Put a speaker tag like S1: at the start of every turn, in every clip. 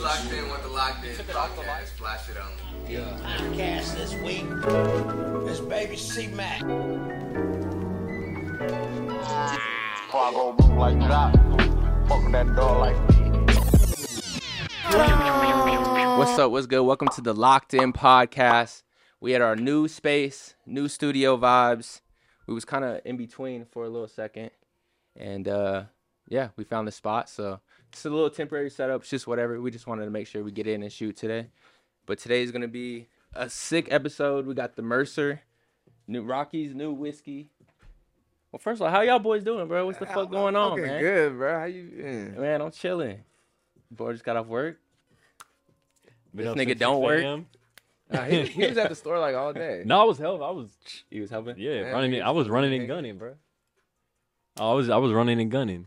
S1: locked in with the locked in podcast. Flash it on.
S2: podcast this week is baby C Mac.
S3: I go boom like that. Fuck that door like.
S4: What's up? What's good? Welcome to the Locked In Podcast. We had our new space, new studio vibes. We was kind of in between for a little second, and uh, yeah, we found the spot. So it's a little temporary setup, it's just whatever. We just wanted to make sure we get in and shoot today. But today is gonna be a sick episode. We got the Mercer, new Rockies, new whiskey. Well, first of all, how y'all boys doing, bro? What's the fuck going on,
S5: Uh, Fucking
S4: man?
S5: good, bro. How you? Yeah.
S4: Man, I'm chilling. Boy just got off work.
S6: Been
S4: This
S6: up
S4: nigga
S6: since
S4: don't
S6: 6
S4: work.
S6: a.m..
S5: Nah, he, he was at the store like all day.
S6: No, I was helping. I was
S4: He was helping.
S6: yeah,
S5: that
S6: running.
S5: nigga's
S6: I was running
S5: nigga.
S6: and gunning, bro. Oh, I was I was running and gunning.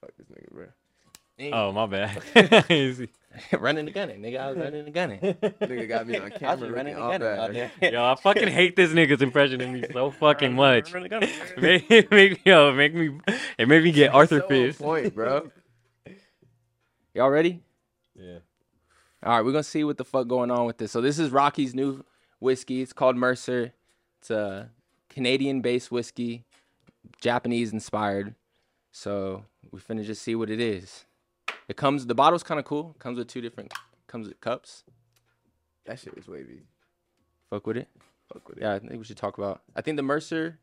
S5: Fuck this nigga, bro.
S6: Oh my bad. Yo,
S4: running the gunning, nigga. I was running the gunning.
S5: Nigga got me on
S4: I was
S5: camera looking
S4: running the
S5: all
S4: gunning out
S5: bad.
S4: there.
S6: I fucking hate this nigga's impression of me so fucking much.
S4: Running the gunning.
S6: Make, make, yo, make me it made me get Arthur
S5: So on
S6: Fist.
S5: point, bro.
S4: Y'all ready?
S6: Yeah.
S4: All right, we're gonna see what the fuck going on with this. So this is Rocky's new whiskey. It's called Mercer. It's a Canadian-based whiskey, Japanese-inspired. So we finna just see what it is. It comes. The bottle's kind of cool. comes with two different. Comes with cups.
S5: That shit was wavy.
S4: Fuck with it.
S5: Fuck with it.
S4: Yeah, I think we should talk about. I think the Mercer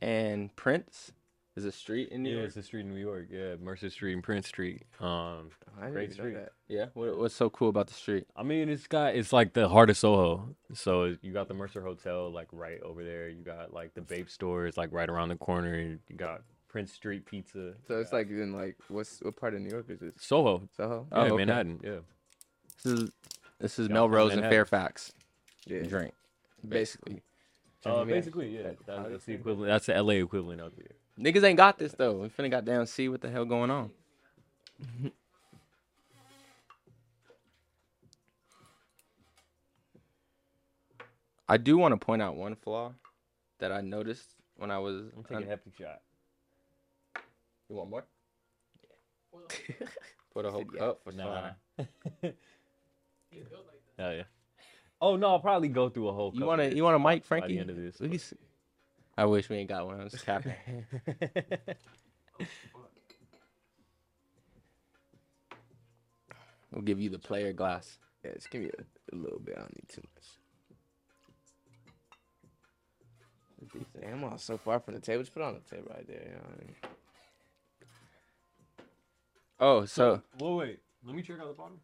S4: and Prince is a street in New
S6: Yeah,
S4: York.
S6: it's the street in New York. Yeah, Mercer Street and Prince Street. Um,
S5: I didn't
S6: Great
S5: even know
S6: street.
S5: that.
S4: Yeah. What, what's so cool about the street?
S6: I mean, it's got it's like the heart of Soho. So you got the Mercer Hotel like right over there. You got like the vape store is like right around the corner. You got Prince Street Pizza.
S5: So it's like in like what's what part of New York is this?
S6: Soho.
S5: Soho.
S4: Oh,
S6: Yeah,
S4: okay.
S6: Manhattan. Uh, Yeah.
S4: This is this is
S6: Yeah,
S4: Melrose and
S6: Manhattan.
S4: Fairfax.
S5: Yeah.
S4: Drink, basically.
S6: Uh,
S5: Manhattan.
S6: basically, yeah. That's, that's the equivalent. That's the LA equivalent out there.
S4: Niggas ain't got this though. We finna goddamn see what the hell going on. I do want to point out one flaw that I noticed when I was.
S6: I'm taking a hefty shot.
S4: you want more? Put a whole cup for
S6: Nah.
S4: some.
S6: Hell yeah. Oh no, I'll probably go through a whole.
S4: You
S6: cup
S4: wanna
S6: of
S4: you wanna mic
S6: the
S4: Frankie?
S6: end of this,
S4: Look,
S6: but-
S4: he's- I wish we ain't got one. I was capping.
S6: this.
S4: we'll give you the player glass.
S5: Yeah, just give me a, a little bit. I don't need too much. Damn, I'm all so far from the table. Just put it on the table right there. You know what I mean?
S4: Oh, so
S6: Well, wait. Let me check out the bottom.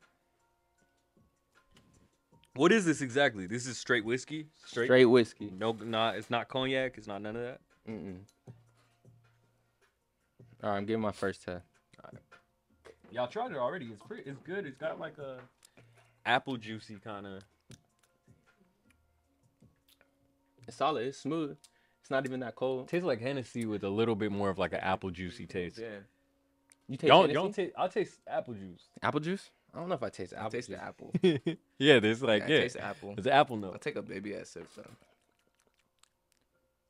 S6: What is this exactly? This is straight whiskey.
S4: straight whiskey.
S6: No, not it's not cognac. It's not none of that.
S4: Mm-mm. All right, I'm giving my first test.
S6: Y'all tried it already. It's pretty. It's good. It's got like a apple juicy kind of.
S4: It's solid. It's smooth. It's not even that cold.
S6: Tastes like Hennessy with a little bit more of like an apple juicy taste.
S5: Yeah.
S4: You taste
S6: Don't
S4: Hennessy?
S6: don't taste. I taste apple juice.
S4: apple juice? I don't know if I taste apple
S5: taste
S4: juice.
S5: the apple.
S6: yeah, there's like
S5: Yeah, I
S6: yeah,
S5: taste the apple.
S6: it's apple note.
S5: I'll take a baby ass sip though.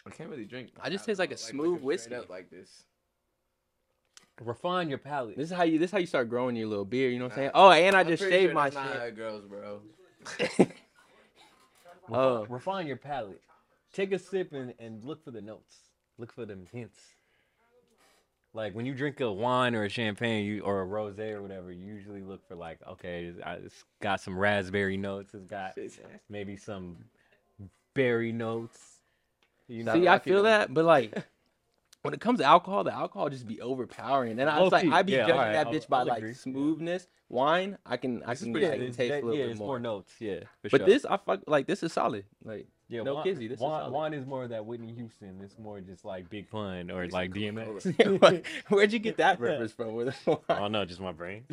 S5: I can't really drink.
S4: I just taste like a
S5: alcohol,
S4: smooth
S5: straight
S4: whiskey.
S5: up like this.
S6: Refine your palate.
S4: This is how you. This is how you start growing your little beard. You know what I'm saying? Oh, and I
S5: I'm
S4: just
S5: pretty
S4: shaved
S5: sure
S4: my
S5: that's not how
S4: shit.
S5: it grows, bro.
S6: Refi-
S4: Oh.
S6: refine your palate. Take a sip and, and look for the notes. Look for them hints. Like when you drink a wine or a champagne you, or a rosé or whatever, you usually look for like, okay, it's- I- it's got some raspberry notes. It's got maybe some berry notes. You know,
S4: See, I feel that, but like. When it comes to alcohol, the alcohol just be overpowering, and I was like,
S6: Low-key,
S4: I be
S6: yeah,
S4: judging
S6: alright,
S4: that
S6: I'll-
S4: bitch by
S6: I'll
S4: like
S6: agree.
S4: smoothness. Wine, I can, I
S5: This is
S4: can,
S5: pretty
S4: I
S6: Yeah,
S5: good.
S4: can
S6: it's,
S4: taste
S6: that-
S4: a little
S6: yeah,
S4: bit
S6: it's
S4: more.
S6: more. notes. Yeah, for
S4: but
S6: sure.
S4: this, I fuck like this is solid. Like,
S6: yeah,
S4: no
S6: wine,
S4: kizzy, this is
S6: wine,
S4: solid.
S6: wine is more of that Whitney Houston. It's more just like Big Pun or like DMX.
S4: Where- Where'd you get that reference from? Where the
S6: I don't know, just my brain.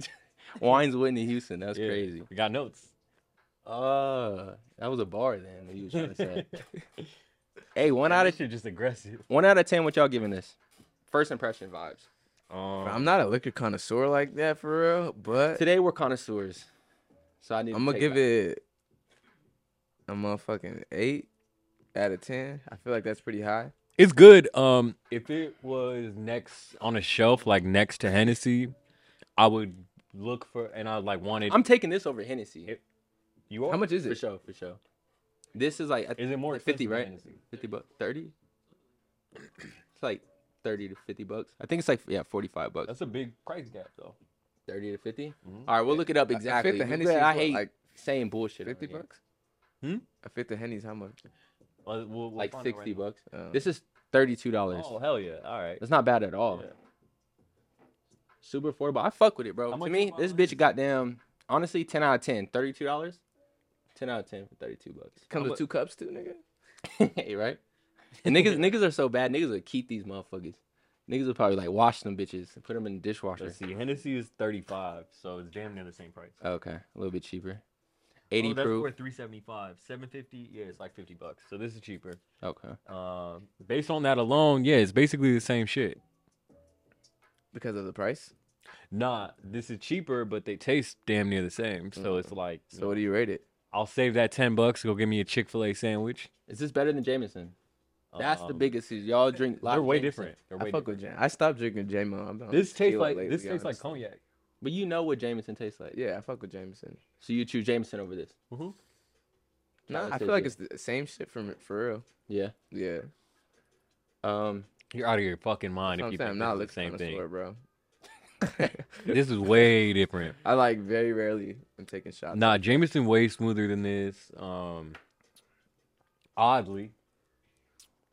S4: Wine's Whitney Houston. That's
S6: Yeah,
S4: crazy.
S6: We got notes.
S4: Uh, that was a bar then that you was trying to say. hey, one out
S6: Not
S4: of
S6: shit, just aggressive.
S4: one out of ten. What y'all giving this? First impression vibes.
S6: Um,
S5: Bro, I'm not a liquor connoisseur like that for real, but
S4: Today we're connoisseurs, so I need.
S5: I'm gonna give it a motherfucking eight out of ten. I feel like that's pretty high.
S6: It's good. Um, if it was next on a shelf, like next to Hennessy, I would look for and I like wanted.
S4: I'm taking this over Hennessy.
S6: It- you are,
S4: How much is it?
S6: For sure, for sure.
S4: This is like I
S6: Is it more
S4: like 50,
S6: expensive than
S4: right?
S6: Hennessy?
S4: 50 bucks, 30? It's like 30 to 50 bucks. I think it's like yeah, 45 bucks.
S6: That's a big price gap though.
S4: 30 to 50? All right, we'll look it up
S5: fifth
S4: exactly.
S5: of
S4: because
S5: Hennessy is
S4: I
S5: what,
S4: hate
S5: like
S4: saying bullshit. on
S5: 50
S4: here.
S5: bucks?
S6: Hmm?
S5: A fifth of Henny's, how much?
S6: Well, we'll- we'll
S4: Like
S6: find it
S4: 60
S6: right
S4: bucks.
S5: Uh,
S4: This is $32.
S6: now. Oh hell yeah! All right.
S4: That's not bad at all.
S6: Yeah.
S4: Super affordable. I fuck with it, bro.
S6: How
S4: to
S6: much
S4: me,
S6: you
S4: this
S6: want?
S4: bitch got damn, honestly, 10 out of 10. $32? 10 out of 10 for 32 bucks.
S5: Comes
S6: I'm
S5: with
S6: a-
S5: two cups too, nigga?
S4: Hey, right? And niggas, niggas are so bad. Niggas would keep these motherfuckers. Niggas would probably like wash them bitches and put them in the dishwasher.
S6: Let's see. Hennessy is thirty five, so it's damn near the same price.
S4: Okay, a little bit cheaper. 80
S6: oh, that's
S4: proof.
S6: for three seventy five. Seven fifty. Yeah, it's like fifty bucks. So this is cheaper.
S4: Okay.
S6: Um, based on that alone, yeah, it's basically the same shit.
S5: Because of the price?
S6: Nah, this is cheaper, but they taste damn near the same. So it's like,
S5: Mm-hmm. So what do you rate it?
S6: I'll save that ten bucks. Go get me a Chick Fil A sandwich.
S4: Is this better than Jameson? That's the
S6: Um,
S4: biggest. issue. Y'all drink.
S6: They're
S4: lot
S6: way
S4: Jameson.
S6: different. They're
S5: I
S6: way
S5: fuck
S6: different.
S5: with Jam. I stopped drinking J-Mo. I've been on
S6: This
S5: tequila
S6: tastes like
S5: lately,
S6: this
S5: to be
S6: tastes like
S5: honest.
S6: cognac.
S4: But you know what Jameson tastes like.
S5: Yeah, I fuck with Jameson.
S4: So you choose Jameson over this.
S6: Mm-hmm.
S5: Nah,
S4: let's
S5: I
S4: say
S5: feel like
S4: it.
S5: it's the same shit from it for real.
S4: Yeah.
S5: Yeah.
S4: Um.
S6: You're out of your fucking mind if you
S5: Sometimes
S6: think
S5: I'm not
S6: this is
S5: looking
S6: the same thing.
S5: connoisseur, bro.
S6: This is way different.
S5: I like very rarely am taking shots.
S6: Nah, Jameson way smoother than this. Um, oddly,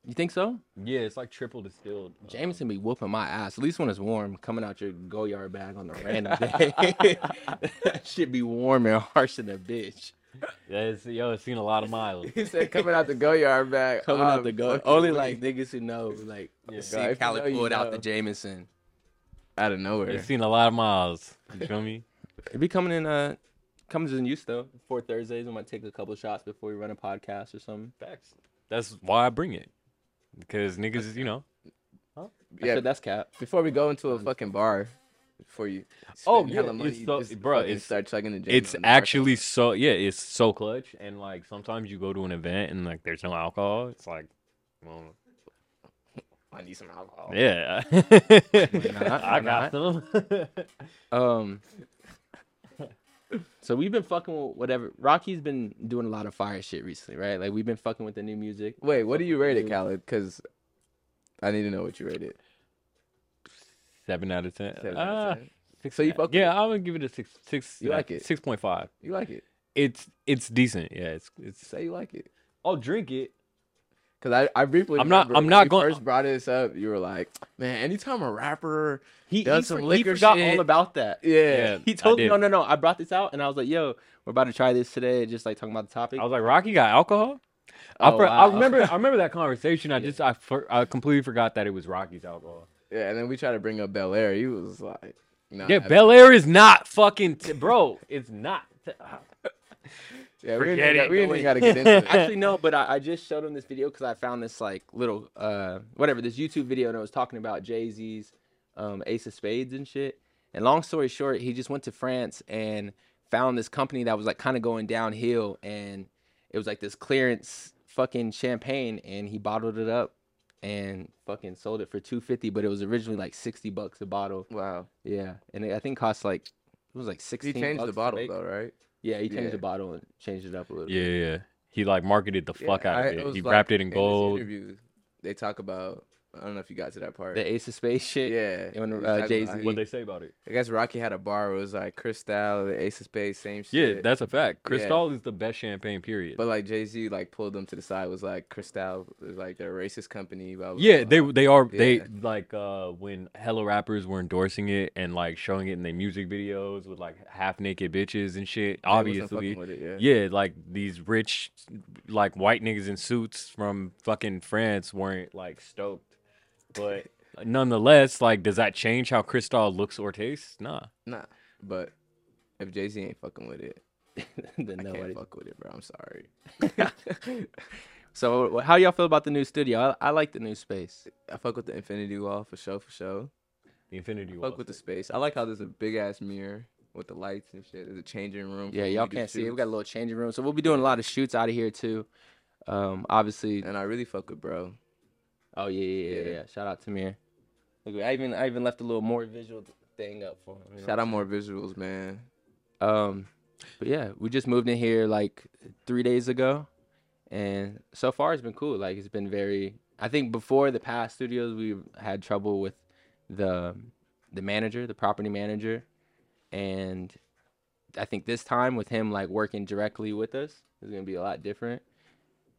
S4: You think so?
S6: yeah, it's like triple distilled.
S4: Jameson be whooping my ass. At least when it's warm, coming out your Goyard bag on the random day. that shit be warm and harsh in a bitch.
S6: Yeah, it's, yo, it's seen a lot of miles.
S5: he said Ah, coming out the go yard back.
S4: Coming out
S5: I'm
S4: the go.
S5: fucking
S4: Only
S5: weak.
S4: like niggas who know. Like
S6: Yeah.
S4: see
S5: Nah, if you
S4: Cali
S5: know, you
S4: pulled out
S5: know.
S4: the Jameson.
S5: out of nowhere.
S6: It's seen a lot of miles. You feel me?
S4: It be coming in. Uh, comes in use though. For Thursdays, we might take a couple shots before we run a podcast or something.
S6: Facts. That's why I bring it. Because niggas is, you know.
S4: Yeah,
S5: Yeah.
S4: that's cap.
S5: Before we go into a fucking bar, before you
S6: Oh,
S5: spend
S6: yeah,
S5: hella
S6: it's
S5: money, you
S6: so-
S5: just
S6: bro,
S5: fucking
S6: it's-
S5: start chugging the J-Mo
S6: It's
S5: in the parking
S6: actually
S5: lot.
S6: so, yeah, it's so clutch. And like sometimes you go to an event and like there's no alcohol. It's like, well,
S5: I need some alcohol.
S6: yeah.
S4: not? Why
S6: I got some.
S4: Um. so we've been fucking with whatever. Rocky's been doing a lot of fire shit recently, right? Like we've been fucking with the new music.
S5: Wait, what do you rate it, Khaled? Because I need to know what you rate it.
S6: Seven out of ten.
S5: Seven out
S6: Uh,
S5: of 10.
S6: six
S5: So you
S6: out-
S5: fuck with
S6: yeah, I'm gonna give it a six. Six.
S5: You like it?
S6: Six point five.
S5: You like it?
S6: It's it's decent. Yeah, it's it's.
S5: Say you like it.
S6: I'll drink it.
S5: Cause I, I briefly
S6: I'm not-
S5: remember
S6: I'm
S5: when
S6: not
S5: you
S6: going-
S5: First brought this up, you were like, "Man, anytime a rapper
S4: He,
S5: does
S4: he,
S5: some
S4: for-
S5: liquor
S4: he forgot
S5: shit,
S4: all about that.
S5: yeah,
S6: Yeah.
S4: He
S6: I
S4: told me,
S6: did.
S4: no, no, no. I brought this out and I was like, yo, we're about to try this today. Just like talking about the topic.
S6: I was like, Rocky got alcohol.
S5: Oh,
S6: I, for, I
S5: wow.
S6: remember I remember that conversation. I just I for, I completely forgot that it was Rocky's alcohol.
S5: yeah," and then we tried to bring up Bel Air. He was like, nah,
S6: Yeah,
S5: I-
S6: Bel Air is not fucking t- bro. It's not. T-
S5: yeah, we
S6: forget
S5: didn't,
S6: it.
S5: we
S6: Don't
S5: didn't got to get into it."
S4: Actually, no, but I, I just showed him this video because I found this like little uh whatever this YouTube video and it was talking about Jay Z's um, Ace of Spades and shit. And long story short, he just went to France and found this company that was like kind of going downhill and it was like this clearance fucking champagne and he bottled it up and fucking sold it for 250 but it was originally like 60 bucks a bottle
S5: Wow,
S4: yeah and it, i think cost like it was like 16
S5: he changed
S4: bucks
S5: the
S4: to
S5: bottle
S4: make.
S5: though, right?
S4: yeah he changed
S5: Yeah.
S4: the bottle and changed it up a little
S6: yeah, yeah. He like marketed the fuck
S5: Yeah,
S6: out
S5: I-
S6: of it.
S5: was
S6: He
S5: like,
S6: wrapped it in
S5: this
S6: gold.
S5: interview, they talk about. I don't know if you got to that part.
S4: the ace of spades shit
S5: yeah,
S4: and when, uh,
S5: exactly.
S4: Jay-Z-
S6: What they say about it?
S5: I guess Rocky had a bar. Where it was like Cristal, the Ace of Spades, same
S6: Yeah,
S5: shit.
S6: that's a fact.
S5: Yeah.
S6: Cristal is the best champagne. Period.
S5: But like Jay Z, like pulled them to the side. Was like Cristal, is like their racist company. Blah, blah,
S6: Yeah,
S5: blah.
S6: they they are they
S5: uh, Yeah.
S6: like uh when hella rappers were endorsing it and like showing it in their music videos with like half naked bitches and shit.
S5: wasn't
S6: Obviously,
S5: fucking with it, yeah.
S6: yeah, like these rich like white niggas in suits from fucking France weren't like stoked, but nonetheless, like does that change how Cristal looks or tastes? Nah,
S5: Nah, but if Jay Z ain't fucking with it,
S4: then
S5: I
S4: nobody
S5: can't fuck with it, bro. I'm sorry.
S4: So, wh- how y'all feel about the new studio? I, I like the new space.
S5: I fuck with the infinity wall for show for show.
S6: the Infinity Wall.
S5: Fuck with the space. I like how there's a big ass mirror with the lights and shit. There's a changing room.
S4: Yeah,
S5: for
S4: y'all
S5: when we do
S4: can't see it. We
S5: shoots.
S4: got a little changing room, so we'll be doing a lot of shoots out of here too. Um, obviously.
S5: And I really fuck with bro.
S4: Oh yeah, yeah, yeah. yeah. Shout out to Mir. Look, I even I even left a little more visual thing up for him. you know?
S5: Shout out more visuals, man.
S4: Um, but yeah, we just moved in here like three days ago, and so far it's been cool. Like it's been very. I think before the past studios, we had trouble with the the manager, the property manager, and I think this time with him like working directly with us is gonna be a lot different.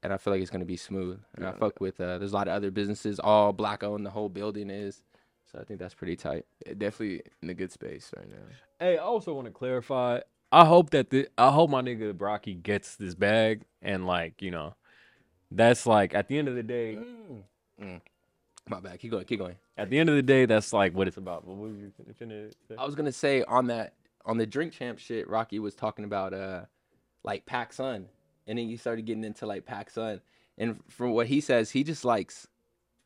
S4: And I feel like it's gonna be smooth. And I fuck with uh, there's a lot of other businesses, all black owned. The whole building is, so I think that's pretty tight.
S5: Yeah, Definitely in a good space right now.
S6: Hey, I also want to clarify. I hope that the I hope my nigga Brocky gets this bag and like you know, that's like at the end of the day.
S4: Mm. My bad. Keep going. Keep going.
S6: At the end of the day, that's like what it's about. What was you finna say?
S4: I was gonna say on that on the drink champ shit, Rocky was talking about uh like Pac Sun, and then you started getting into like Pac Sun, and from what he says, he just likes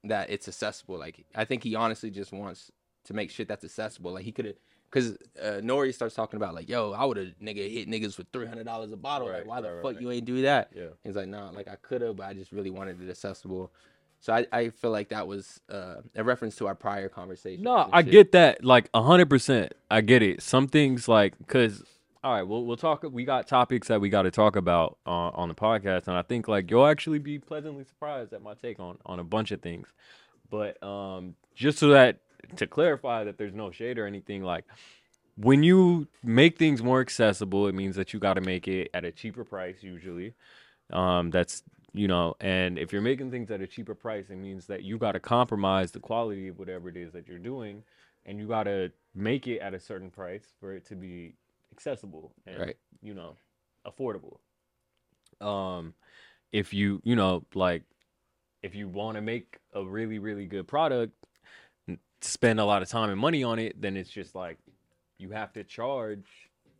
S4: that it's accessible. Like I think he honestly just wants to make shit that's accessible. Like he could have. Cause uh, Nori starts talking about like, yo, I would have nigga hit niggas with three hundred dollars a bottle.
S6: Right,
S4: like, why the
S6: right, right,
S4: fuck
S6: right.
S4: you ain't do that?
S6: Yeah.
S4: He's like, nah, like I could have, but I just really wanted it accessible. So I, I feel like that was uh, a reference to our prior conversation.
S6: No, I get that. Like hundred percent, I get it. Some things like because all right, we'll we'll talk. We got topics that we got to talk about uh, on on the podcast, and I think like you'll actually be pleasantly surprised at my take on on a bunch of things. But um, just so that to clarify that there's no shade or anything like. When you make things more accessible, it means that you got to make it at a cheaper price usually. Um, that's you know, and if you're making things at a cheaper price, it means that you got to compromise the quality of whatever it is that you're doing, and you got to make it at a certain price for it to be accessible and
S4: Right.
S6: you know affordable. Um, if you you know like if you want to make a really really good product, n- spend a lot of time and money on it, then it's just like you have to charge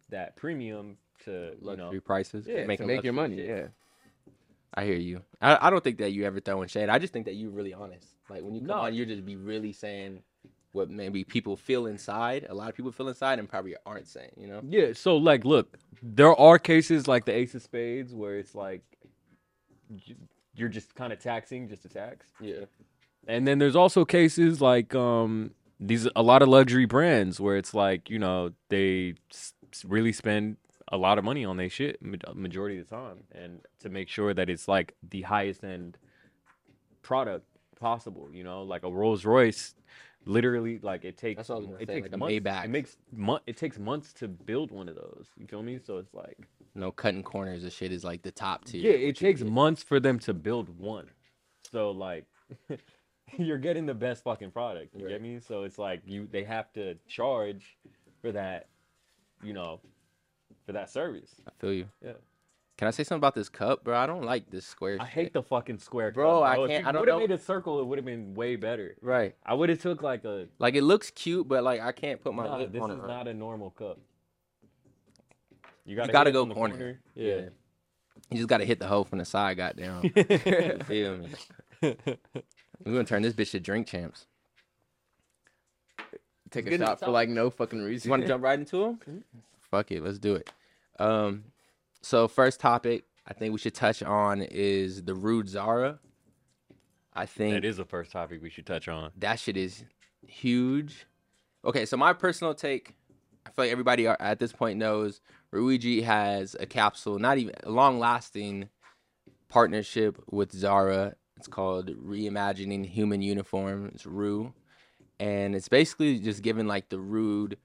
S6: that premium to you
S4: luxury
S6: know
S4: prices.
S5: Yeah, make,
S4: a
S5: make your
S4: luxury
S5: money.
S4: shit.
S5: Yeah.
S4: I hear you. I, I don't think that you ever throw in shade. I just think that you're really honest. Like when you come
S6: No.
S4: on, you just be really saying what maybe people feel inside. A lot of people feel inside and probably aren't saying. You know.
S6: Yeah, so like, look, there are cases like the Ace of Spades where it's like j- you're just kind of taxing just to tax,
S4: Yeah.
S6: and then there's also cases like um these a lot of luxury brands where it's like you know they s- s- really spend a lot of money on their shit ma- majority of the time, and to make sure that it's like the highest end product possible, you know, like a Rolls Royce. Literally, like it takes
S4: That's what I was gonna
S6: it
S4: say,
S6: takes
S4: like a
S6: months.
S4: Maybach.
S6: It makes mon- it takes months to build one of those. You feel me? So it's like
S4: No cutting corners of shit is like the top tier.
S6: yeah, it takes months for them to build one. So like you're getting the best fucking product. You get me? So it's like you they have to charge for that, you know, for that service.
S4: I feel you.
S6: Yeah.
S4: Can I say something about this cup, bro? I don't like this square.
S6: I
S4: shit.
S6: hate the fucking square.
S4: Bro, I can't- I don't
S6: would have
S4: know-
S6: made a circle, it would have been way better.
S4: Right.
S6: I would have took like a
S4: Like it looks cute, but like I can't put my
S6: nah,
S4: lip
S6: this
S4: on it.
S6: is
S4: right.
S6: not a normal cup. You gotta,
S4: gotta
S6: hit it
S4: go
S6: from the
S4: corner.
S6: Yeah.
S4: You just gotta hit the hoe from the side, goddamn. You feel me? We're gonna turn this bitch to drink champs.
S5: Take a
S4: Good
S5: shot for
S4: topic.
S5: like no fucking reason.
S4: You want to jump right into them? Fuck it, let's do it. Um, so first topic I think we should touch on is the rude Zara. I think
S6: That is the first topic we should touch on.
S4: that shit is huge. Okay, so my personal take, I feel like everybody are- at this point knows Ruigi has a capsule, not even a long lasting partnership with Zara. It's called Reimagining Human Uniform. It's Rue. And it's basically just giving like the rude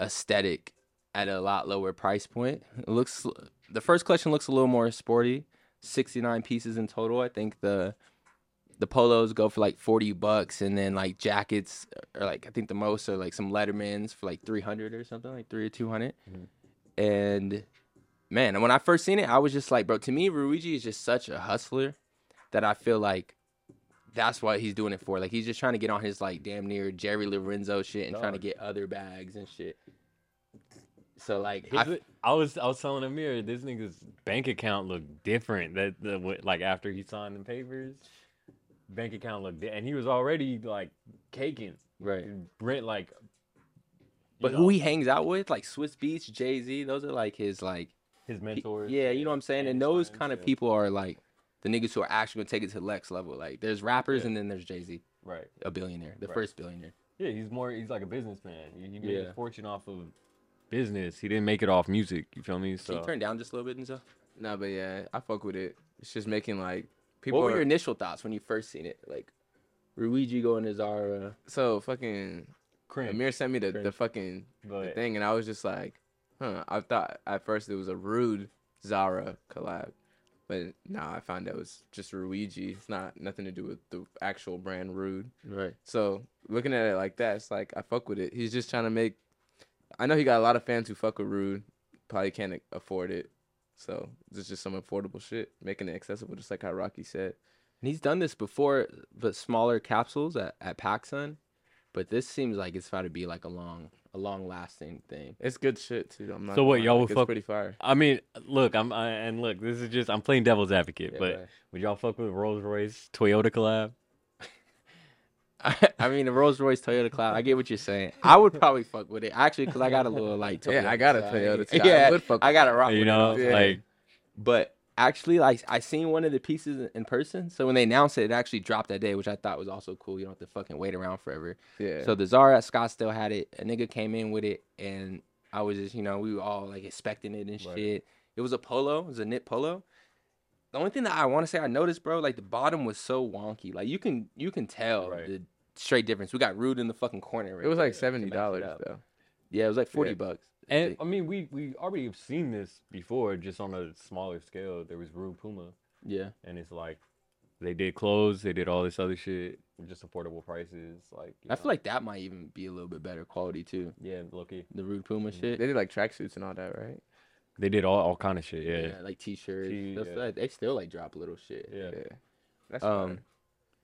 S4: aesthetic at a lot lower price point. It looks the first collection looks a little more sporty. 69 pieces in total. I think the the polos go for like 40 bucks and then like jackets are like i think the most are like some lettermans for like 300 or something like 3 or 200
S6: Mm-hmm.
S4: and man when i first seen it i was just like bro to me ruigi is just such a hustler that i feel like that's what he's doing it for like he's just trying to get on his like damn near jerry lorenzo shit and trying to
S6: Dog.
S4: get other bags and shit so like
S6: His-
S4: I,
S6: I was I was telling Amir this nigga's bank account looked different. That the wh- like after he signed the papers, bank account looked di- and he was already like caking
S4: right
S6: rent like. you
S4: but
S6: know,
S4: who he hangs out with like swiss beach jay-z those are like his like
S6: his
S4: Pe-
S6: mentors.
S4: Yeah, you know what I'm saying?
S6: and
S4: And,
S6: his
S4: those
S6: friends,
S4: kind of
S6: yeah.
S4: people are like the niggas who are actually gonna take it to the next level. Like there's rappers and then there's Jay Z,
S6: right.
S4: a billionaire, the
S6: Right.
S4: first billionaire.
S6: Yeah, he's more. He's like a businessman. He, he made
S4: Yeah.
S6: his fortune off of business. He didn't make it off music. You feel me?
S4: Can
S6: So
S4: you turn down just a little bit and stuff?
S5: Nah, but yeah, I fuck with it. It's just making like people.
S4: What were your
S5: are-
S4: initial thoughts when you first seen it? Like Luigi going to Zara.
S5: so fucking
S6: cringe.
S5: Amir sent me the, the
S6: Cringe.
S5: fucking the
S6: But-
S5: thing, and I was just like, huh. I thought at first it was a rude Zara collab, but nah, I found out it was just Ruigi. It's not nothing to do with the actual brand Rude.
S4: Right.
S5: So looking at it like that, it's like I fuck with it. He's just trying to make. I know he got a lot of fans who fuck with Rude, probably can't afford it. So it's just some affordable shit, making it accessible, just like how Rocky said.
S4: And he's done this before, but smaller capsules at, at PacSun. But this seems like it's about to be like a long, a long lasting thing.
S5: It's good shit too. I'm not.
S6: So
S5: gonna
S6: what,
S5: lie,
S6: y'all
S5: like,
S6: would
S5: it's
S6: fuck-
S5: pretty fire.
S6: I mean, look, I'm I, and look, this is just I'm playing devil's advocate,
S4: Yeah,
S6: but
S4: right.
S6: would y'all fuck with Rolls Royce Toyota collab?
S4: I, I mean, the Rolls Royce Toyota Cloud. I get what you're saying. I would probably fuck with it actually because I got a little like Toyota.
S5: Yeah, I got a
S4: so
S5: Toyota too. I
S4: Yeah, I,
S5: would fuck
S4: got a rock.
S6: You
S4: with it.
S6: know,
S5: Yeah.
S6: like
S4: but actually like i seen one of the pieces in person so when they announced it it actually dropped that day which i thought was also cool you don't have to fucking wait around forever
S5: Yeah.
S4: so the czar at scottsdale had it a nigga came in with it and i was just you know we were all like expecting it and
S6: Right.
S4: shit it was a polo it was a knit polo the only thing that i want to say i noticed bro like the bottom was so wonky like you can you can tell
S6: Right.
S4: the straight difference we got rude in the fucking corner right
S5: it was
S4: there
S5: like
S4: to
S5: seventy
S4: back it
S5: dollars
S4: up.
S5: though.
S4: yeah it was like 40
S5: Yeah.
S4: bucks
S6: and I mean we we already have seen this before just on a smaller scale. There was Rue Puma
S4: yeah
S6: and it's like they did clothes, they did all this other shit, for just affordable prices like you
S4: i feel
S6: know.
S4: like that might even be a little bit better quality too
S6: yeah, lucky.
S4: the rude puma
S5: They
S4: shit
S5: did like tracksuits and all that, right?
S6: They did all all kind of shit,
S4: Yeah,
S6: yeah.
S4: like t-shirts.
S6: Tee,
S4: stuff
S6: yeah.
S4: like- they still like drop little shit.
S6: Yeah.
S5: Yeah. That's
S4: Um,
S5: fire.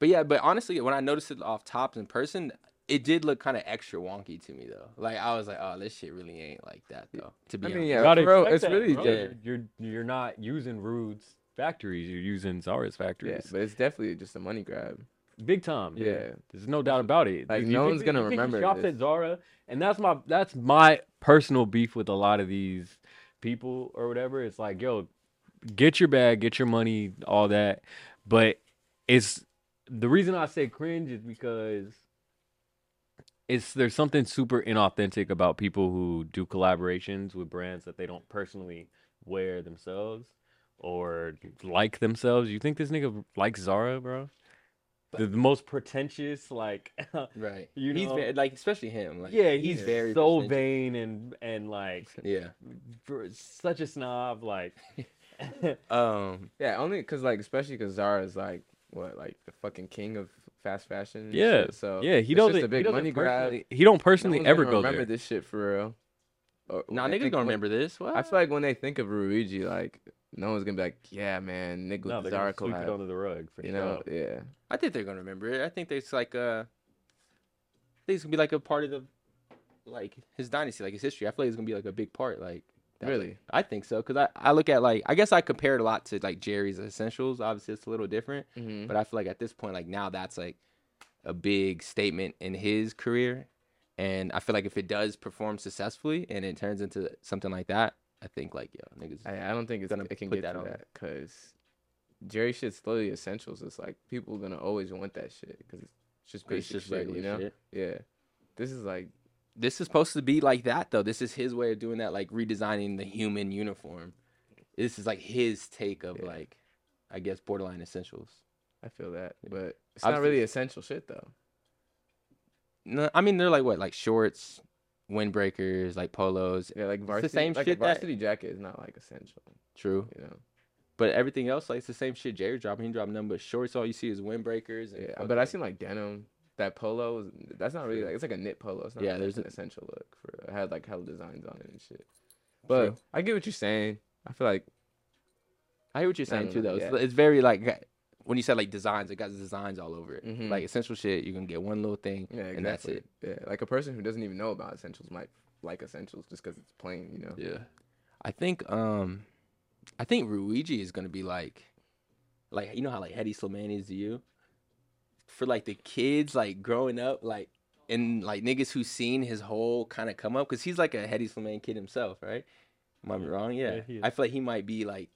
S4: but yeah, but honestly, when I noticed it off tops in person, it did look kind of extra wonky to me though. Like I was like, oh, this shit really ain't like that though. To
S5: I
S4: be honest,
S5: mean,
S6: You
S5: yeah,
S6: gotta
S5: bro,
S6: expect
S5: it's
S6: that,
S5: really
S6: bro.
S5: just
S6: You're, you're you're not using Rude's factories, you're using Zara's
S5: yeah,
S6: factories.
S5: but it's definitely just a money grab.
S6: Big time.
S5: Yeah.
S6: There's no doubt about it.
S5: Like,
S6: Dude, you
S5: no
S6: think
S5: one's
S6: that-
S5: gonna
S6: you think he
S5: remember
S6: shopped
S5: this.
S6: at Zara, and that's my that's my personal beef with a lot of these people or whatever. It's like, yo, get your bag, get your money, all that. But it's the reason I say cringe is because it's there's something super inauthentic about people who do collaborations with brands that they don't personally wear themselves or like themselves. You think this nigga likes Zara, bro? The, the most pretentious, like,
S4: right?
S6: you
S4: he's
S6: know-
S4: ve- like especially him. Like
S6: yeah, he's,
S4: very
S6: so
S4: pretentious.
S6: vain and and like
S4: Yeah.
S6: for such a snob. Like,
S4: Um.
S5: Yeah, only because like especially because Zara is like what like the fucking king of fast fashion. and
S6: yeah,
S5: shit, so
S6: yeah, he
S5: it's
S6: doesn't.
S5: just a big
S6: he doesn't
S5: money grab.
S6: personally- He don't
S5: No
S6: personally
S5: one's
S6: ever
S5: gonna
S6: go
S5: remember
S6: there.
S5: this shit for real. Or-
S4: Nah,
S5: I
S4: niggas
S5: think
S4: gonna
S5: when-
S4: remember this. What?
S5: I feel like when they think of Ruigi, like no one's gonna be like, yeah, man, nigga
S6: No,
S5: with
S6: they're
S5: Zara
S6: gonna sweep it
S5: collab.
S6: under the rug for
S5: You
S6: sure.
S5: know, yeah.
S4: I think they're gonna remember it. I think it's like uh, I think it's gonna be like a part of the, like his dynasty, like his history. I feel like it's gonna be like a big part. Like that-
S5: Really?
S4: I think so because I I look at like I guess I compare it a lot to like Jerry's Essentials. Obviously, it's a little different,
S5: Mhm.
S4: but I feel like at this point, like now that's like a big statement in his career, and I feel like if it does perform successfully and it turns into something like that, I think like yo niggas.
S5: I, I don't think it's
S4: Gonna
S5: gonna it can
S4: put
S5: get
S4: that
S5: to
S4: on.
S5: that because Jerry shit's slowly essentials. It's like people gonna always want that shit because it's just
S4: It's
S5: basic
S4: just
S5: shit,
S4: regular
S5: you know?
S4: shit.
S5: Yeah, this is like
S4: this is supposed to be like that though. This is his way of doing that, like redesigning the human uniform. This is like his take of
S5: Yeah.
S4: like, I guess borderline essentials.
S5: I feel that,
S4: Yeah.
S5: but it's not
S4: Obviously-
S5: really essential shit though.
S4: No, I mean they're like what, like shorts, windbreakers, like polos.
S5: Yeah, like
S4: the
S5: varsity,
S4: same
S5: like
S4: shit
S5: a
S4: that-
S5: varsity jacket is not like essential,
S4: True,
S5: you know?
S4: but everything else like it's the same shit. Jerry dropping, he dropped nothing but shorts. All you see is windbreakers. And
S5: Yeah, but I
S4: fucking-
S5: seen like denim. That polo, is, that's not really like it's like a knit polo. It's not
S4: Yeah,
S5: really
S4: there's
S5: an
S4: a-
S5: essential look for. It had like hella designs on it and shit. But
S4: True.
S5: I get what you're saying. I feel like
S4: I hear what you're
S5: No,
S4: saying
S5: no,
S4: too
S5: no,
S4: though. It's,
S5: yeah.
S4: it's very like got- when you said like designs, it got designs all over it.
S5: Mhm.
S4: Like essential shit, you can get one little thing,
S5: Yeah, exactly.
S4: and that's it.
S5: Yeah, like a person who doesn't even know about essentials might like essentials just because it's plain, you know.
S4: Yeah. I think um I think Ruigi is gonna be like like you know how like Hedy Slimani is to you? For like the kids like growing up, like and like niggas who seen his whole kind of come up, because he's like a Hedy Slimani kid himself, right? Am I wrong? Yeah.
S6: Yeah, he is.
S4: I feel like he might be like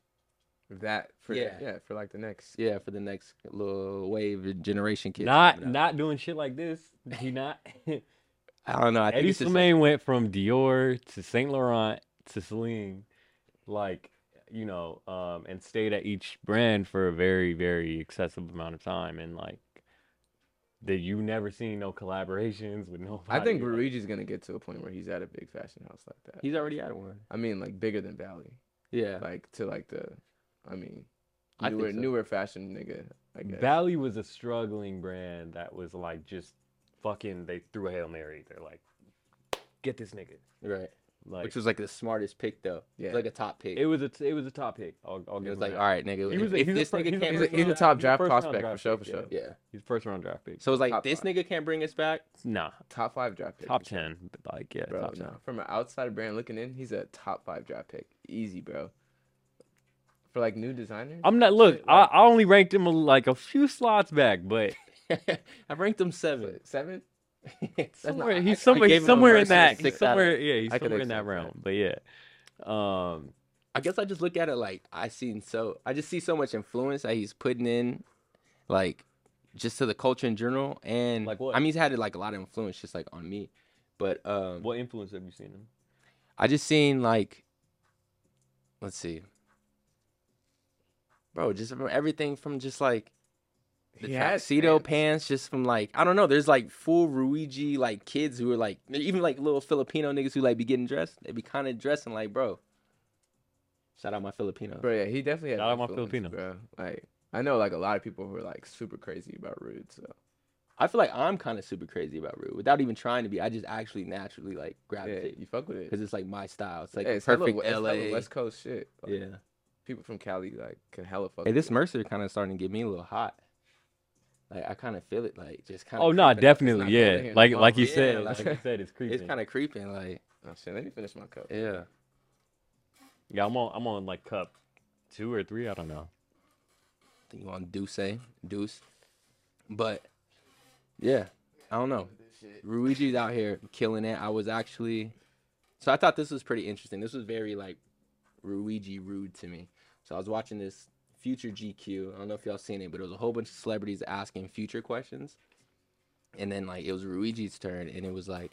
S5: that for yeah.
S4: Yeah.
S5: for like the next.
S4: Yeah, for the next little wave of generation kids.
S6: Not
S4: coming up.
S6: not doing shit like this. He not.
S4: I don't know. I think
S6: Eddie
S4: it's just
S6: Slimane went from Dior to Saint Laurent to Celine, like you know, um, and stayed at each brand for a very very excessive amount of time, and like that you never seen no collaborations with nobody.
S5: I think
S6: like-
S5: Luigi's gonna get to a point where he's at a big fashion house like that.
S4: he's already at one.
S5: I mean, like bigger than Valley,
S4: Yeah.
S5: like to like the, I mean,
S4: I think
S5: newer
S4: so.
S5: newer fashion nigga. I guess.
S6: Valley was a struggling brand that was like just fucking. They threw a hail mary. They're like, get this nigga.
S4: right.
S6: Like
S4: Which was like the smartest pick though.
S5: Yeah.
S4: Yeah. It's like a top pick.
S6: it
S4: It,
S6: was a it was a top pick. I'll, I'll give
S4: was
S6: him
S4: like,
S6: that.
S4: all right, nigga.
S6: He
S4: If,
S6: was a-
S4: if
S6: he's a
S4: this
S6: per-
S4: nigga
S6: he's a
S4: can't
S5: he's a,
S4: bring
S6: person-
S5: he's a
S6: round-
S5: top
S6: he's a
S5: draft
S6: first round
S5: prospect for
S6: draft
S5: sure, for
S6: pick,
S5: sure.
S4: Yeah.
S6: He's first round draft pick.
S4: So it's like
S5: Top
S4: this
S5: five.
S4: nigga can't bring us back.
S6: Nah,
S5: Top five draft pick.
S6: top
S5: for sure.
S6: ten, but like yeah,
S5: bro.
S6: top ten.
S5: no. From an outside brand looking in, he's a top five draft pick, easy, bro. For like new designers,
S6: I'm not look.
S5: Shit,
S6: I,
S5: like-
S6: I only ranked him like a few slots back, but
S4: I ranked him seven.
S5: But seven.
S6: somewhere,
S4: I-
S6: he's
S4: I
S6: somewhere,
S4: gave
S6: he's
S4: him a
S6: somewhere in
S4: versus
S6: that, he's
S4: six out of-
S6: somewhere, yeah, he's
S5: I could
S6: somewhere in that
S5: accept that.
S6: round. But yeah, um,
S4: I guess I just look at it like I seen so I just see so much influence that he's putting in, like, just to the culture in general. And
S6: Like what?
S4: I mean, he's had like a lot of influence just like on me, but um,
S6: what influence have you seen him?
S4: I just seen like, let's see, bro, just from everything from just like the
S5: He has
S4: tuxedo
S5: fans.
S4: pants. just from like I don't know. There's like full Ruigi like kids who are like even like little Filipino niggas who like be getting dressed. They be kind of dressing like bro. Shout out my Filipino.
S5: Bro, yeah, he definitely has
S6: Shout out my
S5: influence,
S6: Filipino.
S5: bro. Like, I know like a lot of people who are like super crazy about Rude. So
S4: I feel like I'm kind of super crazy about Rude without even trying to be. I just actually naturally like
S5: yeah,
S4: gravitate
S5: you fuck with it.
S4: because it's like my style. It's like
S5: Yeah,
S4: the
S5: it's hella
S4: perfect
S5: we- it's hella
S4: LA.
S5: West Coast shit. Like,
S4: yeah.
S5: people from Cali like can hella fuck.
S4: Hey,
S5: with
S4: this
S5: it.
S4: Mercer kind of starting to get me a little hot. Like I kind of feel it, like just kind of.
S6: Oh no,
S5: not
S6: definitely,
S5: going
S6: yeah.
S5: here.
S6: Like
S5: Oh,
S6: like you
S4: yeah,
S6: said,
S4: like-
S6: like you said, it's creeping.
S4: It's kind of creeping, like
S5: Oh, shit, let me finish my cup.
S4: yeah.
S6: yeah. I'm on I'm on like cup two or three. I don't know.
S4: I think you want Deuce, eh? Deuce, but yeah, I don't know. Ruigi's out here killing it. I was actually, so I thought this was pretty interesting. This was very like Ruigi rude to me. So I was watching this Future GQ. I don't know if y'all seen it, but it was a whole bunch of celebrities asking Future questions, and then like it was Ruigi's turn, and it was like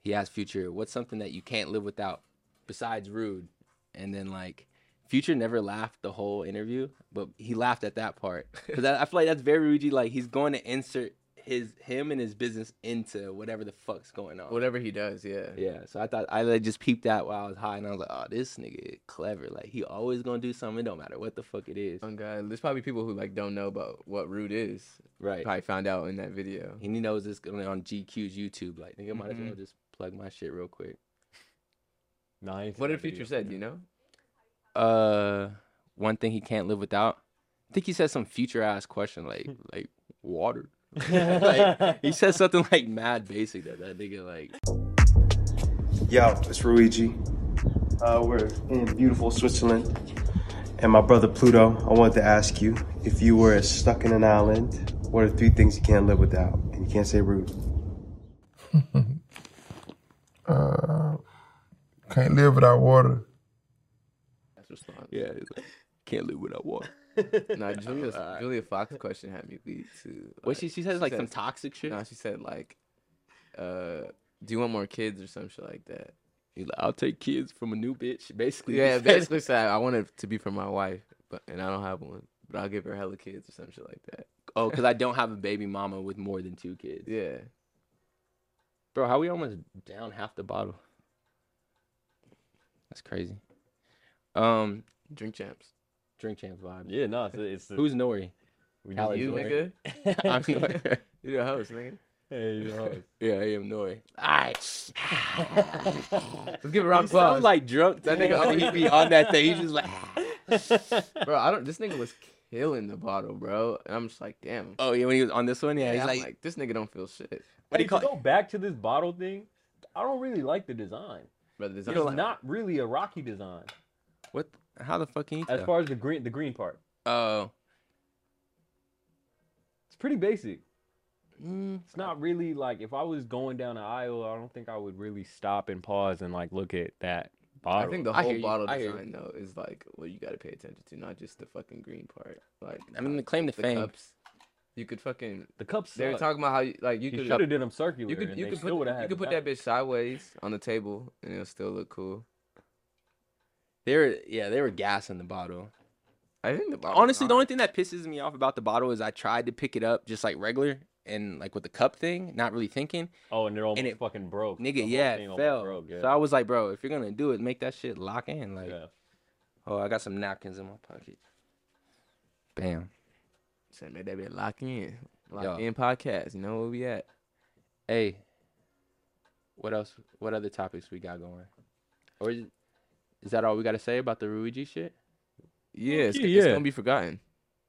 S4: he asked Future, "What's something that you can't live without besides rude?" And then like Future never laughed the whole interview, but he laughed at that part because I feel like that's very Ruigi. Like he's going to insert his him and his business into whatever the fuck's going on.
S5: Whatever he does, yeah.
S4: Yeah, so I thought I like, just peeped that while I was high, and I was like, "Oh, this nigga clever. Like he always gonna do something. It don't matter what the fuck it is,
S5: Oh god, there's probably people who like don't know about what Rude is.
S4: right?"
S5: Probably found out in that video.
S4: And he knows this going on GQ's YouTube. Like nigga, might as well just plug my shit real quick.
S6: No, I ain't seen
S5: What
S6: that
S5: did Future
S6: video.
S5: said? You know?
S4: Uh, one thing he can't live without. I think he said some future ass question like like water. like, he said something like mad basic that that nigga like
S7: Yo, it's Ruigi. Uh, we're in beautiful Switzerland. And my brother Pluto, I wanted to ask you if you were stuck in an island, what are three things you can't live without? And you can't say rude.
S8: Can't live without water.
S5: That's response.
S4: yeah he's like, can't live without water.
S5: Nah, Julia Julia Fox question had me beat too.
S4: What she
S5: like-
S4: she says like some
S5: says-
S4: toxic shit.
S5: No, she said like, uh, do you want more kids or some shit like that?
S4: He's like, I'll take kids from a new bitch. Basically, he
S5: Yeah,
S4: said-
S5: basically said I want it to be for my wife, but and I don't have one, but I'll give her hella kids or some shit like that.
S4: Oh, because I don't have a baby mama with more than two kids.
S5: Yeah,
S4: Bro, how we almost down half the bottle? That's crazy. Um,
S5: drink champs.
S4: drink champs vibe.
S6: Yeah, no, it's, it's the-
S4: Who's Nori?
S6: we
S4: Cali
S5: You
S6: just-
S4: Sorry.
S5: nigga,
S4: I'm Nori.
S5: you the host, nigga.
S6: Hey, you know,
S4: yeah, I am Nori. Alright.
S5: Let's give a round of
S4: Sound
S5: applause.
S4: like drunk. That nigga he be on that thing. He's just like,
S5: bro, I don't. This nigga was killing the bottle, bro. And I'm just like, damn.
S4: oh yeah, when he was on this one, yeah,
S5: And
S4: he's
S5: I'm
S4: like,
S5: like, this nigga don't feel shit.
S4: what do
S6: hey,
S4: you
S6: to
S4: call it?
S6: go back to this bottle thing. I don't really like the design.
S5: Brother, this
S6: It's
S5: is
S6: not really a rocky design.
S4: What? How the fuck can you
S6: As
S4: tell?
S6: far as the green, the green part,
S4: Oh,
S6: it's pretty basic.
S4: mm,
S6: It's not really like if I was going down an aisle, I don't think I would really stop and pause and like look at that bottle.
S5: I think the
S4: I hear
S5: whole
S4: you,
S5: bottle
S4: I hear you.
S5: design though is like what you got to pay attention to, not just the fucking green part. Like
S4: I mean, the claim to
S5: the
S4: fame.
S5: cups. You could fucking.
S6: the cups.
S5: They were talking about how you, like you
S6: you
S5: could
S6: should have did them circular.
S5: you could
S6: and
S5: you
S6: they
S5: could put
S6: still would've had
S5: you could
S6: the
S5: put that bitch sideways on the table and it'll still look cool.
S4: They were yeah, they were gassing the bottle.
S5: I think the bottle.
S4: Honestly, the only thing that pisses me off about the bottle is I tried to pick it up just like regular and like with the cup thing, not really thinking.
S6: Oh, and they're almost
S4: and it-
S6: fucking broke. The
S4: Nigga,
S6: whole
S4: yeah,
S6: thing
S4: it
S6: almost
S4: fell.
S6: broke, yeah.
S4: So I was like, bro, if you're gonna do it, make that shit lock in. Like,
S6: yeah.
S4: oh, I got some napkins in my pocket. Bam.
S5: said, man, that bitch lock in, lock
S4: Yeah.
S5: in podcast. You know where we at?
S4: Hey, what else? What other topics we got going? Or is, is that all we got to say about the Ruigi shit?
S5: Yeah, it's,
S6: Okay,
S5: it's
S6: yeah.
S5: gonna be forgotten.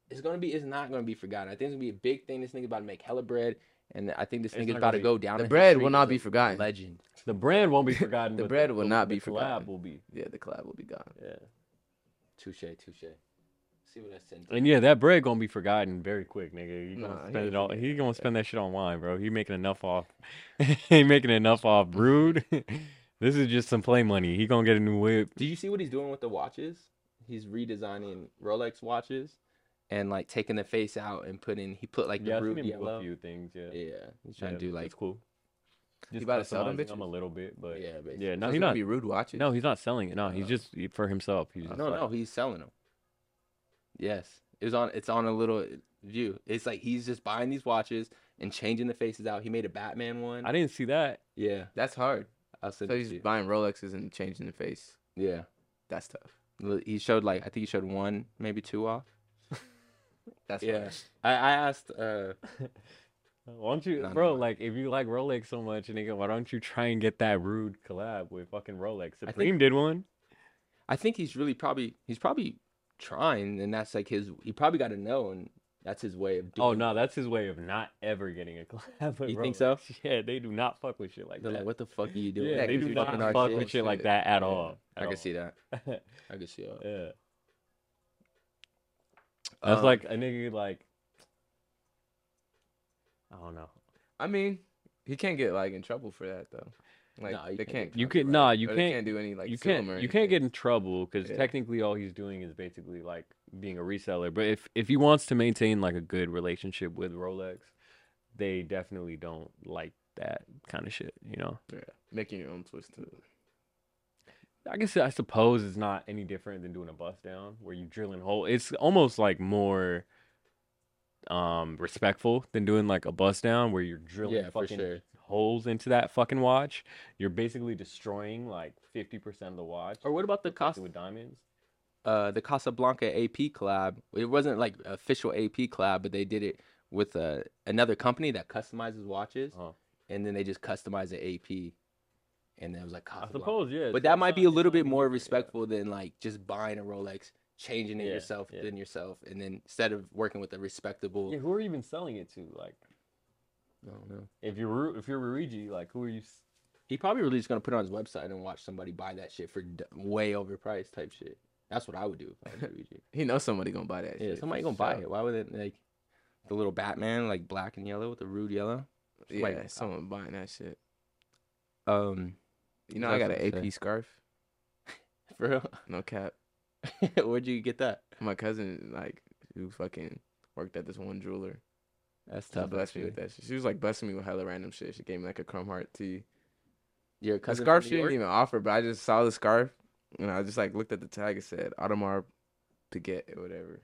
S4: It's gonna be. It's not gonna be forgotten. I think it's gonna be a big thing. This nigga's about to make hella bread, and I think this
S6: It's
S4: nigga's
S6: not
S4: about to
S6: gonna be-
S4: go down.
S5: The
S4: in
S5: bread
S4: history
S5: will not
S4: as a
S5: be forgotten.
S4: Legend.
S6: The brand won't be forgotten.
S5: The
S6: but
S5: bread will
S6: the-
S5: not
S6: the
S5: be
S6: collab
S5: forgotten.
S6: Will be.
S5: Yeah, the collab will be gone.
S6: Yeah.
S4: Touche. Touche. See what I sent.
S6: And yeah, that bread gonna be forgotten very quick, nigga. You gonna
S5: Nah, he
S6: spend
S5: ain't
S6: it all. He gonna spend that shit on wine, bro. He making enough off. he making enough off brood. this is just some play money. He gonna get a new whip.
S4: Did you see what he's doing with the watches? He's redesigning Rolex watches, and like taking the face out and putting. He put like the
S6: Yeah, I've seen
S4: root
S6: him do a
S4: yellow.
S6: few things. Yeah.
S4: Yeah, he's trying
S6: Yeah,
S4: to do like
S6: that's cool. Just
S5: about to sell them
S6: customizing 'em a
S5: bitches?
S6: little bit, but
S4: Yeah,
S6: yeah,
S4: basically.
S6: yeah.
S5: So
S6: No,
S5: it's
S6: he's
S5: gonna
S6: not.
S5: be rude watches.
S6: No, he's not selling it. No, he's just he- for himself. He's just
S4: No,
S6: like,
S4: no, he's selling them. Yes, it was on. It's on a little view. It's like he's just buying these watches and changing the faces out. He made a Batman one.
S6: I didn't see that.
S4: yeah,
S5: that's hard.
S4: I said.
S5: So he's buying Rolexes and changing the face.
S4: yeah,
S5: That's tough.
S4: L- he showed like I think he showed one, maybe two off.
S5: That's
S4: Yeah,
S5: hard.
S4: I, I asked. uh
S6: Why don't you,
S4: Nah, nah,
S6: bro?
S4: nah.
S6: Like, if you like Rolex so much, nigga, why don't you try and get that rude collab with fucking Rolex?
S4: think-
S6: Supreme did one.
S4: I think he's really probably he's probably trying, and that's like his. He probably got to know, and that's his way of doing.
S6: Oh no, that's his way of not ever getting a collab. With
S4: You think
S6: Rolex. Yeah, they do not fuck with shit like
S4: They're
S6: that.
S4: like, what the fuck are you doing?
S6: yeah,
S4: Yeah,
S6: they
S4: 'cause
S6: do
S4: you're
S6: not
S4: fucking our
S6: fuck
S4: shit."
S6: with shit like
S5: shit.
S6: that at
S4: Yeah,
S6: all.
S4: I can see that. I can see that.
S6: yeah, that's
S4: Um,
S6: like a nigga like. I don't know.
S5: I mean, he can't get like in trouble for that though. Like
S4: Nah, you
S5: they
S4: can't get
S5: can't.
S4: in
S6: You can
S5: copyright
S6: nah,
S5: it,
S6: you
S5: or
S6: can't,
S5: They can't do any like
S6: you
S5: film
S6: can't
S5: or
S6: you can't get
S5: anything.
S6: in trouble because
S5: Yeah.
S6: technically all he's doing is basically like being a reseller. But if if he wants to maintain like a good relationship with Rolex, they definitely don't like that kind of shit. You know,
S5: Yeah, making your own twist to it.
S6: I guess I suppose it's not any different than doing a bust down where you drilling hole. It's almost like more um respectful than doing like a bust down where you're drilling
S4: Yeah, for
S6: fucking
S4: sure.
S6: holes into that fucking watch. You're basically destroying like fifty percent of the watch.
S4: Or what about the cost?
S6: especially with diamonds.
S4: uh the Casablanca AP collab. It wasn't like official AP collab, but they did it with uh, another company that customizes watches,
S6: Uh-huh.
S4: and then they just customize the AP, and it was like
S6: I
S4: Casablanca.
S6: suppose, yeah.
S4: But that might be a little bit more respectful than like just buying a Rolex, changing it
S6: Yeah,
S4: yourself,
S6: yeah.
S4: then yourself, and then instead of working with a respectable,
S6: Yeah, who are you even selling it to? Like,
S4: I don't know.
S6: if you're Ru- if you're Ruigi, like, who are you? s-
S4: He probably really just gonna put it on his website and watch somebody buy that shit for d- way overpriced type shit. That's what I would do if I was Luigi.
S5: He knows somebody gonna buy that.
S4: Yeah,
S5: shit,
S4: somebody
S5: for
S4: gonna buy
S5: sure.
S4: it. Why would it like the little Batman, like black and yellow with the rude yellow?
S5: Yeah,
S4: Wait, uh,
S5: someone buying that shit.
S4: Um,
S5: You know, I got
S4: that's
S5: an
S4: what I'm
S5: AP
S4: saying.
S5: scarf.
S4: for
S5: No cap.
S4: real, where'd you get that?
S5: My cousin, like, who fucking worked at this one jeweler,
S4: That's
S5: she
S4: tough.
S5: blessed me with
S4: actually.
S5: that shit. She was like blessing me with hella random shit. She gave me like a crumb heart tee.
S4: Your
S5: The
S4: cousin
S5: scarf
S4: from
S5: she
S4: New
S5: didn't
S4: York?
S5: even offer, but I just saw the scarf and I just like looked at the tag. It said Audemars Piguet or whatever.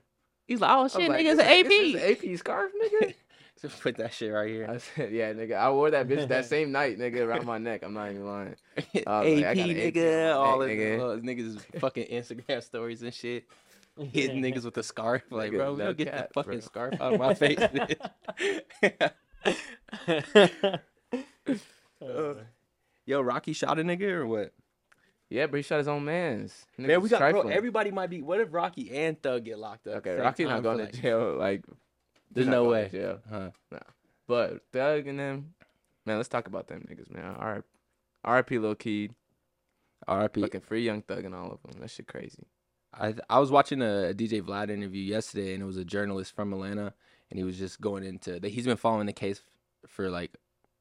S4: He's like, oh
S5: I was
S4: shit,
S5: like,
S4: nigga,
S5: "This is-
S4: it's an AP.
S5: this is AP scarf, nigga.
S4: So put that shit right here.
S5: I said, yeah, nigga. I wore that bitch that same night, nigga, around my neck. I'm not even lying.
S4: AP,
S5: I was like, I got an AP on
S4: nigga.
S5: my
S4: All
S5: neck,
S4: his,
S5: nigga.
S4: all his niggas' fucking Instagram stories and shit. Hitting niggas with a scarf. Like,
S5: Nigga,
S4: bro,
S5: no
S4: no get
S5: cap,
S4: that fucking
S5: bro.
S4: scarf out of my face. bitch. Uh, Yo, Rocky shot a nigga or what?
S5: Yeah, but he shot his own man's.
S4: Man, we
S5: Nigga's
S4: got bro,
S5: trifling.
S4: everybody might be. What if Rocky and Thug get locked up?
S5: Okay,
S4: same
S5: Rocky's
S4: time
S5: not
S4: for,
S5: going
S4: like-
S5: to jail. Like,
S4: There's
S5: not
S4: no
S5: going to
S4: way.
S5: jail.
S4: Huh.
S5: But Thug and them, man, let's talk about them niggas, man. All right. RIP Lil Key,
S4: R.I.P.
S5: fucking free young thug and all of them. That shit crazy.
S4: I I was watching a DJ Vlad interview yesterday, and it was a journalist from Atlanta, and he was just going into that he's been following the case for like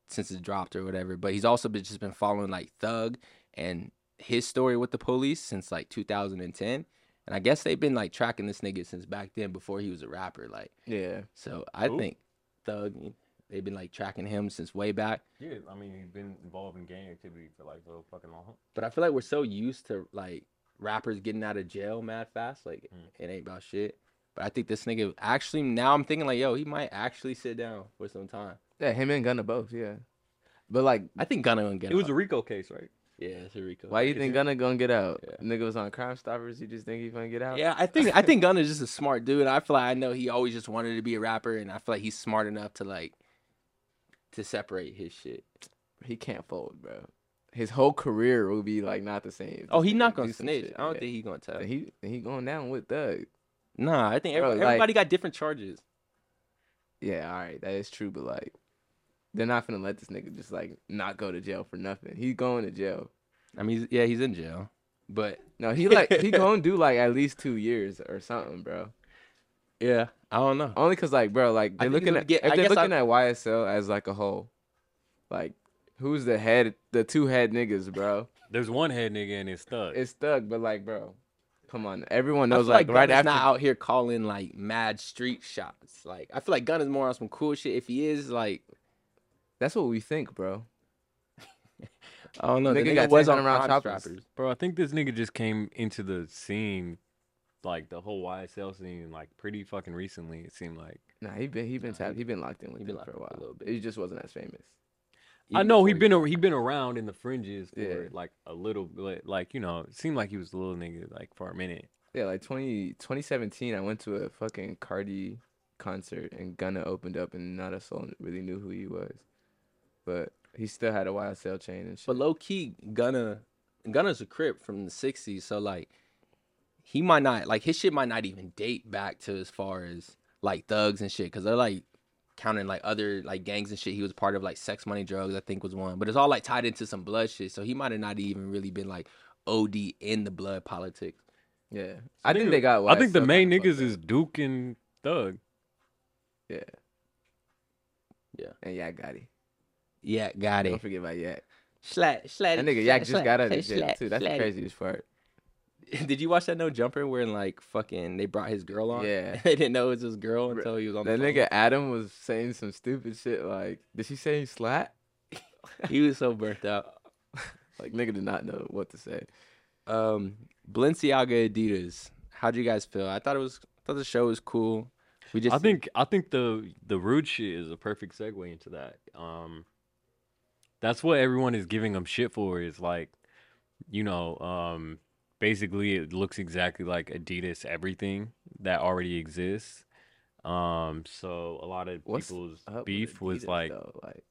S4: since it dropped or whatever, but he's also been just been following like Thug and his story with the police since like 2010, and I guess they've been like tracking this nigga since back then before he was a rapper. Like,
S5: Yeah.
S4: so I
S6: Who?
S4: think Thug, they've been like tracking him since way back.
S6: Yeah, I mean, he's been involved in gang activity for like real fucking long.
S4: But I feel like we're so used to like rappers getting out of jail mad fast. Like
S6: Mm.
S4: it ain't about shit. But I think this nigga actually now I'm thinking like, yo, he might actually sit down for some time.
S5: Yeah, him and Gunna both, yeah. But like
S4: I think Gunna gonna get
S6: It was
S4: out.
S6: a Rico case, right?
S4: yeah, it's a Rico.
S5: why you think Gunna gonna get out?
S4: Yeah.
S5: Nigga was on Crime Stoppers, you just think he's gonna get out?
S4: Yeah, I think I think Gunna's just a smart dude. I feel like I know he always just wanted to be a rapper, and I feel like he's smart enough to like to separate his shit.
S5: He can't fold, bro. His whole career will be like not the same. if
S4: Oh,
S5: this
S4: he
S5: nigga
S4: not
S5: do
S4: gonna
S5: some
S4: snitch.
S5: shit,
S4: I don't
S5: yeah.
S4: think he uh, gonna tell.
S5: Then he then he going down with Thug.
S4: nah, I think
S5: Bro,
S4: every,
S5: like-
S4: everybody got different charges.
S5: Yeah, all right, that is true, but like they're not gonna let this nigga just like not go to jail for nothing. He going to jail.
S4: I mean, he's- yeah, he's in jail, but
S5: No, he like he gonna do like at least two years or something, bro.
S4: yeah, I don't know.
S5: Only cause like bro, like
S4: I
S5: they're
S4: think he's
S5: looking
S4: gonna
S5: at
S4: get-
S5: if
S4: I
S5: they're
S4: guess I-
S5: looking at YSL as like a whole, like who's the head, the two head niggas, bro.
S6: There's one head nigga and it's thug.
S5: It's Thug, but like bro, come on, everyone
S4: I
S5: knows
S4: was
S5: like,
S4: like,
S5: right
S4: Gunna's
S5: after.
S4: not out here calling like mad street shots. Like I feel like Gunna's more on some cool shit. If he is like,
S5: That's what we think, bro.
S4: I don't know. the
S5: Nigga got 10 round
S4: Crime
S5: choppers.
S4: Stoppers.
S6: Bro, I think this nigga just came into the scene, like the whole YSL scene, like pretty fucking recently. It seemed like
S5: Nah, he been he been tapped. He been locked in with
S4: he
S5: it
S4: been
S5: for a
S4: locked in for a
S5: while.
S4: little bit.
S5: He just wasn't as famous.
S6: I
S4: Even
S6: know he
S4: before
S6: been a, he been around in the fringes for
S5: Yeah.
S6: like a little bit, like you know, it seemed like he was a little nigga like for a minute.
S5: Yeah, like 20, 2017, I went to a fucking Cardi concert and Gunna opened up and not a soul really knew who he was. But he still had a YSL chain and shit.
S4: But low key, Gunna, Gunna's a crip from the '60s, so like, he might not like his shit might not even date back to as far as like thugs and shit, because they're like counting like other like gangs and shit. He was part of like Sex Money Drugs, I think was one, but it's all like tied into some blood shit. So he might have not even really been like OD in the blood politics.
S5: yeah. I think they got
S6: I think the
S5: YSL
S6: main
S5: kinda
S6: niggas
S5: fucked up.
S6: is Duke and Thug.
S5: and Yak Gotti.
S4: Yeah, got
S5: Don't
S4: it.
S5: forget about Yak.
S4: Slat, slat.
S5: That nigga Yak just got out of jail too. That's the craziest part.
S4: Did you watch that No Jumper where like fucking they brought his girl on?
S5: Yeah.
S4: they didn't know it was his girl until he was on.
S5: That
S4: the phone.
S5: nigga Adam was saying some stupid shit like, did she say slat?
S4: he was so burnt out.
S5: Like nigga did not know what to say.
S4: Um, Balenciaga Adidas. How'd you guys feel? I thought it was. I thought the show was cool. We just.
S6: I think I think the the rude shit is a perfect segue into that. Um, that's what everyone is giving them shit for. Is like, you know, um, basically it looks exactly like Adidas everything that already exists. Um, so a lot of
S5: What's
S6: people's
S5: up with
S6: beef was
S5: Adidas,
S6: like,
S5: though? like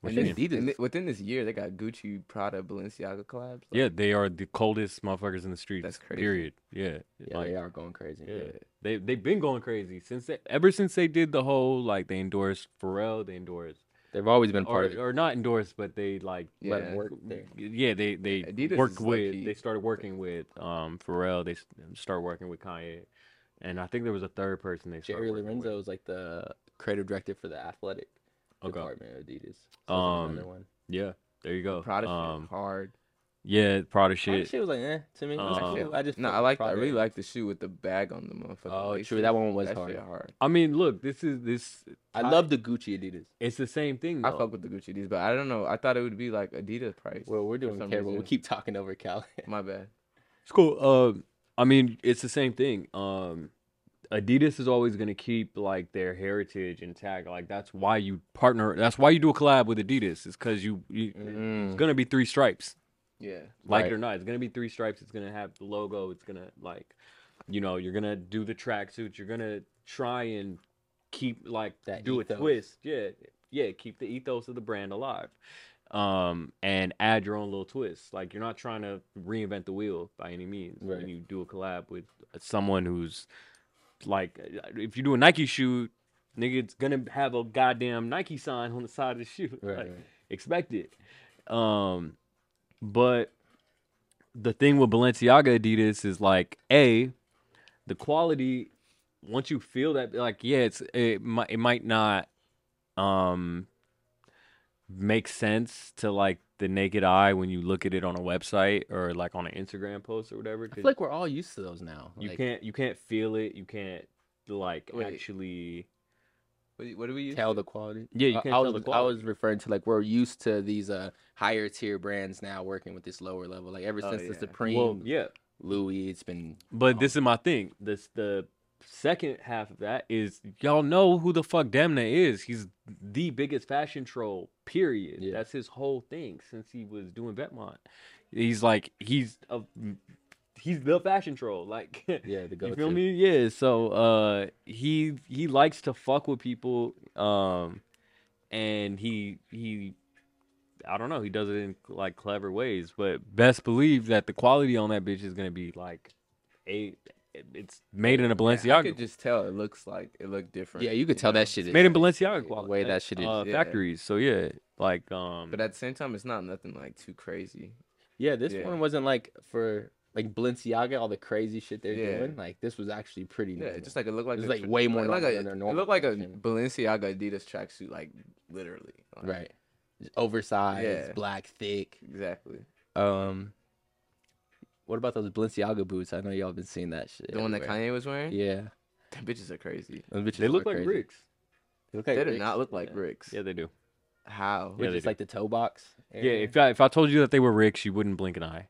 S6: what
S4: And
S6: you
S4: then
S6: mean?
S4: Adidas.
S5: in thi- within this year, they got Gucci, Prada, Balenciaga collabs. like,
S6: yeah, they are the coldest motherfuckers in the streets.
S5: That's crazy.
S6: Period. Yeah,
S4: Yeah,
S6: like,
S4: they are going crazy.
S6: Yeah. They they've been going crazy since they, ever since they did the whole like they endorsed Pharrell, they endorsed
S4: They've always been part
S6: or,
S4: of it.
S6: or not endorsed, but they like
S5: Yeah.
S4: Let 'em work there.
S6: yeah they they
S5: Adidas
S6: worked
S5: is
S6: with
S5: low-key-
S6: they started working with um Pharrell, they s- started working with Kanye, and I think there was a third person they started
S4: Jerry
S6: working
S4: Lorenzo is like the creative director for the athletic
S6: Okay.
S4: department of Adidas. So
S6: Um,
S4: another one.
S6: with. Yeah, there you go.
S5: Prada shit,
S6: um,
S5: hard.
S6: yeah, Prada
S4: oh, Shit.
S6: shit.
S4: shit was like, eh, to me. It was
S6: Um,
S4: cool. I just
S5: No,
S4: felt
S5: I like. I
S4: Prada-
S5: really like the shoe with the bag on the motherfucker.
S4: Oh, true, that one was hard.
S5: hard.
S6: I mean, look, this is this.
S4: I love the Gucci Adidas.
S6: It's the same thing.
S5: I
S6: though.
S5: fuck with the Gucci these, but I don't know. I thought it would be like Adidas price.
S4: Well, we're
S5: for
S4: doing
S5: some
S4: terrible. We
S5: reason.
S4: keep talking over Cal.
S5: My bad.
S6: It's cool. Um, I mean, it's the same thing. Um, Adidas is always going to keep like their heritage intact. Like that's why you partner. That's why you do a collab with Adidas. Is because you, you
S5: Mm-hmm.
S6: it's
S4: Mm.
S6: going to be three stripes.
S5: Yeah.
S6: Like
S4: Right.
S6: it or not, it's going to be three stripes. It's going to have the logo. It's going to like, you know, you're going to do the tracksuit. You're going to try and keep like
S4: That
S6: do a
S4: ethos.
S6: twist. Yeah, yeah. Keep the ethos of the brand alive um, and add your own little twist. Like you're not trying to reinvent the wheel by any means
S4: Right.
S6: when you do a collab with someone who's like, uh, if you do a Nike shoe, nigga, it's gonna have a goddamn Nike sign on the side of the shoe.
S4: Right,
S6: Like,
S4: right.
S6: Expect it. Um, but the thing with Balenciaga Adidas is like a the quality. Once you feel that, like yeah, it's it might it might not um make sense to like the naked eye when you look at it on a website or like on an Instagram post or whatever.
S4: I feel
S6: 'cause
S4: like we're all used to those now.
S6: you
S4: Like,
S6: can't you can't feel it. You can't like
S5: Wait.
S6: actually.
S5: What, do- what do we use?
S4: tell the quality.
S6: Yeah, you
S4: I-
S6: can't
S4: I,
S6: tell
S4: was,
S6: the
S4: I
S6: quality.
S4: was referring to like we're used to these uh higher tier brands now working with this lower level. Like ever
S5: Oh,
S4: since the
S5: yeah.
S4: Supreme,
S6: Well, yeah, Oh.
S4: Louis, it's been
S6: but this is my thing. This the second half of that is y'all know who the fuck Demna is. He's the biggest fashion troll. Period.
S4: Yeah.
S6: That's his whole thing since he was doing Vetmont. He's like he's a he's the fashion troll. Like
S4: yeah the go
S6: You feel me? Yeah. So uh, he he likes to fuck with people, um, and he he, I don't know. He does it in like clever ways, but best believe that the quality on that bitch is gonna be like a. It's made in a
S5: I
S6: Balenciaga.
S5: could just tell it looks like it looked different.
S4: Yeah, you could
S5: know?
S4: tell that shit is
S6: made in Balenciaga
S4: the
S6: quality.
S4: way that shit is,
S6: uh,
S5: yeah.
S6: factories. So yeah, like um,
S5: But at the same time, it's not nothing like too crazy.
S4: Yeah, this
S5: Yeah.
S4: one wasn't like for like Balenciaga, all the crazy shit they're
S5: Yeah.
S4: doing. Like this was actually pretty.
S5: Yeah,
S4: normal.
S5: just like it looked like
S4: It's,
S5: a
S4: like,
S5: tra-
S4: way more
S5: like
S4: normal
S5: a,
S4: than their
S5: It
S4: normal
S5: looked like a
S4: fashion.
S5: Balenciaga Adidas tracksuit, like literally. Like,
S4: right, oversized,
S5: Yeah.
S4: black, thick.
S5: Exactly.
S4: Um, what about those Balenciaga boots? I know y'all been seeing that shit.
S5: The one that
S4: everywhere.
S5: Kanye was wearing.
S4: Yeah,
S5: Them bitches are crazy.
S4: Those bitches
S6: they look
S4: are
S6: like
S4: crazy.
S6: bricks.
S4: They look
S5: They
S4: like
S5: do
S4: bricks.
S5: not look like
S4: Yeah.
S5: bricks.
S6: Yeah, they do.
S5: How?
S6: Yeah,
S4: Which
S6: they
S4: is
S6: do.
S4: like the toe box.
S6: Yeah,
S4: area.
S6: if I, if I told you that they were ricks, you wouldn't blink an eye.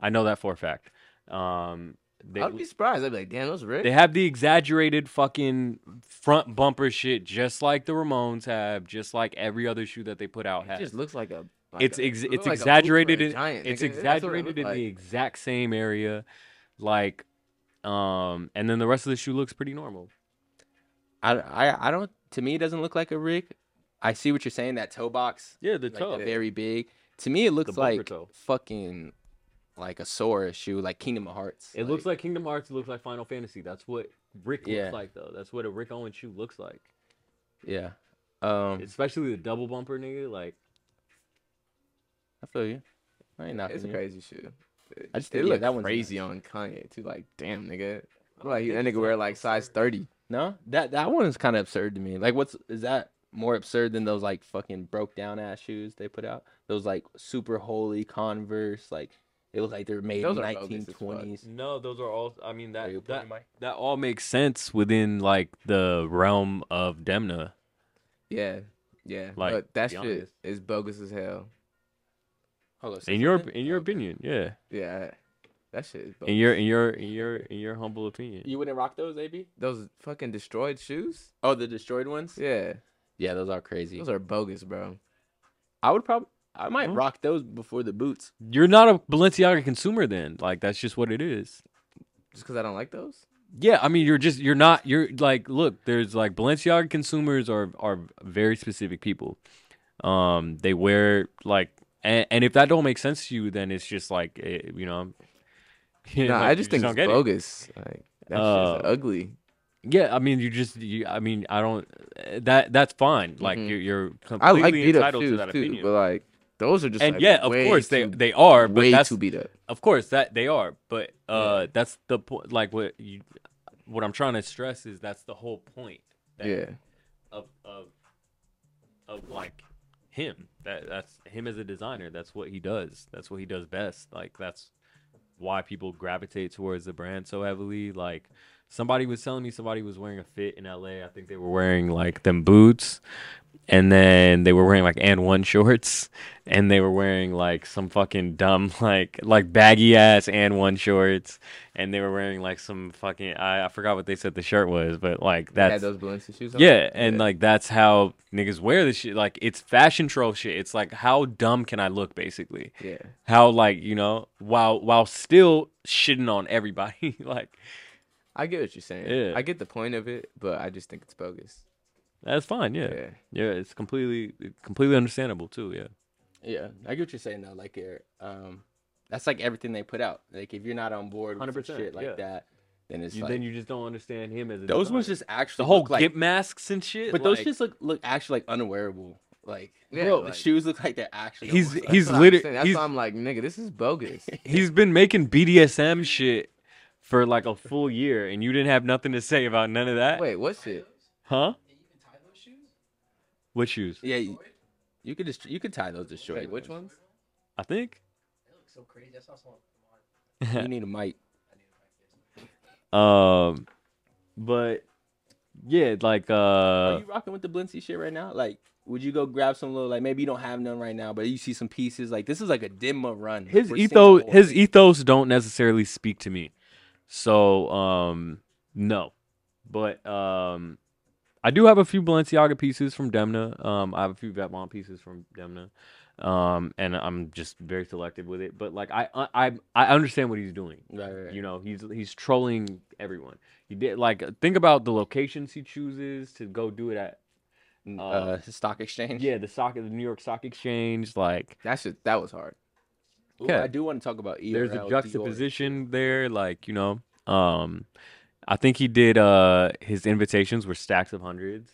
S6: I know that for a fact. Um, they,
S5: I'd be surprised. I'd be like, damn, those ricks.
S6: They have the exaggerated fucking front bumper shit, just like the Ramones have, just like every other shoe that they put out
S5: It
S6: has.
S5: just looks like a. like
S6: it's
S5: a-
S6: ex-
S5: it
S6: it's
S5: looked like a boot for a
S6: exaggerated. in,
S5: giant, nigga. That's
S6: it's
S5: what it
S6: exaggerated in
S5: looked
S6: the
S5: like.
S6: exact same area, like, um, and then the rest of the shoe looks pretty normal.
S4: I, I I don't. To me, it doesn't look like a rig. I see what you're saying. That toe box.
S6: Yeah, the
S4: like, the very big. To me, it looks
S6: bumper
S4: like
S6: toe.
S4: fucking like a Sora shoe, like Kingdom of Hearts.
S6: it looks like Kingdom Hearts. It looks like Final Fantasy. That's what Rick
S4: Yeah.
S6: looks like, though. That's what a Rick Owens shoe looks like,
S4: yeah. Um,
S6: especially the double bumper, nigga. Like,
S4: I feel you. I ain't knocking
S5: It's
S4: you.
S5: crazy shit. It,
S4: I just
S5: it
S4: think, yeah,
S5: looked
S4: that one's
S5: crazy on Kanye too. Like, damn, nigga. Like that nigga wear like size thirty.
S4: No, that that one is kind of absurd to me. Like, what's is that more absurd than those like fucking broke down ass shoes they put out? Those like super holy Converse, like it look like they're made in
S5: Those are bogus as fuck.
S4: 1920s.
S6: No, those are all. I mean
S4: you
S6: that
S4: pointing,
S6: that,
S4: Mike?
S6: that all makes sense within like the realm of Demna.
S5: Yeah, yeah.
S6: Like,
S5: but that
S6: be
S5: shit
S6: honest.
S5: is bogus as hell.
S4: Hold on, say
S6: In your
S4: something?
S6: in your
S5: Oh.
S6: opinion, yeah.
S5: Yeah, that shit is bogus.
S6: In your in your in your in your humble opinion,
S4: you wouldn't rock those, AB?
S5: those fucking destroyed shoes.
S4: Oh, the destroyed ones? Yeah,
S5: Yeah,
S4: those are crazy.
S5: those are Mm-hmm. bogus, bro.
S4: I would probably, I might
S6: Hmm?
S4: rock those before the boots.
S6: you're not a Balenciaga consumer. Then, like that's just what it is.
S5: Just because I don't like those.
S6: Yeah, I mean, you're just you're not you're like look. There's like Balenciaga consumers are are very specific people. Um, they wear like and, and if that don't make sense to you, then it's just like eh, you know.
S5: No,
S6: like,
S5: I
S6: you
S5: just think
S6: don't
S5: it's
S6: get it.
S5: bogus. Like that
S6: Uh,
S5: shit's ugly.
S6: Yeah, I mean, you just, you, I mean, I don't. uh, That that's fine. Like
S5: Mhm.
S6: you're, you're
S5: I like
S6: completely
S5: beat up
S6: entitled to
S5: shoes
S6: that
S5: too,
S6: opinion.
S5: but like those are just
S6: and
S5: like,
S6: yeah, of
S5: way
S6: course they
S5: too-
S6: they are, but
S5: way
S6: that's
S5: too beat up.
S6: of course that they are, but uh, that's the point. Like what you, what I'm trying to stress is that's the whole point. That,
S5: Yeah,
S6: Of of of like him. That that's him as a designer. That's what he does. That's what he does best. Like that's why people gravitate towards the brand so heavily. Like somebody was telling me somebody was wearing a fit in LA. I think they were wearing like them boots and then they were wearing like and one shorts and they were wearing like some fucking dumb like like baggy ass and one shorts and they were wearing like some fucking I, I forgot what they said the shirt was, but like
S5: They
S6: that's
S5: had those Balenciaga shoes. on?
S6: yeah, and like that's how niggas wear this shit. Like it's fashion troll shit. It's like how dumb can I look basically?
S5: yeah.
S6: How like, you know, while while still shitting on everybody. like
S5: I get what you're saying.
S6: Yeah.
S5: I get the point of it, but I just think it's bogus.
S6: that's fine, yeah.
S5: Yeah.
S6: Yeah, it's completely completely understandable too, yeah.
S4: Yeah, I get what you're saying though. Like, you're, um, that's like everything they put out. Like, if you're not on board with some
S6: 100%,
S4: shit like
S6: yeah.
S4: that, then it's
S6: You,
S4: like
S6: then you just don't understand him as a
S4: those ones
S6: designer.
S4: just actually
S6: the whole
S4: look like,
S6: gimp masks and shit.
S4: but those
S6: like,
S4: just look look actually like unwearable. Like,
S5: Yeah,
S4: bro,
S5: like-
S4: the shoes look like they're actually.
S6: he's
S4: almost, like-
S6: he's
S5: That's what I'm saying.
S6: literally
S5: That's
S6: he's,
S5: why I'm like, nigga, this is bogus.
S6: he's been making BDSM shit for like a full year, and you didn't have nothing to say about none of that,
S5: Wait, what shit?
S6: huh? What shoes?
S4: yeah, you- You could just you could tie those to short.
S5: Wait, which ones?
S6: I think.
S4: you need a mic.
S6: Um, but yeah, like uh,
S4: Are you rocking with the Blincy shit right now? Like, would you go grab some little like maybe you don't have none right now, but you see some pieces like this is like a Dimma run.
S6: his
S4: We're seeing
S6: ethos
S4: more.
S6: his ethos don't necessarily speak to me so um no but um i do have a few balenciaga pieces from demna um i have a few Vêtement pieces from demna um and i'm just very selective with it but like i i i understand what he's doing
S4: Right, right, right.
S6: you know he's he's trolling everyone he did like think about the locations he chooses to go do it at
S4: N-
S6: uh,
S4: uh, stock exchange.
S6: yeah the stock the new york stock exchange like
S4: that shit that was hard. Ooh,
S6: Yeah.
S4: I do want to talk about E ERL.
S6: there's a
S4: Dior.
S6: juxtaposition there like you know um i think he did uh his invitations were stacks of hundreds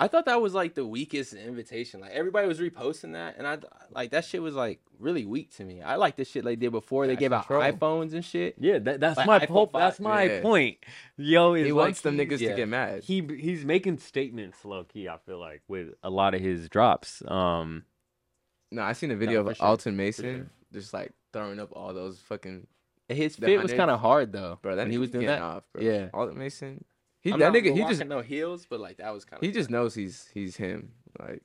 S4: I thought that was like the weakest invitation. Like everybody was reposting that, and I th- like that shit was like really weak to me. I like the shit they did before they
S5: That's
S4: gave out
S5: control.
S4: iPhones and shit.
S6: yeah that, that's
S4: Like
S6: my
S4: iPhone
S6: po-
S4: five,
S6: that's my
S5: yeah.
S6: point yo is
S5: He
S6: like
S5: wants them
S6: he-
S5: niggas
S4: yeah.
S5: to get mad.
S6: he he's making statements low key i feel like with a lot of his drops um
S5: No, I seen a video
S4: for
S5: of
S4: sure,
S5: Alton Mason just like throwing up all those fucking
S4: His
S5: The
S4: fit was kind of
S5: hundreds.
S4: hard though,
S5: bro. That
S4: when
S5: nigga
S4: he was
S5: be
S4: doing
S5: getting
S4: that.
S5: off, bro.
S4: Yeah.
S5: Alton Mason. He
S4: I'm
S5: that
S4: not
S5: nigga. He just
S4: rocking no heels, but like that was kind of
S5: he just knows he's he's him. Like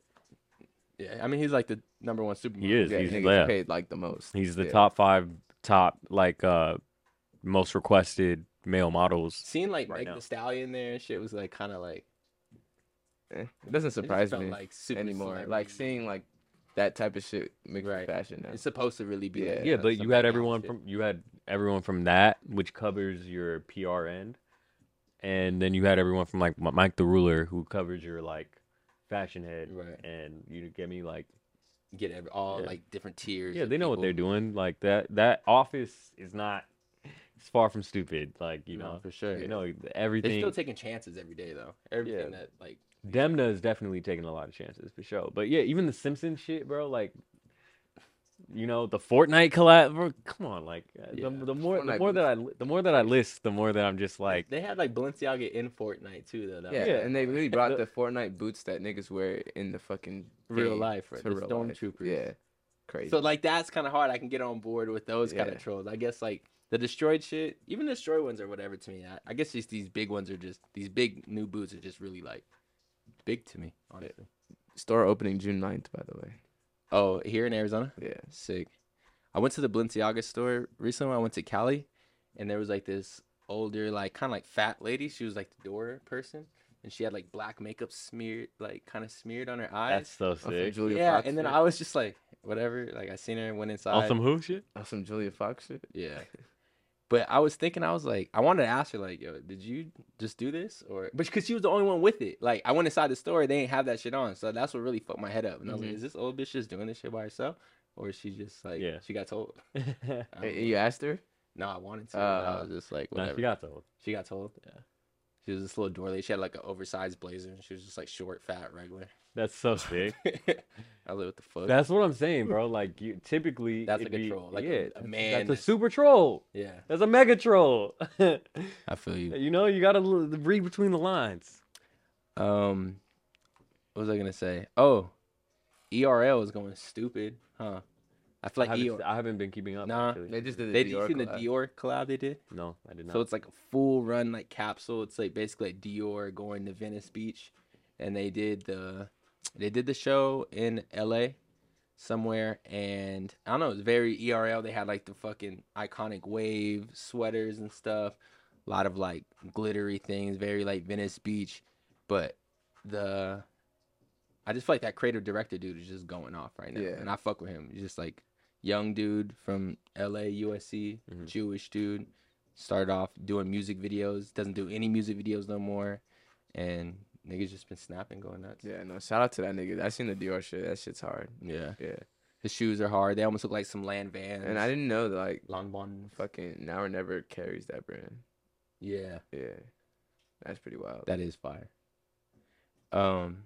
S4: yeah. I mean, he's like the number one super.
S6: he is
S5: yeah,
S6: he's
S5: nigga
S6: left.
S5: paid like the most.
S6: he's the
S5: Yeah.
S6: top five top like uh most requested male models
S4: Seeing like
S6: Right
S4: Meg
S6: now.
S4: the Stallion there and shit was like kind of like
S5: Eh, It doesn't
S4: it just
S5: surprise
S4: felt,
S5: me
S4: like super
S5: anymore. Like
S4: celebrity.
S5: seeing like that type of shit mixed
S4: Right.
S5: with fashion now.
S4: it's supposed to really be like
S5: Yeah,
S6: yeah but you had everyone
S4: from.
S6: from you had everyone from that which covers your pr end and then you had everyone from like Mi- mike the ruler who covers your like fashion head
S4: Right.
S6: and you get me like
S4: get every, all
S6: Yeah.
S4: like different tiers.
S6: yeah
S4: of
S6: they know what they're
S4: people.
S6: doing like that that office is not it's far from stupid like you
S4: No,
S6: know
S4: for sure.
S6: you know
S4: They're
S6: everything
S4: still taking chances every day though. Everything that like
S6: demna is definitely taking a lot of chances for sure but yeah even the simpson shit bro like you know the Fortnite collab. bro, Come on, like uh,
S4: Yeah.
S6: the, the more the
S5: Fortnite
S6: more that I li- the more that I list, the more that I'm just like,
S4: they had like Balenciaga in Fortnite too though. That
S5: yeah,
S4: was-
S6: Yeah.
S5: and they really brought the
S6: The-
S5: Fortnite boots that niggas wear in the fucking
S4: Real
S5: game
S4: life, right,
S5: to
S4: the
S5: real life.
S4: stormtroopers.
S5: Yeah, crazy.
S4: So like that's kind of hard. I can get on board with those kind
S5: Yeah.
S4: of trolls. I guess like the destroyed shit, even the destroyed ones or whatever to me. I, I guess just these big ones are just these big new boots are just really like big to me. Honestly.
S5: Store opening June 9th, by the way.
S4: Oh, here in Arizona.
S5: Yeah.
S4: Sick. I went to the Balenciaga store recently. when I went to Cali, and there was like this older, like kind of like fat lady. She was like the door person, and she had like black makeup smeared, like kind of smeared on her
S6: that's
S4: eyes.
S6: so
S5: On
S6: sick.
S5: some Julia
S4: yeah,
S5: Fox
S4: and then
S5: shit.
S4: I was just like, whatever. Like I seen her, went inside.
S6: On some who shit?
S5: On some Julia Fox shit.
S4: Yeah. But I was thinking, I was like, I wanted to ask her, like, yo, did you just do this? Or, but because she was the only one with it. Like, I went inside the store, they ain't have that shit on. So that's what really fucked my head up. And I was
S6: Mm-hmm.
S4: like, is this old bitch just doing this shit by herself? Or is she just like,
S6: Yeah.
S4: she got told? I
S5: Hey,
S4: don't know.
S5: you asked her?
S4: No, I wanted to. but I
S5: Uh,
S4: was just like,
S6: nah,
S4: whatever.
S6: she got told.
S4: she got told. Yeah. She was this little door lady. She had like an oversized blazer. and She was just like short, fat, regular.
S6: That's so sick.
S4: I was like, what the fuck?
S6: That's what I'm saying, bro. Like you typically
S4: That's
S6: it'd
S4: like a
S6: be-
S4: troll, like a-
S6: yeah,
S4: a
S6: that's-
S4: man
S6: That's
S4: that's-
S6: a super troll.
S4: yeah,
S6: That's a mega troll. you
S4: I feel you.
S6: know, you gotta l- read between the lines.
S4: Um, what was I gonna say? Oh, ERL is going stupid, huh? I feel
S6: I,
S4: like
S6: haven't,
S4: ERL.
S6: I haven't been keeping up.
S4: Nah.
S6: actually.
S5: They just did the Dior
S4: They did you seen the
S5: collab.
S4: Dior collab they did.
S6: No, I did not.
S4: So it's like a full run like capsule. It's like basically like Dior going to Venice Beach, and they did the they did the show in L.A. somewhere, and I don't know. It was very ERL. They had like the fucking iconic wave sweaters and stuff. A lot of like glittery things, very like Venice Beach, but the I just feel like that creative director dude is just going off right now,
S5: Yeah.
S4: and I fuck with him. He's just like young dude from L.A. USC,
S6: Mhm.
S4: Jewish dude started off doing music videos, doesn't do any music videos no more, and niggas just been snapping, going nuts.
S5: Yeah, no, shout out to that nigga. I seen the Dior shit. That shit's hard.
S4: Yeah.
S5: Yeah.
S4: His shoes are hard. They almost look like some land vans.
S5: And I didn't know that, like,
S4: Long Bon.
S5: fucking Now or Never carries that brand.
S4: Yeah,
S5: Yeah. That's pretty wild.
S4: that is fire. Um,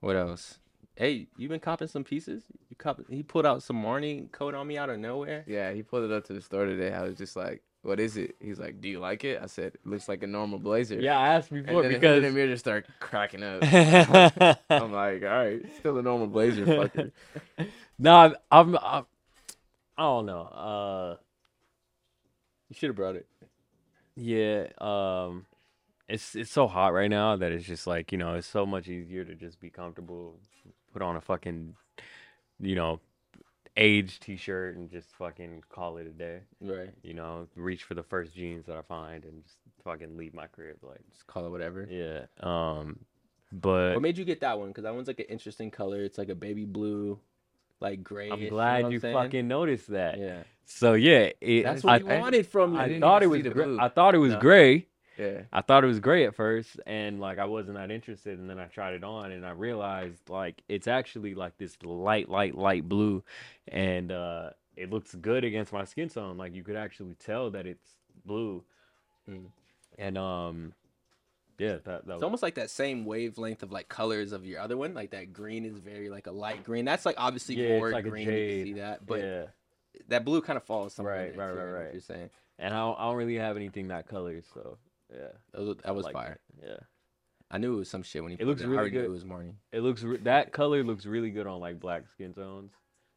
S4: what else? Hey, you been copping some pieces? You cop? He pulled out some Marnie coat on me out of nowhere.
S5: yeah, he pulled it up to the store today. I was just like, what is it? He's like, do you like it? I said, it looks like a normal blazer.
S6: Yeah, I asked
S5: And
S6: before
S5: then because...
S6: because
S5: Amir just started cracking up.
S6: no,
S5: I'm like, all right, still a normal blazer, fucker.
S6: I'm, I'm, I'm I don't know. Uh,
S4: You should have brought it.
S6: yeah, um, it's it's so hot right now that it's just like you know it's so much easier to just be comfortable, put on a fucking, you know, age t-shirt and just fucking call it a day.
S4: Right.
S6: You know, reach for the first jeans that I find and just fucking leave my crib. Like,
S4: Just call it whatever.
S6: yeah. Um, but
S4: What made you get that one? Because that one's like an interesting color. It's like a baby blue, like gray.
S6: I'm glad you fucking noticed that.
S4: Yeah.
S6: So yeah, it,
S4: That's what
S6: I,
S4: I, wanted from you.
S6: I
S5: didn't
S6: thought it
S5: even
S6: was
S5: see the
S6: gr-
S5: blue.
S6: I thought it was
S5: No.
S6: gray.
S5: Yeah.
S6: I thought it was gray at first, and like I wasn't that interested. And then I tried it on, and I realized like it's actually like this light, light, light blue, and uh, it looks good against my skin tone. Like you could actually tell that it's blue,
S4: Mm.
S6: and um, yeah, that, that was
S4: It's almost like that same wavelength of like colors of your other one. Like that green is very like a light green. That's like obviously
S6: Yeah, it's
S4: more
S6: like a
S4: green. You
S6: jade.
S4: can see that, but
S6: yeah.
S4: that blue kind of falls somewhere.
S6: Right,
S4: in there,
S6: right,
S4: too, I
S6: right,
S4: know what
S6: right.
S4: You're saying
S6: And I don't, I don't really have anything that color, so yeah,
S4: that was, that was
S6: like
S4: fire.
S6: it. Yeah.
S4: I knew it was some shit when he.
S6: It looks
S4: posted
S6: really
S4: I already knew
S6: good.
S4: It was morning.
S6: It looks re- that color looks really good on like black skin tones,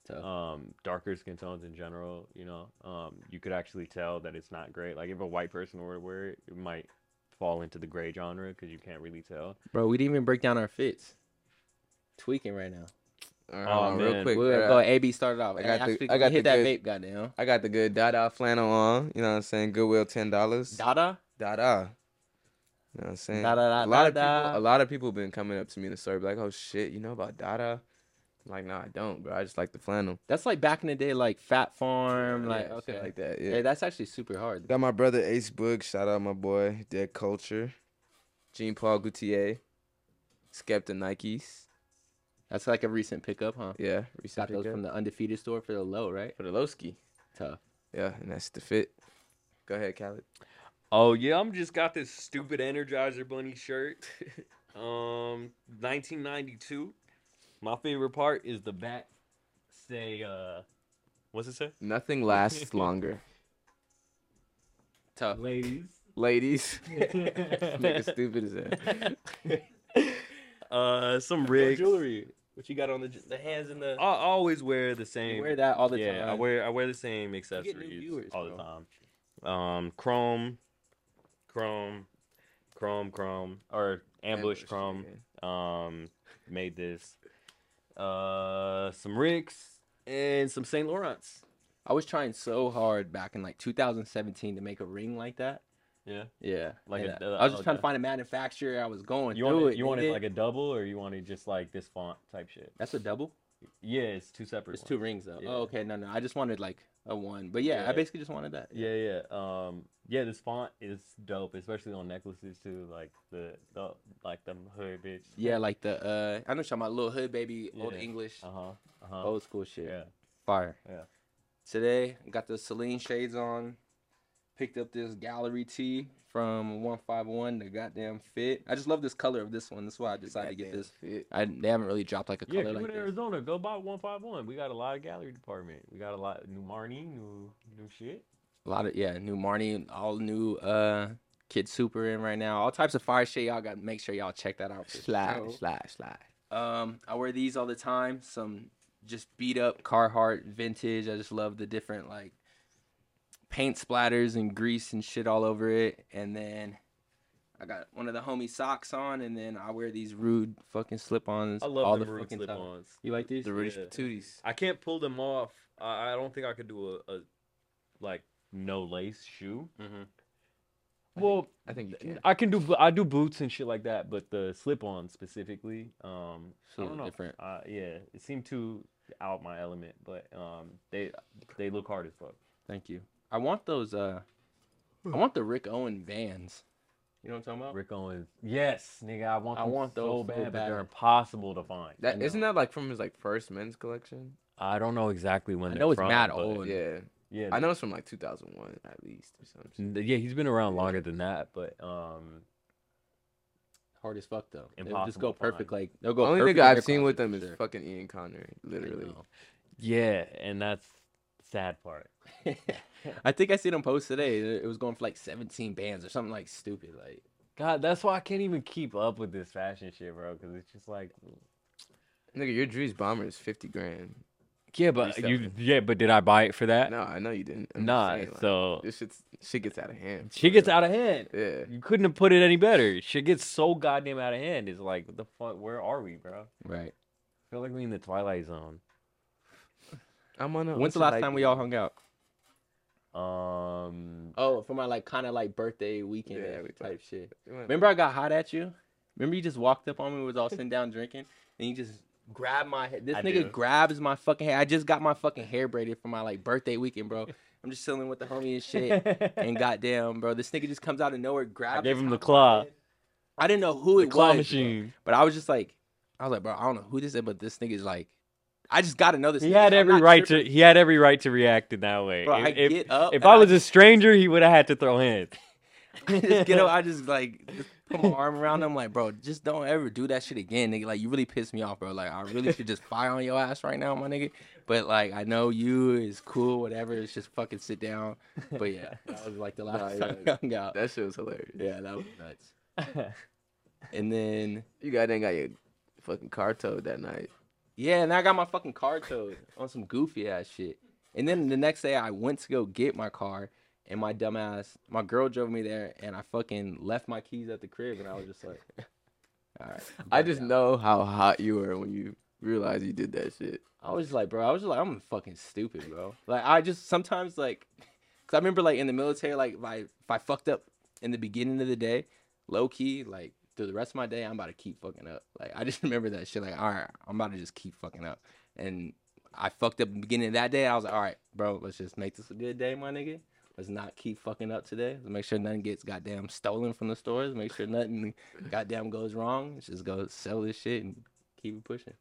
S4: Tough.
S6: um, darker skin tones in general. You know, um, you could actually tell that it's not great. Like if a white person were to wear it, it might fall into the gray genre because you can't really tell.
S4: Bro, we didn't even break down our fits. Tweaking right now.
S5: All right,
S6: Aw,
S5: uh, hold on, real
S6: man.
S5: quick.
S4: We'll
S5: uh,
S4: go. AB started off.
S5: I
S4: I
S5: got
S4: got.
S5: the-
S4: Actually,
S5: I got
S4: hit
S5: the
S4: that
S5: good-
S4: vape, goddamn.
S5: I got the good Dada flannel on. You know what I'm saying? Goodwill ten dollars.
S4: Dada.
S5: Dada. You know what I'm saying? a
S4: Da-da-da-da-da.
S5: lot of people, a lot of people been coming up to me in the store, be like, "Oh shit, you know about Dada?" I'm like, no, I don't, bro. I just like the flannel.
S4: That's like back in the day, like Fat Farm,
S5: Yeah,
S4: like
S5: shit
S4: okay,
S5: like that.
S4: Yeah.
S5: Yeah.
S4: that's actually super hard.
S5: Got my brother Ace Book. Shout out my boy Dead Culture, Jean Paul Gaultier, Skepta Nikes.
S4: That's like a recent pickup, huh?
S5: Yeah,
S4: Got
S5: recent
S4: those
S5: pickup.
S4: from the undefeated store for the low, right?
S5: for the Lowski.
S4: Tough.
S5: Yeah, and that's the fit. Go ahead, Khaled.
S6: Oh yeah, I'm just got this stupid Energizer Bunny shirt, um, 1992. My favorite part is the back. Say, uh, what's it say?
S5: Nothing lasts longer,
S4: Tough.
S6: Ladies.
S5: ladies. Nigga, stupid as that.
S6: uh, some rigs.
S4: Jewelry. What you got on the the hands and the?
S6: I always wear the same.
S4: You wear that all the
S6: yeah,
S4: time.
S6: I wear I wear the same
S4: new
S6: accessories
S4: viewers,
S6: all the
S4: bro.
S6: time. Um, Chrome, Chrome, Chrome, Chrome, or Ambush,
S5: Ambush,
S6: Chrome. Um, made this. Uh, some Ricks and some Saint Laurents.
S4: I was trying so hard back in like 2017 to make a ring like that.
S6: Yeah.
S4: Yeah,
S6: Like
S4: like
S6: a- uh,
S4: I was just
S6: okay.
S4: trying to find a manufacturer. I was going
S6: You
S4: through
S6: want
S4: it.
S6: it, you want
S4: nigga.
S6: it like a double, or you want it just like this font type shit?
S4: That's a double.
S6: Yeah, it's two separate.
S4: It's
S6: ones.
S4: two rings though.
S6: Yeah.
S4: Oh, okay. No, no. I just wanted like a one, but yeah,
S6: Yeah.
S4: I basically just wanted that.
S6: Yeah, yeah. Um, yeah, this font is dope, especially on necklaces too. Like the, the like them hood bitch.
S4: Yeah, like the uh, I know you're talking about little hood baby, old
S6: Yeah.
S4: English,
S6: Uh huh. Uh huh.
S4: old school shit.
S6: yeah.
S4: Fire.
S6: Yeah.
S4: Today got the Celine shades on. Picked up this gallery tee from 151, the goddamn fit. I just love this color of this one. That's why I decided to get this.
S5: Fit.
S4: I they haven't really dropped like a color
S6: Yeah, if you
S4: like
S6: in
S4: this.
S6: Arizona, go buy one five one. We got a lot of gallery department. We got a lot new Marnie, new new shit.
S4: A lot of yeah, new Marnie, all new uh Kid Super in right now. All types of fire shit. Y'all got to make sure y'all check that out. for
S5: Slide,
S4: sure.
S5: slide, slide.
S4: Um, I wear these all the time. Some just beat up Carhartt vintage. I just love the different like paint splatters and grease and shit all over it. And then I got one of the homie socks on, and then I wear these rude fucking slip-ons.
S6: I love
S4: all
S6: the
S4: the
S6: maroon
S4: fucking
S6: slip
S4: time.
S6: ons.
S4: You like these?
S5: The British
S6: Yeah.
S5: patooties.
S6: I can't pull them off. I, I don't think I could do a, a like Mm-hmm. no lace shoe.
S4: Mhm.
S6: Well,
S5: I think you can.
S6: I can do bo- I do boots and shit like that, but the slip on specifically, um, I
S4: So
S6: don't know.
S4: different.
S6: Uh, yeah, it seemed too out my element, but um, they they look hard as fuck.
S4: Thank you. I want those. Uh, I want the Rick Owen Vans. You know what I'm talking about?
S6: Rick Owens, yes, nigga, I want
S4: I
S6: them
S4: want
S6: so
S4: those so
S6: bad, but
S4: bad.
S6: they're impossible to find.
S5: That isn't that like from his like first men's collection?
S6: I don't know exactly when.
S4: I
S6: they're
S4: know it's
S6: from,
S4: mad
S6: but-
S4: old.
S5: Yeah,
S6: Yeah,
S5: I know it's from like 2001 at least or something.
S6: th- Yeah, he's been around longer than that, but um,
S4: Hard as fuck though. They'll just
S6: Impossible
S4: go
S6: to find.
S4: perfect. Like they'll
S5: The
S4: go.
S5: only
S4: perfect
S5: nigga
S4: in
S5: I've
S4: your
S5: seen with
S4: closet
S5: them
S4: for
S5: is
S4: sure.
S5: fucking Ian Connery,
S4: I
S5: literally.
S4: know.
S6: yeah, and that's sad part.
S4: I think I seen him post today. It was going for like 17 bands or something like stupid. Like
S6: God, that's why I can't even keep up with this fashion shit, bro. Because it's just like,
S5: Nigga, your Drees bomber is fifty grand.
S6: yeah, but you,
S5: Reselling.
S6: yeah, but did I buy it for that?
S5: No, I know you didn't. I'm just
S6: Nah,
S5: saying, like,
S6: so-
S5: this shit's, shit gets out of hand.
S6: Shit gets out of hand.
S5: Yeah.
S6: You couldn't have put it any better. Shit gets so goddamn out of hand. It's like, what the fuck? Where are we, bro?
S4: right.
S6: I feel like we in the twilight zone.
S5: I'm on. A,
S4: When's the last time we all hung out?
S6: Um,
S4: Oh, for my like kind of like birthday weekend
S5: Yeah, we
S4: type shit.
S5: went-
S4: Remember I got hot at you? Remember you just walked up on me, we was all sitting down drinking, and you just grabbed my head. This
S6: I
S4: nigga
S6: do.
S4: grabs my fucking hair. I just got my fucking hair braided for my like birthday weekend, bro. I'm just chilling with the homie and shit.
S6: I
S4: and goddamn, bro, this nigga just comes out of nowhere, grabs
S6: gave him the claw,
S4: I didn't know who
S6: the
S4: it
S6: claw
S4: was.
S6: machine.
S4: But I was just like, I was like, bro, I don't know who this is, but this nigga's like, I just gotta know this.
S6: He
S4: nigga.
S6: had
S4: I'm
S6: every
S4: not
S6: right
S4: tripping.
S6: to. He had every right to react in that way.
S4: Bro,
S6: if
S4: I
S6: if-
S4: get up
S6: if
S4: and
S6: I
S4: I-
S6: was a stranger, he would have had to throw hands.
S4: just get up. I just like just put my arm around him, like, bro, just don't ever do that shit again, nigga. Like, you really pissed me off, bro. Like, I really should just fire on your ass right now, my nigga. But like, I know you is cool, whatever. It's just fucking sit down. But yeah, that was like the last
S5: Nah,
S4: time
S5: yeah.
S4: I hung out.
S5: That shit was hilarious.
S4: Yeah, that was nuts. And then
S5: You guys didn't got your fucking car towed that night.
S4: yeah, and I got my fucking car towed on some goofy ass shit. And then the next day, I went to go get my car. And my dumbass, my girl drove me there, and I fucking left my keys at the crib, and I was just like, "All right."
S5: I
S4: bug
S5: just
S4: out.
S5: know how hot you were when you realized you did that shit.
S4: I was just like, bro, I was just like, I'm fucking stupid, bro. Like, I just sometimes like, cause I remember like in the military, like if I if I fucked up in the beginning of the day, low key, like through the rest of my day, I'm about to keep fucking up. Like, I just remember that shit. Like, all right, I'm about to just keep fucking up. And I fucked up in the beginning of that day. I was like, all right, bro, let's just make this a good day, my nigga. Let's not keep fucking up today. Let's make sure nothing gets goddamn stolen from the stores. Make sure nothing goddamn goes wrong. Let's just go sell this shit and keep it pushing.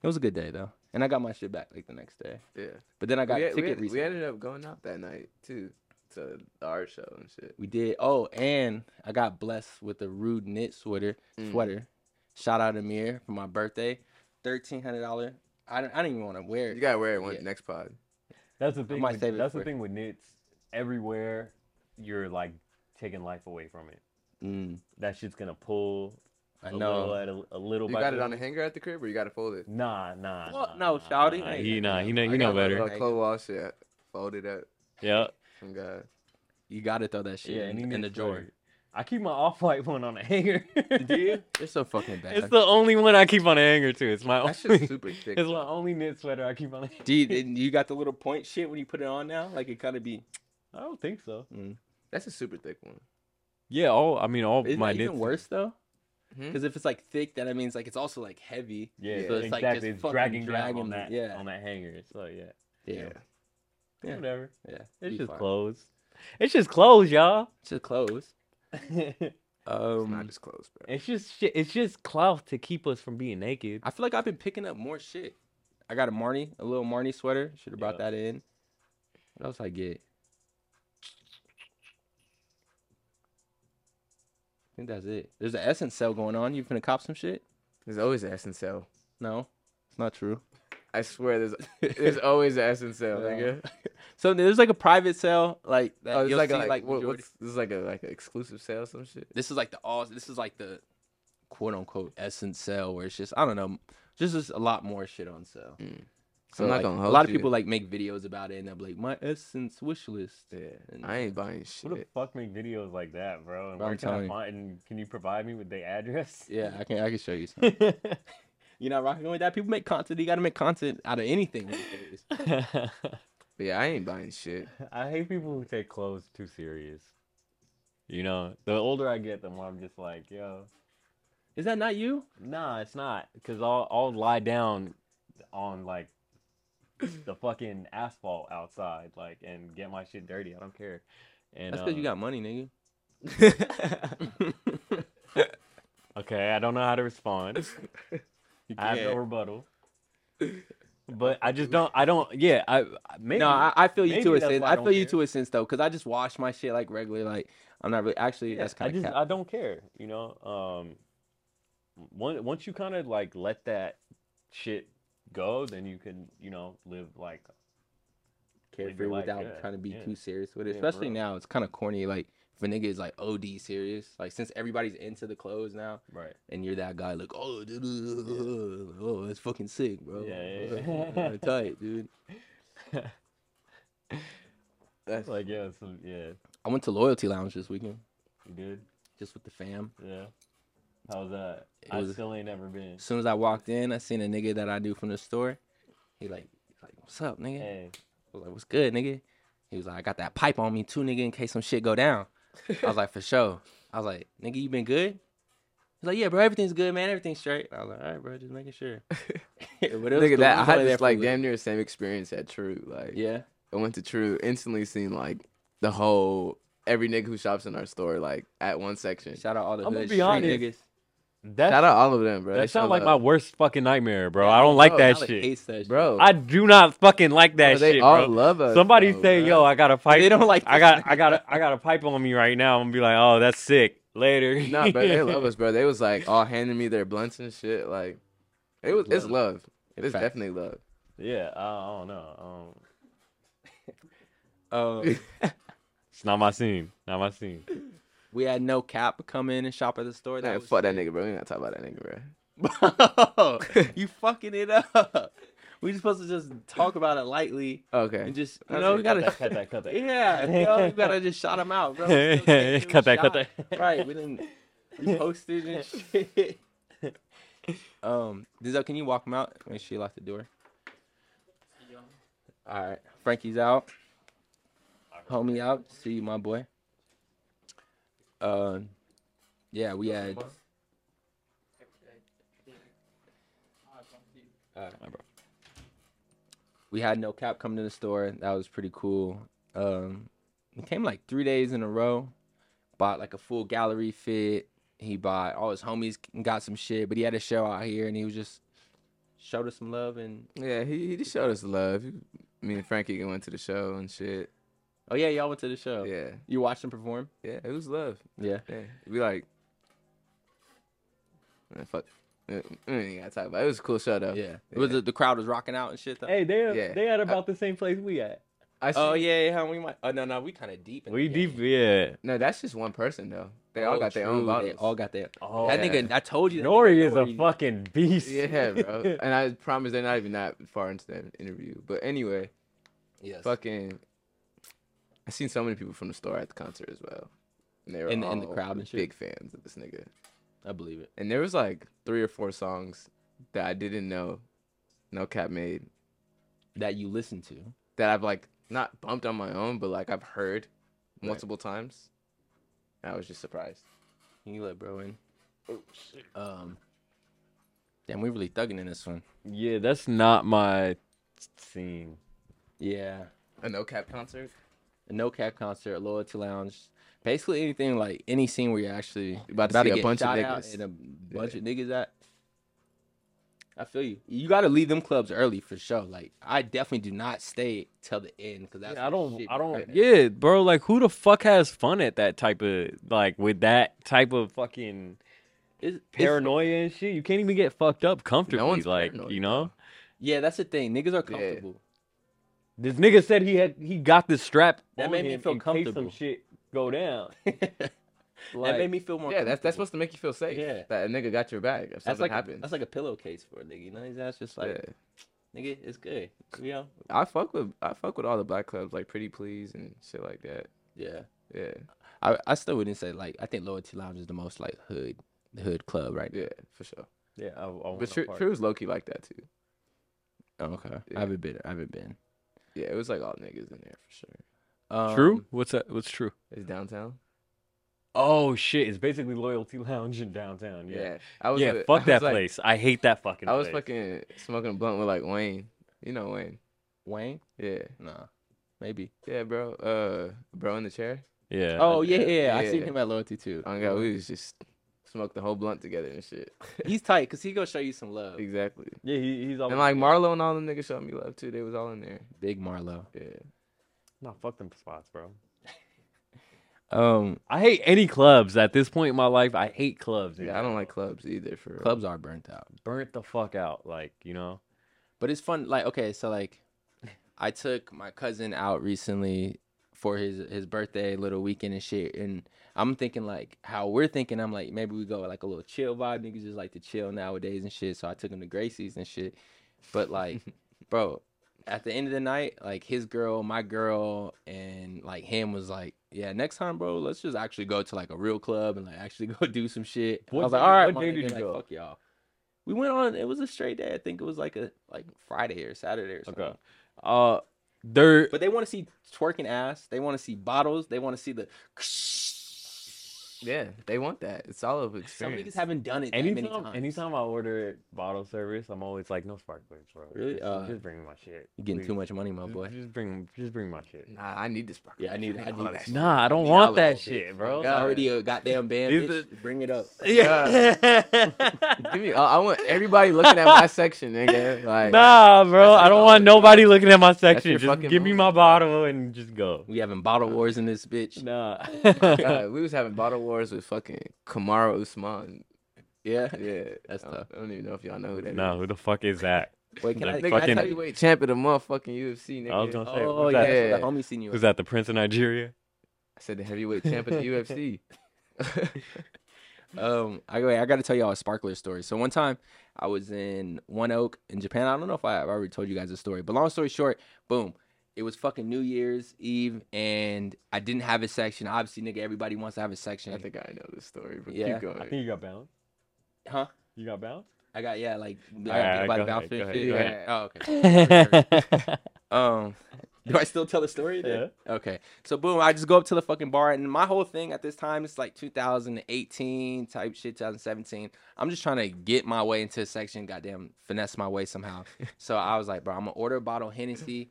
S4: It was a good day though, and I got my shit back like the next day.
S5: Yeah.
S4: But then I got
S5: we,
S4: a
S5: had- we,
S4: ticket
S5: had-
S4: we,
S5: we ended up going out that night too to the art show and shit.
S4: we did. Oh, and I got blessed with a rude knit sweater. Sweater. Shout out Amir for my birthday. Thirteen hundred dollar. I don't. I didn't even want to wear
S5: You
S4: it.
S5: gotta wear it one
S4: Yeah.
S5: next pod.
S6: That's the thing.
S4: might
S6: With,
S4: save it
S6: that's
S4: for-
S6: the thing with knits. Everywhere, you're like taking life away from it.
S4: Mm,
S6: That shit's gonna pull.
S4: I
S6: a Little,
S4: know.
S6: at a, a little
S5: You
S6: by
S5: got it
S6: little.
S5: on a hanger at the crib, or you got to fold it.
S6: Nah, nah.
S4: What?
S6: nah,
S4: No,
S6: nah,
S4: shawty.
S6: Nah.
S4: Hey,
S6: You know, you know,
S4: I
S6: you
S4: got
S6: know
S4: my
S6: better.
S4: little-
S5: Uh, Clothes wash shit, folded up.
S6: Yeah.
S5: Some guy.
S4: You got to throw that shit
S6: Yeah, and he
S4: in, in
S6: knit
S4: the
S6: sweater.
S4: drawer.
S6: I keep my off-white one on a hanger.
S4: Do you? You're so fucking bad.
S6: It's the only one I keep on a hanger too. It's my
S4: Oh.
S5: That
S6: only.
S5: shit's super thick.
S6: It's my only knit sweater I keep on. a-
S4: Do you, and you got the little point shit when you put it on now? Like it gotta be.
S6: I don't think so.
S5: That's a super thick one.
S6: Yeah, all I mean, all
S4: Isn't
S6: my
S4: it
S6: knits.
S4: even worse though?
S5: Hmm?
S4: Because if it's like thick, then that means like it's also like heavy.
S6: Yeah,
S4: So it's like
S6: exactly.
S4: just
S6: it's
S4: fucking
S6: dragging, down
S4: dragging
S6: on
S4: the-
S6: that
S4: yeah.
S6: on that hanger. So yeah,
S4: Yeah. Yeah.
S6: whatever.
S4: Yeah.
S6: It's
S4: be
S6: just
S4: fine.
S6: clothes. It's just clothes, y'all.
S4: It's just clothes.
S6: it's
S5: It's not
S4: Um,
S5: just clothes, bro.
S6: just shit. It's just cloth to keep us from being naked.
S4: I feel like I've been picking up more shit. I got a Marnie, a little Marnie sweater. Should have brought
S6: Yeah.
S4: that in. What else I get? I think that's it. There's an essence sale going on. You finna cop some shit?
S5: There's always an essence sale.
S4: No, it's not true.
S5: I swear, there's there's always an essence sale, nigga.
S4: So there's like a private sale, like that
S5: Oh, it's
S4: you'll
S5: like,
S4: see,
S5: a, like,
S4: like
S5: what-
S4: majority-
S5: what's this is like a like an exclusive sale, some shit.
S4: this is like the all. This is like the quote unquote essence sale, where it's just I don't know, just, just a lot more shit on sale. So
S5: I'm not
S4: like,
S5: gonna
S4: a
S5: hold
S4: lot of
S5: you.
S4: people like make videos about it and they'll be like my essence wish list.
S5: Yeah,
S4: And-
S5: I ain't buying shit.
S6: Who the fuck make videos like that, bro? And
S4: Bro,
S6: where
S4: I'm
S6: can I
S4: telling you.
S6: find? And can you provide me with the address?
S4: Yeah, I can I can show you. Some. You're not rocking with that. People make content. You got to make content out of anything. these days.
S5: But yeah, I ain't buying shit.
S6: I hate people who take clothes too serious. You know, the older I get, the more I'm just like, yo,
S4: Is that not you?
S6: nah, it's not. Because I'll, I'll lie down on like the fucking asphalt outside, like, and get my shit dirty. I don't care. And
S4: That's because
S6: uh,
S4: you got money, nigga.
S6: Okay, I don't know how to respond. I have no
S4: Yeah.
S6: rebuttal. But I just don't. I don't. Yeah, I I- maybe.
S4: No, I, I feel you
S6: Maybe
S4: to a
S6: that's
S4: sense.
S6: why I
S4: I
S6: don't
S4: feel you
S6: care.
S4: to a sense though, because I just wash my shit like regular. Like I'm not really actually. that's
S6: I
S4: kind of
S6: just I don't care, you know. Um, once once you kind of like let that shit go, then you can you know live like
S4: carefree
S6: like,
S4: without
S6: yeah,
S4: trying to be
S6: yeah.
S4: too serious with it.
S6: Yeah,
S4: Especially
S6: bro.
S4: now, it's kind of corny. Like if a nigga is like OD serious, like since everybody's into the clothes now,
S6: Right.
S4: and you're that guy like, oh, dude, uh, oh, it's fucking sick, bro.
S6: Yeah, yeah, yeah.
S4: tight, dude.
S5: That's
S6: Like yeah, so yeah,
S4: I went to Loyalty Lounge this weekend,
S6: you did.
S4: just with the fam.
S6: Yeah. How was that?
S4: It
S6: I
S4: was-
S6: still ain't never been.
S4: As soon as I walked in, I seen a nigga that I knew from the store. He like, like, what's up, nigga?
S6: Hey,
S4: I was like, "What's good, nigga?" He was like, "I got that pipe on me too, nigga, in case some shit go down." I was like, "For sure." I was like, "Nigga, you been good?" He's like, "Yeah, bro, everything's good, man. Everything's straight." I was like, "All right, bro, just making sure." but it was
S5: Look
S4: cool.
S5: at that.
S4: We
S5: I
S4: was only
S5: had
S4: there
S5: this
S4: for
S5: like
S4: a little-
S5: damn near the same experience at True. Like
S4: Yeah,
S5: I went to True, instantly seen like the whole every nigga who shops in our store like at one section. Shout
S4: shout out all the
S6: I'm gonna
S4: hood
S6: be
S4: street
S6: honest.
S4: niggas.
S6: that
S5: out all of them, bro. They
S6: that sounds
S5: showed
S6: like
S5: up.
S6: my worst fucking nightmare, bro. I don't like
S4: Bro,
S6: that
S4: Alec
S6: shit.
S4: hates that shit.
S5: bro.
S6: I do not fucking like that
S5: Bro, they
S6: shit,
S5: all
S6: bro.
S5: love us,
S6: Somebody
S5: though,
S6: say,
S5: bro.
S6: "Yo, I got a pipe."
S4: They don't like
S6: I
S4: this
S6: got, I got, a, I got a pipe on me right now, and be like, "Oh, that's sick." Later.
S5: nah, bro, they love us, bro. They was like all handing me their blunts and shit. Like it was, it's love. It's
S4: fact.
S5: definitely love.
S6: Yeah, I, I don't know. Um,
S4: Uh,
S6: it's not my scene. Not my scene.
S4: we had no cap come in and shop at the store. That
S5: Man,
S4: was
S5: fuck that nigga, bro. We not talk about that nigga, bro.
S4: Bro, you fucking it up. We just supposed to just talk about it lightly
S5: Okay.
S4: and just you
S5: Okay,
S4: know we
S5: cut
S4: gotta
S6: Cut that. Cut that.
S4: Yeah, yo, you gotta just shot him out, bro. We still taking him
S6: Cut that, cut
S4: shot.
S6: that.
S4: Right, we didn't we posted and shit. Um, Denzel, can you walk him out? Make sure you lock the door. All right, Frankie's out. Homie out. See you, my boy. Um, yeah, we had. Alright. We had no cap coming to the store. That was pretty cool. Um, he came like three days in a row. Bought like a full gallery fit. He bought all his homies got some shit, but he had a show out here and he was just showed us some love and
S5: Yeah, he, he just showed us love. He- Me and Frankie went to the show and shit.
S4: oh yeah, y'all went to the show.
S5: Yeah,
S4: You watched him perform?
S5: yeah, it was love.
S4: Yeah.
S5: Yeah, we like, man, fuck. Uh, We ain't gotta talk about. It. it was a cool show though.
S4: Yeah. Was
S5: Yeah.
S4: it, the crowd was rocking out and shit though?
S6: Hey, they
S5: Yeah.
S6: they at about the same place we at.
S5: I
S4: Oh
S5: see-
S4: yeah, yeah, we might oh no no, we kinda deep in the
S6: We
S4: game.
S6: deep, yeah.
S5: No, that's just one person though. They all
S4: Oh,
S5: got their
S4: true,
S5: own bottles.
S4: They all got their
S6: Oh,
S4: that
S5: yeah.
S4: nigga I told you that
S6: Nori
S4: nigga
S6: is a
S4: Nori-
S6: fucking beast.
S5: Yeah, bro. and I promise they're not even that far into that interview. But anyway,
S4: yes.
S5: fucking, I seen so many people from the store at the concert as well, and they were
S4: In the- in the
S5: all
S4: crowd and shit?
S5: big fans of this nigga.
S4: I believe it.
S5: and there was like three or four songs that I didn't know No Cap made
S4: That you listen to.
S5: that I've like not bumped on my own, but like I've heard multiple times. I was just surprised.
S4: Can you let bro in? Oh shit. Um. Damn, we really thugging in this one.
S6: Yeah, that's not my scene.
S4: Yeah.
S5: A No Cap concert?
S4: A no cap concert, loyalty lounge, basically anything like any scene where you're actually
S5: About to see a
S4: get
S5: bunch of
S4: shot out
S5: niggas.
S4: and a bunch of niggas at. I feel you. You got to leave them clubs early for sure. Like I definitely do not stay till the end because that's
S6: Yeah, I
S4: when
S6: don't.
S4: shit
S6: I
S4: be
S6: don't.
S4: cracking.
S6: Yeah, bro. Like, who the fuck has fun at that type of like with that type of fucking
S4: It's- it's-
S6: paranoia and shit? You can't even get fucked up comfortably.
S5: one's
S6: like,
S5: paranoid,
S6: you know,
S4: yeah, that's the thing. Niggas are comfortable.
S6: this nigga said he had he got this strap
S4: That
S6: on
S4: made me
S6: him
S4: feel
S6: in case
S4: comfortable.
S6: Some shit go down.
S4: that
S6: Like,
S4: made me feel more.
S5: Yeah, that's that's
S4: comfortable.
S5: supposed to make you feel safe.
S4: Yeah.
S5: That a nigga got your back if
S4: that's
S5: something
S4: like
S5: happens.
S4: that's like a pillowcase for a nigga. You know, his ass just like
S5: yeah.
S4: nigga, it's good. You know.
S5: I fuck with I fuck with all the black clubs like Pretty Please and shit like that.
S4: Yeah.
S5: Yeah.
S4: I, I still wouldn't say like I think Loyalty Lounge is the most like hood the hood club right
S5: Yeah, for sure.
S6: yeah, I, I want
S5: But
S6: a
S5: True,
S6: part.
S5: True's low key like that too.
S4: now. Oh, okay.
S5: Yeah.
S4: I haven't been I haven't been.
S5: Yeah, it was like all niggas in there for sure.
S4: Um,
S6: True? What's that? What's true?
S5: It's downtown.
S6: Oh shit! It's basically Loyalty Lounge in downtown. Yeah.
S5: I was
S6: Yeah,
S5: with- I
S6: fuck
S5: was,
S6: that
S5: like,
S6: place. I hate that fucking.
S5: I was
S6: place.
S5: fucking smoking a blunt with like Wayne. You know Wayne.
S4: Wayne?
S5: Yeah.
S4: Nah. Maybe.
S5: Yeah, bro. Uh bro in the chair.
S6: Yeah.
S4: Oh yeah, yeah, yeah. I seen
S5: Yeah.
S4: him at Loyalty too.
S5: Oh my god, we was just smoked the whole blunt together and shit.
S4: He's tight because he gonna show you some love.
S5: exactly.
S6: Yeah, he, he's all
S5: And like Marlo and all them niggas showed me love too. They was all in there.
S4: Big Marlo.
S5: Yeah.
S6: nah, fuck them spots, bro.
S4: Um,
S6: I hate any clubs at this point in my life. I hate clubs.
S5: Yeah, I don't like clubs either for real.
S4: clubs are burnt out,
S6: burnt the fuck out. Like you know,
S4: but it's fun. Like okay, so like I took my cousin out recently for his his birthday, little weekend and shit. And I'm thinking like how we're thinking. I'm like maybe we go like a little chill vibe. Niggas just like to chill nowadays and shit. So I took him to Gracie's and shit. But like, bro, at the end of the night, like his girl, my girl, and like him was like, yeah, next time, bro, let's just actually go to like a real club and like actually go do some shit. I
S6: What
S4: was like,
S6: day-
S4: all right,
S6: what
S4: my
S6: day did
S4: nigga,
S6: you
S4: like,
S6: go?
S4: Fuck y'all. We went on. It was a straight day. I think it was like a like Friday or Saturday or something.
S6: Okay. Uh, there.
S4: But they want to see twerking ass. They want to see bottles. They want to see the.
S5: Yeah, they want that. It's all of
S4: Some
S5: experience.
S4: niggas haven't done it that many
S6: Anytime,
S4: times.
S6: anytime I order bottle service, I'm always like, no sparklers, bro.
S4: Really?
S6: Just,
S4: Uh,
S6: just bring me my shit.
S4: you getting too
S6: please.
S4: much money, my boy.
S6: Just, just bring, just bring my shit.
S5: Nah, I need this.
S4: Yeah, I need. I need that.
S6: Nah, I don't
S4: need all
S6: want
S4: of
S6: that
S4: it.
S6: shit, bro.
S4: It's already a goddamn band.
S6: These
S4: Bitch. Bring it up.
S5: Give me. uh, I I want everybody looking at my section, nigga. Like,
S6: Nah, bro.
S5: That's
S6: I don't
S5: all
S6: want
S5: it-
S6: nobody looking at my section.
S5: your
S6: Just
S5: fucking
S6: give me
S5: move.
S6: my bottle and just go.
S4: We having bottle wars in this bitch.
S6: Nah.
S5: God, uh, we was having bottle wars with fucking Kamara Usman.
S4: Yeah.
S5: Yeah,
S4: That's
S5: I don't,
S4: tough.
S5: I don't even know if y'all know who that is.
S6: nah, who the fuck is that?
S4: Wait, can
S6: The
S4: I?
S5: Nigga,
S4: Can
S5: fucking...
S4: I tell
S6: fucking-
S4: you?
S5: heavyweight champion of motherfucking UFC, nigga.
S6: I was gonna say,
S4: Oh
S6: what's
S4: yeah,
S6: that?
S4: that's
S5: Yeah.
S4: what the homie seen you.
S6: Is that the Prince of Nigeria?
S5: I said the heavyweight champ of the UFC.
S4: Um, I wait, I gotta tell y'all a sparkler story. So one time I was in One Oak in Japan. I don't know if I have already told you guys the story, but long story short, boom. It was fucking New Year's Eve and I didn't have a section. Obviously, nigga, everybody wants to have a section.
S5: I think I know this story, but
S4: Yeah.
S5: keep going.
S6: I think you got bounced.
S4: huh?
S6: You got bounced.
S4: I got yeah, like, like
S6: right,
S4: everybody
S6: go ahead,
S4: bouncing
S6: go
S4: and
S6: ahead,
S4: shit.
S5: ahead.
S6: go
S4: Oh, okay.
S6: yeah.
S4: Um, do I still tell the story? then? Okay. So boom, I just go up to the fucking bar, and my whole thing at this time is like 2018 type shit, 2017. I'm just trying to get my way into a section, goddamn, finesse my way somehow. so I was like, bro, I'm gonna order a bottle of Hennessy,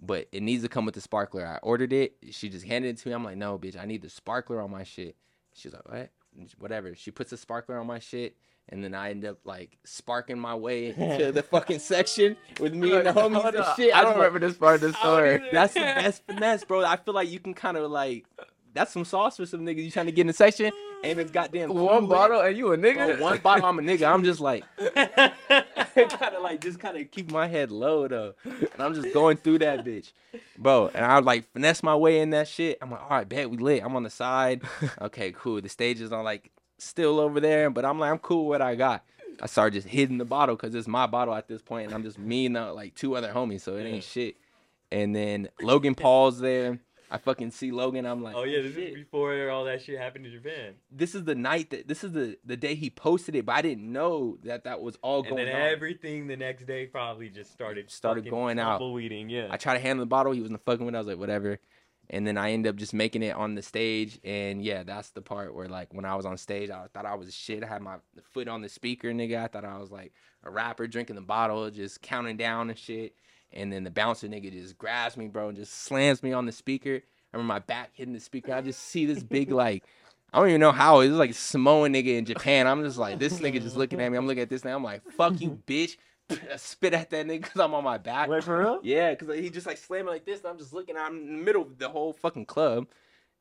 S4: but it needs to come with the sparkler. I ordered it. She just handed it to me. I'm like, no, bitch, I need the sparkler on my shit. She's like, what? Whatever. She puts a sparkler on my shit. And then I end up like sparking my way into the fucking section with me and the homies uh,
S5: Hold
S4: and
S5: up,
S4: shit.
S5: I
S4: I'm
S5: don't
S4: like-
S5: remember this part of the story.
S4: that's the best finesse, bro. I feel like you can kind of like that's some sauce for some niggas. You trying to get in the section and it's goddamn
S5: One
S4: fluid.
S5: bottle and you a
S4: Bro,
S5: nigga.
S4: one bottle. I'm a nigga. I'm just like kind of like just kind of keep my head low though, and I'm just going through that bitch, bro. And I like finesse my way in that shit. I'm like, all right, bet we lit. I'm on the side. Okay, cool. The stage is on like still over there, but I'm like, I'm cool with what I got. I started just hitting the bottle because it's my bottle at this point, and I'm just me and uh, like two other homies, so it ain't shit. And then Logan Paul's there. I fucking see Logan. I'm like,
S6: Oh yeah, this
S4: shit
S6: is before all that shit happened in Japan.
S4: this is the night that this is the the day he posted it, but I didn't know that that was all
S6: And
S4: going
S6: then
S4: on.
S6: everything the next day probably just started
S4: Started
S6: fucking
S4: going out.
S6: tumbleweeding, Yeah.
S4: I tried to handle the bottle, he wasn't fucking with. it. I was like, whatever. And then I end up just making it on the stage, and yeah, that's the part where like when I was on stage, I thought I was shit. I had my foot on the speaker, nigga. I thought I was like a rapper drinking the bottle, just counting down and shit. And then the bouncer nigga just grabs me, bro, and just slams me on the speaker. I remember my back hitting the speaker. I just see this big like I don't even know how it was like Samoan nigga in Japan. I'm just like this nigga just looking at me. I'm looking at this nigga. I'm like fuck you, bitch. I spit at that nigga because I'm on my back.
S6: Wait for real?
S4: Yeah, because he just like slamming like this, and I'm just looking. I'm in the middle of the whole fucking club,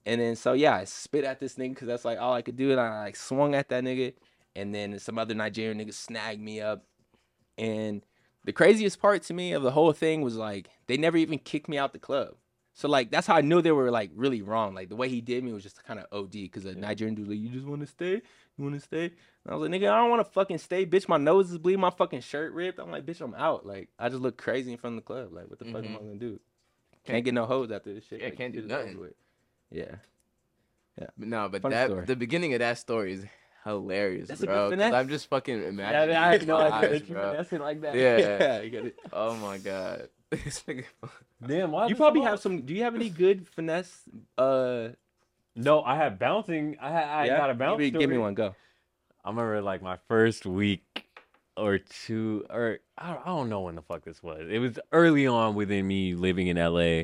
S4: and then so yeah, I spit at this nigga because that's like all I could do, and I like swung at that nigga, and then some other Nigerian nigga snagged me up, and the craziest part to me of the whole thing was like they never even kicked me out the club. So like that's how I knew they were like really wrong. Like the way he did me was just kind of OD because a Nigerian dude like you just want to stay, you want to stay. And I was like nigga, I don't want to fucking stay, bitch. My nose is bleeding, my fucking shirt ripped. I'm like bitch, I'm out. Like I just look crazy in front of the club. Like what the fuck am I gonna do? Can't get no hoes after this shit.
S5: Mm-hmm. Yeah,
S4: Like,
S5: can't do
S4: shit is over
S5: nothing.
S4: with. Yeah,
S5: No, but
S4: Funny
S5: that
S4: story.
S5: the beginning of that story is hilarious,
S4: That's a good
S5: bro. 'cause
S4: finesse.
S5: I'm just fucking
S6: Yeah, I,
S5: imagining.
S6: mean, I had no
S5: my
S6: idea
S5: eyes,
S6: that you
S5: bro.
S6: finessed it like that.
S5: Yeah.
S4: you got it.
S5: Oh my god. This nigga-
S6: Damn, why
S4: You
S6: the
S4: probably
S6: fuck-
S4: have some. Do you have any good finesse? Uh,
S6: No, I had bouncing. I had I
S4: yeah?
S6: got a bounce.
S4: Give me, give me
S6: story.
S4: one. Go.
S6: I remember like my first week or two, or I don't, I don't know when the fuck this was. It was early on within me living in LA.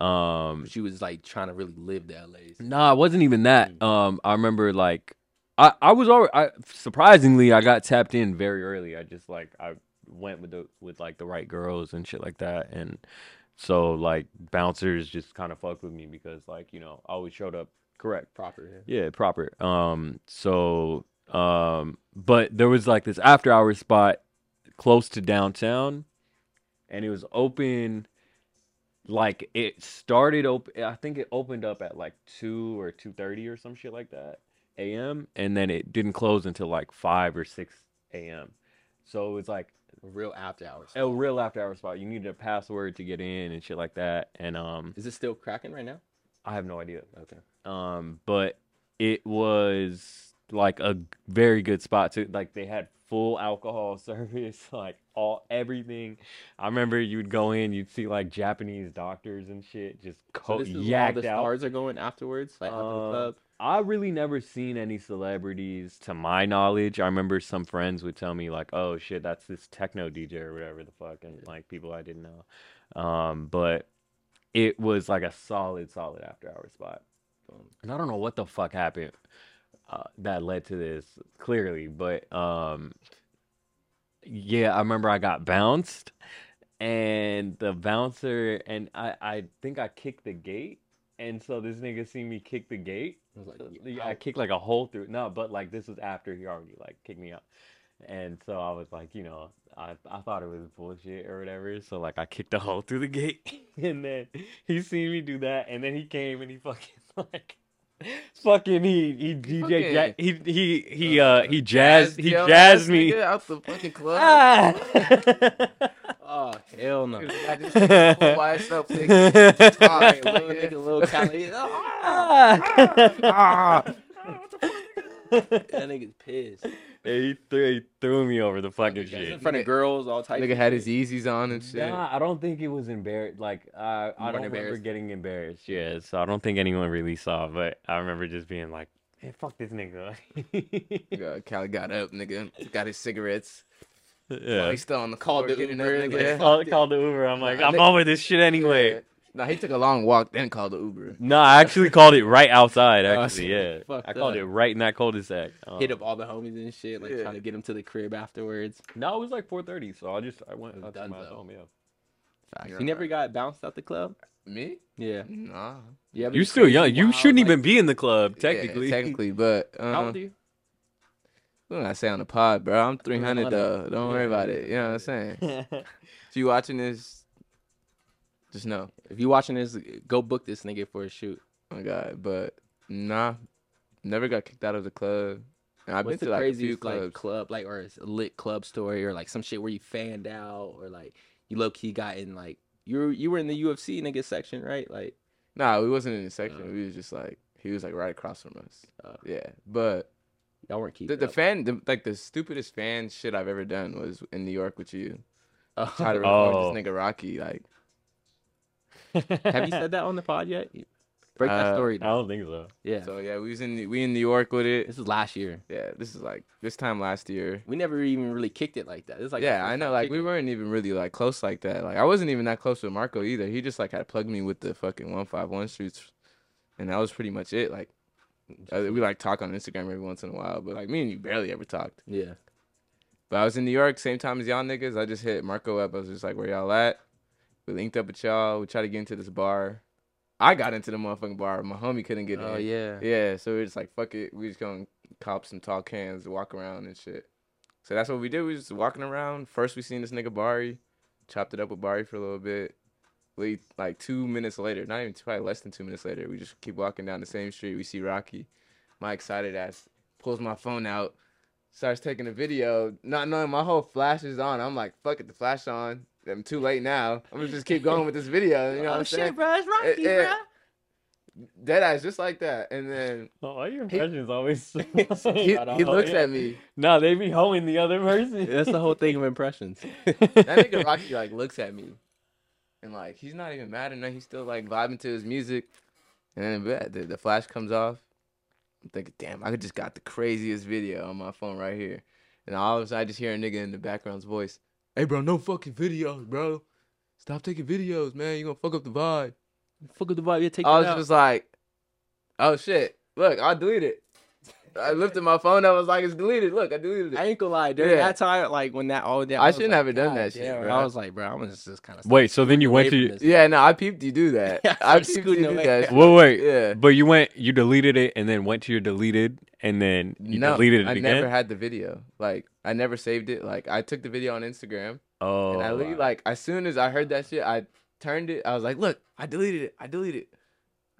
S6: Um,
S4: She was like trying to really live the LA's.
S6: nah, it wasn't even that. Um, I remember like I I was already I, surprisingly I got tapped in very early. I just like I went with the with like the right girls and shit like that, and so like bouncers just kind of fucked with me because like you know I always showed up correct.
S4: Proper.
S6: Yeah, proper. Um, so um, but there was like this after hour spot close to downtown, and it was open like it started open i think it opened up at like 2 or 2.30 or some shit like that am and then it didn't close until like 5 or 6 am so it was like
S4: Real after hours.
S6: a real after hour spot you needed a password to get in and shit like that and um
S4: Is it still cracking right now?
S6: i have no idea
S4: Okay.
S6: um but it was like a very good spot too like they had full alcohol service like all everything i remember you'd go in you'd see like japanese doctors and shit just
S4: So
S6: co-
S4: this is where all
S6: yacked
S4: the
S6: out
S4: stars are going afterwards, like after the
S6: Uh,
S4: club.
S6: I really never seen any celebrities to my knowledge. I remember some friends would tell me like, "Oh shit, that's this techno DJ or whatever the fuck," and like people I didn't know. Um, but it was like a solid, solid after hour spot. And I don't know what the fuck happened uh, that led to this clearly, but um, yeah, I remember I got bounced, and the bouncer and I, I think I kicked the gate. And so this nigga seen me kick the gate.
S4: I was like,
S6: Uh,
S4: "You
S6: yeah, I kicked like a hole through. No, but like this was after he already like kicked me out, and so I was like, you know, I I thought it was bullshit or whatever. So like I kicked a hole through the gate, and then he seen me do that, and then he came and he fucking like. Fucking he he DJ ja- he he he uh he jazzed he
S5: Yo,
S6: jazzed
S5: ass
S6: me
S5: nigga out the fucking club.
S6: ah
S4: Oh hell no!
S5: I just all by itself, nigga. All right,
S4: little
S5: little nigga.
S4: nigga, little Cali. Ah, that nigga's pissed.
S6: he threw he threw me over the fucking shit
S4: In front of girls, all types.
S5: Nigga
S4: of
S5: had his
S4: shit.
S5: Yeezys on and shit.
S6: Nah, I don't think it was embarrassed. Like I, I
S4: weren't
S6: don't remember
S4: embarrassed?
S6: getting embarrassed. Yeah, so I don't think anyone really saw. But I remember just being like, "Hey, fuck this nigga."
S5: Nigga, Cali got up, nigga. Got his cigarettes.
S6: yeah.
S5: He's still on the
S4: Called
S5: call
S4: the
S5: getting up,
S4: Uber,
S5: nigga.
S4: like,
S5: Yeah.
S6: Call, called the Uber. I'm like,
S5: Nah,
S6: I'm
S5: nigga-
S6: over this shit anyway.
S5: Nah, he took a long walk, then called the Uber.
S6: No, I actually called it right outside.
S5: Oh,
S6: Actually,
S5: shit.
S6: yeah,
S5: Fucked
S6: I called
S5: up.
S6: it right in that cul-de-sac. Um,
S4: Hit up all the homies and shit, like
S5: Yeah.
S4: trying to get him to the crib afterwards.
S6: No, it was like 4:30, so I just I went
S4: It was
S6: I took my
S4: donezo.
S6: ass home. Yeah,
S4: Facts.
S5: You're
S4: You never
S5: right.
S4: got bounced out the club?
S5: Me?
S4: Yeah.
S5: Nah.
S4: You ever
S6: you
S4: did
S6: still
S4: crazy,
S6: young. You
S4: wild,
S6: shouldn't
S4: like-
S6: even be in the club
S5: Yeah,
S6: technically.
S5: technically, but uh,
S4: How
S6: uh-huh.
S4: old are you?
S5: what did I say on the pod, bro? I'm 300 though.
S4: 300.
S5: Don't worry about it. You know what I'm saying? if you watching this, just know.
S4: If you watching this, go book this nigga for a shoot.
S5: Oh my God, but nah, never got kicked out of the club. And I've
S4: What's
S5: been
S4: the
S5: to like a few
S4: craziest
S5: clubs.
S4: like club like or a lit club story or like some shit where you fanned out or like you low key got in like you were you were in the UFC nigga section right like
S5: nah, we wasn't in the section.
S4: Oh.
S5: We was just like he was like right across from us.
S4: Oh.
S5: Yeah, but
S4: y'all weren't keeping
S5: the, the
S4: up.
S5: fan, the, like the stupidest fan shit I've ever done was in New York with you.
S4: Oh.
S5: Try to record
S6: Oh.
S5: this nigga Rocky. Like
S4: Have you said that on the pod yet? You- Break that
S5: Uh,
S4: story.
S6: I
S4: down.
S6: don't think so.
S4: Yeah,
S5: so, yeah, we was in we in New York with it.
S4: this is last year.
S5: Yeah, this is like this time last year.
S4: We never even really kicked it like that. It's like
S5: yeah, I know. Like we weren't even really like close like that. Like I wasn't even that close with Marco either. He just like had plugged me with the fucking one five one shoots, and that was pretty much it. Like uh, we like talk on Instagram every once in a while, but like me and you barely ever talked.
S4: yeah.
S5: But I was in New York same time as y'all niggas. I just hit Marco up. I was just like, where y'all at? We linked up with y'all. We tried to get into this bar. I got into the motherfucking bar. My homie couldn't get
S4: Oh
S5: in.
S4: yeah.
S5: Yeah, so we are just like, fuck it. We just gonna cop some tall cans, walk around and shit. So that's what we did. We was just walking around. First, we seen this nigga Bari, chopped it up with Bari for a little bit. We like two minutes later, not even probably less than two minutes later, we just keep walking down the same street. We see Rocky. My excited ass pulls my phone out, starts taking a video, not knowing my whole flash is on. I'm like, fuck it, the flash on. I'm too late now. I'm gonna just keep going with this video. You know what I'm saying?
S4: Oh, bro, it's
S5: Rocky, Eh, eh. bruh. Dead eyes, just like that. And then
S6: Oh, why your impressions always.
S5: he, he looks at me.
S6: No, Oh, they be hoeing the other person.
S4: That's the whole thing of impressions.
S5: That nigga Rocky like looks at me, and like he's not even mad or nothing. He's still like vibing to his music, and then yeah, the, the flash comes off. I'm thinking, damn, I just got the craziest video on my phone right here, and all of a sudden I just hear a nigga in the background's voice, "Hey, bro, no fucking videos, bro. Stop taking videos, man. You gonna fuck up the vibe."
S4: Fuck up the vibe. You take
S5: I
S4: it
S5: was
S4: out.
S5: just like, "Oh shit, look, I deleted it." I lifted my phone up. I was like, "It's deleted. Look, I deleted it."
S4: I ain't gonna lie. During
S5: Yeah.
S4: that time, like when that all that
S5: I
S4: was
S5: shouldn't
S4: like,
S5: have done
S4: God
S5: that shit,
S4: damn,
S5: bro.
S4: I was like, bro, I'm just, just kind of
S6: Wait, so then you went to.
S5: Yeah, no, I peeped you do that.
S4: Yeah, I
S5: I
S4: started
S5: peeped you
S4: scooting
S5: do
S4: away.
S5: that.
S6: Well, wait.
S5: Yeah.
S6: But you went, you deleted it, and then went to your deleted, and then you
S5: no,
S6: deleted it
S5: I
S6: again.
S5: never had the video. Like, I never saved it. Like, I took the video on Instagram,
S6: oh,
S5: and I literally,
S6: wow.
S5: like, as soon as I heard that shit, I turned it. I was like, look, I deleted it. I deleted it.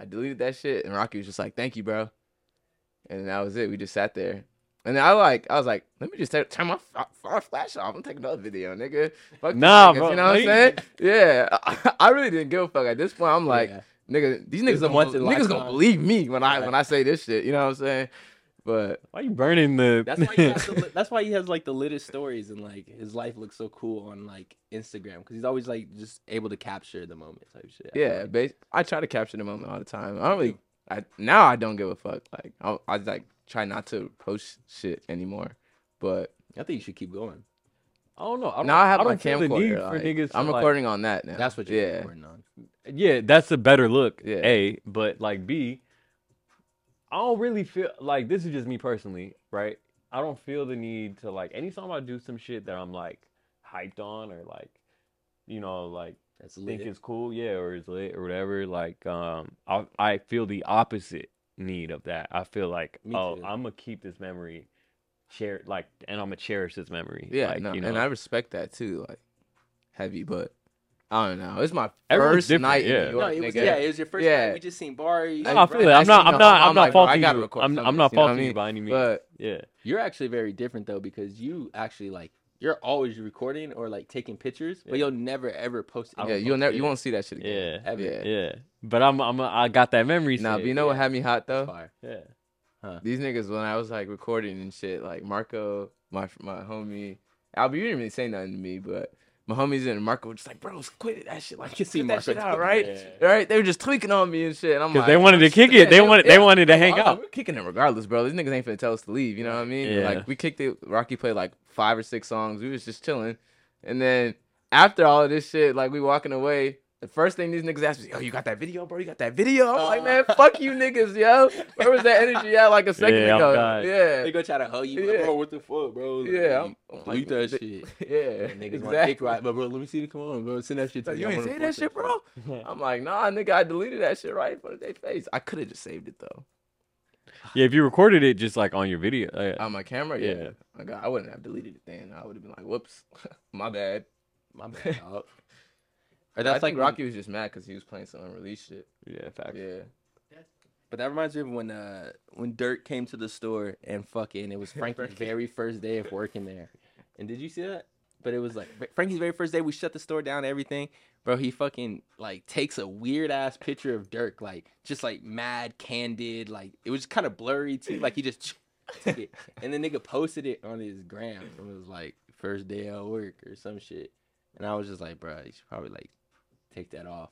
S5: I deleted that shit. And Rocky was just like, thank you, bro. And that was it. We just sat there. And I like, I was like, let me just t- turn my f- f- flash off and take another video, nigga. Fuck these
S6: Nah,
S5: niggas,
S6: bro.
S5: You know what I'm saying? Yeah. I, really didn't give a fuck at this point. I'm like,
S4: Yeah.
S5: nigga, these
S4: It's
S5: niggas
S4: a
S5: gonna,
S4: once in a
S5: niggas
S4: lifetime.
S5: gonna believe me when I
S4: Right.
S5: when I say this shit. You know what I'm saying? But
S6: Why you burning the?
S4: That's why he has the, li- that's why he has like the littest stories and like his life looks so cool on like Instagram because he's always like just able to capture the moment type shit. I feel
S5: yeah,
S4: like.
S5: bas- I try to capture the moment all the time. I don't really. I, now I don't give a fuck. Like I, I like try not to post shit anymore. But
S4: I think you should keep going.
S6: I don't know. I don't,
S5: now I have
S6: I
S5: my
S6: don't feel the need
S5: camcorder.
S6: for
S5: like,
S6: niggas to,
S5: I'm
S6: like-
S5: recording on that now.
S4: That's what you're
S5: yeah.
S4: recording on.
S6: Yeah, that's a better look.
S5: Yeah.
S6: A, but like B, I don't really feel like this is just me personally, right? I don't feel the need to like anytime I do some shit that I'm like hyped on or like, you know, like
S4: That's
S6: think
S4: lit.
S6: it's cool, yeah, or it's lit or whatever. Like, um, I I feel the opposite need of that. I feel like,
S4: Me
S6: oh,
S4: too.
S6: I'm gonna keep this memory, share like, and I'm gonna cherish this memory.
S5: Yeah,
S6: like,
S5: no,
S6: you know,
S5: and I respect that too. Like heavy, but I don't know. It's my
S6: Everyone's
S5: first
S6: different,
S5: night in
S6: yeah.
S5: New
S4: No,
S5: York,
S4: it was,
S5: nigga.
S4: yeah, it was your first.
S5: Yeah.
S4: Yeah. we just seen Bari.
S6: No, I feel
S5: Right,
S6: it. I'm
S5: I
S6: not.
S5: seen
S6: I'm
S5: the
S6: not.
S5: whole-
S6: I'm
S5: I'm
S6: not
S5: like, bro, I
S6: faulting
S5: gotta
S6: you.
S5: record
S6: I'm.
S5: some
S6: I'm
S5: of
S6: not
S5: this, you know what I
S6: faulting you
S5: mean?
S6: by any means.
S5: But
S6: yeah.
S4: You're actually very different though because you actually like you're always recording or like taking pictures, but
S6: Yeah.
S4: you'll never ever post.
S5: yeah,
S4: anything.
S5: you'll never, you won't see that shit
S6: Yeah.
S5: again.
S4: Ever.
S5: Yeah.
S6: Yeah. But I'm I'm I got that memory
S5: Now,
S6: saved.
S5: but you know what
S4: yeah.
S5: had me hot though?
S4: Fire.
S6: yeah.
S5: These niggas when I was like recording and shit, like Marco, my my homie, Albert, you didn't really say nothing to me, but my homies and Marco were just like, bro, quit that shit, like,
S4: can see
S5: get that shit
S4: Marco
S5: out, right?
S6: Yeah.
S5: Right? They were just tweaking on me and shit. and I'm
S6: Cuz
S5: like,
S6: they wanted to kick
S5: Yeah,
S6: it. They wanted they wanted to hang
S5: I was like,
S6: out.
S5: We're kicking it regardless, bro. These niggas ain't finna tell us to leave. You know what I mean?
S6: Yeah.
S5: Like we kicked it. Rocky played like five or six songs. We was just chilling, and then after all of this shit, like we walking away. The first thing these niggas asked me, "Yo, you got that video, bro? You got that video?" I'm like, "Man, fuck you, niggas, yo. Where was that energy at like a second
S6: Uh. Yeah, I'm
S5: ago?
S6: done.
S4: They
S5: Yeah,
S4: gonna try to hug you, like,
S5: Yeah.
S4: bro. What the fuck, bro? Like,
S5: yeah. I'm, I'm
S4: delete
S5: like,
S4: that shit.
S5: Yeah,
S4: And niggas want to
S5: exactly.
S4: dick right, but bro, let me see it. Come on, bro, send that shit to
S5: Like,
S4: me.
S5: you
S4: I
S5: ain't
S4: wanna
S5: say that
S4: post
S5: shit, bro. I'm like, nah, nigga, I deleted that shit right in front of their face. I could have just saved it though.
S6: Yeah, if you recorded it just like on your video. uh,
S5: On my camera,
S6: Yeah.
S5: yeah. Like, I wouldn't have deleted it then. I would have been like, whoops, my bad.
S4: My bad, dog. Or
S5: That's I
S4: that's
S5: think
S4: like
S5: like Rocky
S4: Rocky.
S5: was just mad because he was playing some unreleased shit.
S6: yeah, fact.
S5: Yeah.
S4: But that reminds me of when uh when Dirk came to the store and fucking it was Frankie's very first day of working there. And did you see that? But it was like Fra- Frankie's very first day. We shut the store down, everything. Bro, he fucking like takes a weird ass picture of Dirk, like just like mad, candid, like it was kind of blurry too. Like he just took it, and the nigga posted it on his gram. It was like first day at work or some shit. And I was just like, bro, you should probably like take that off.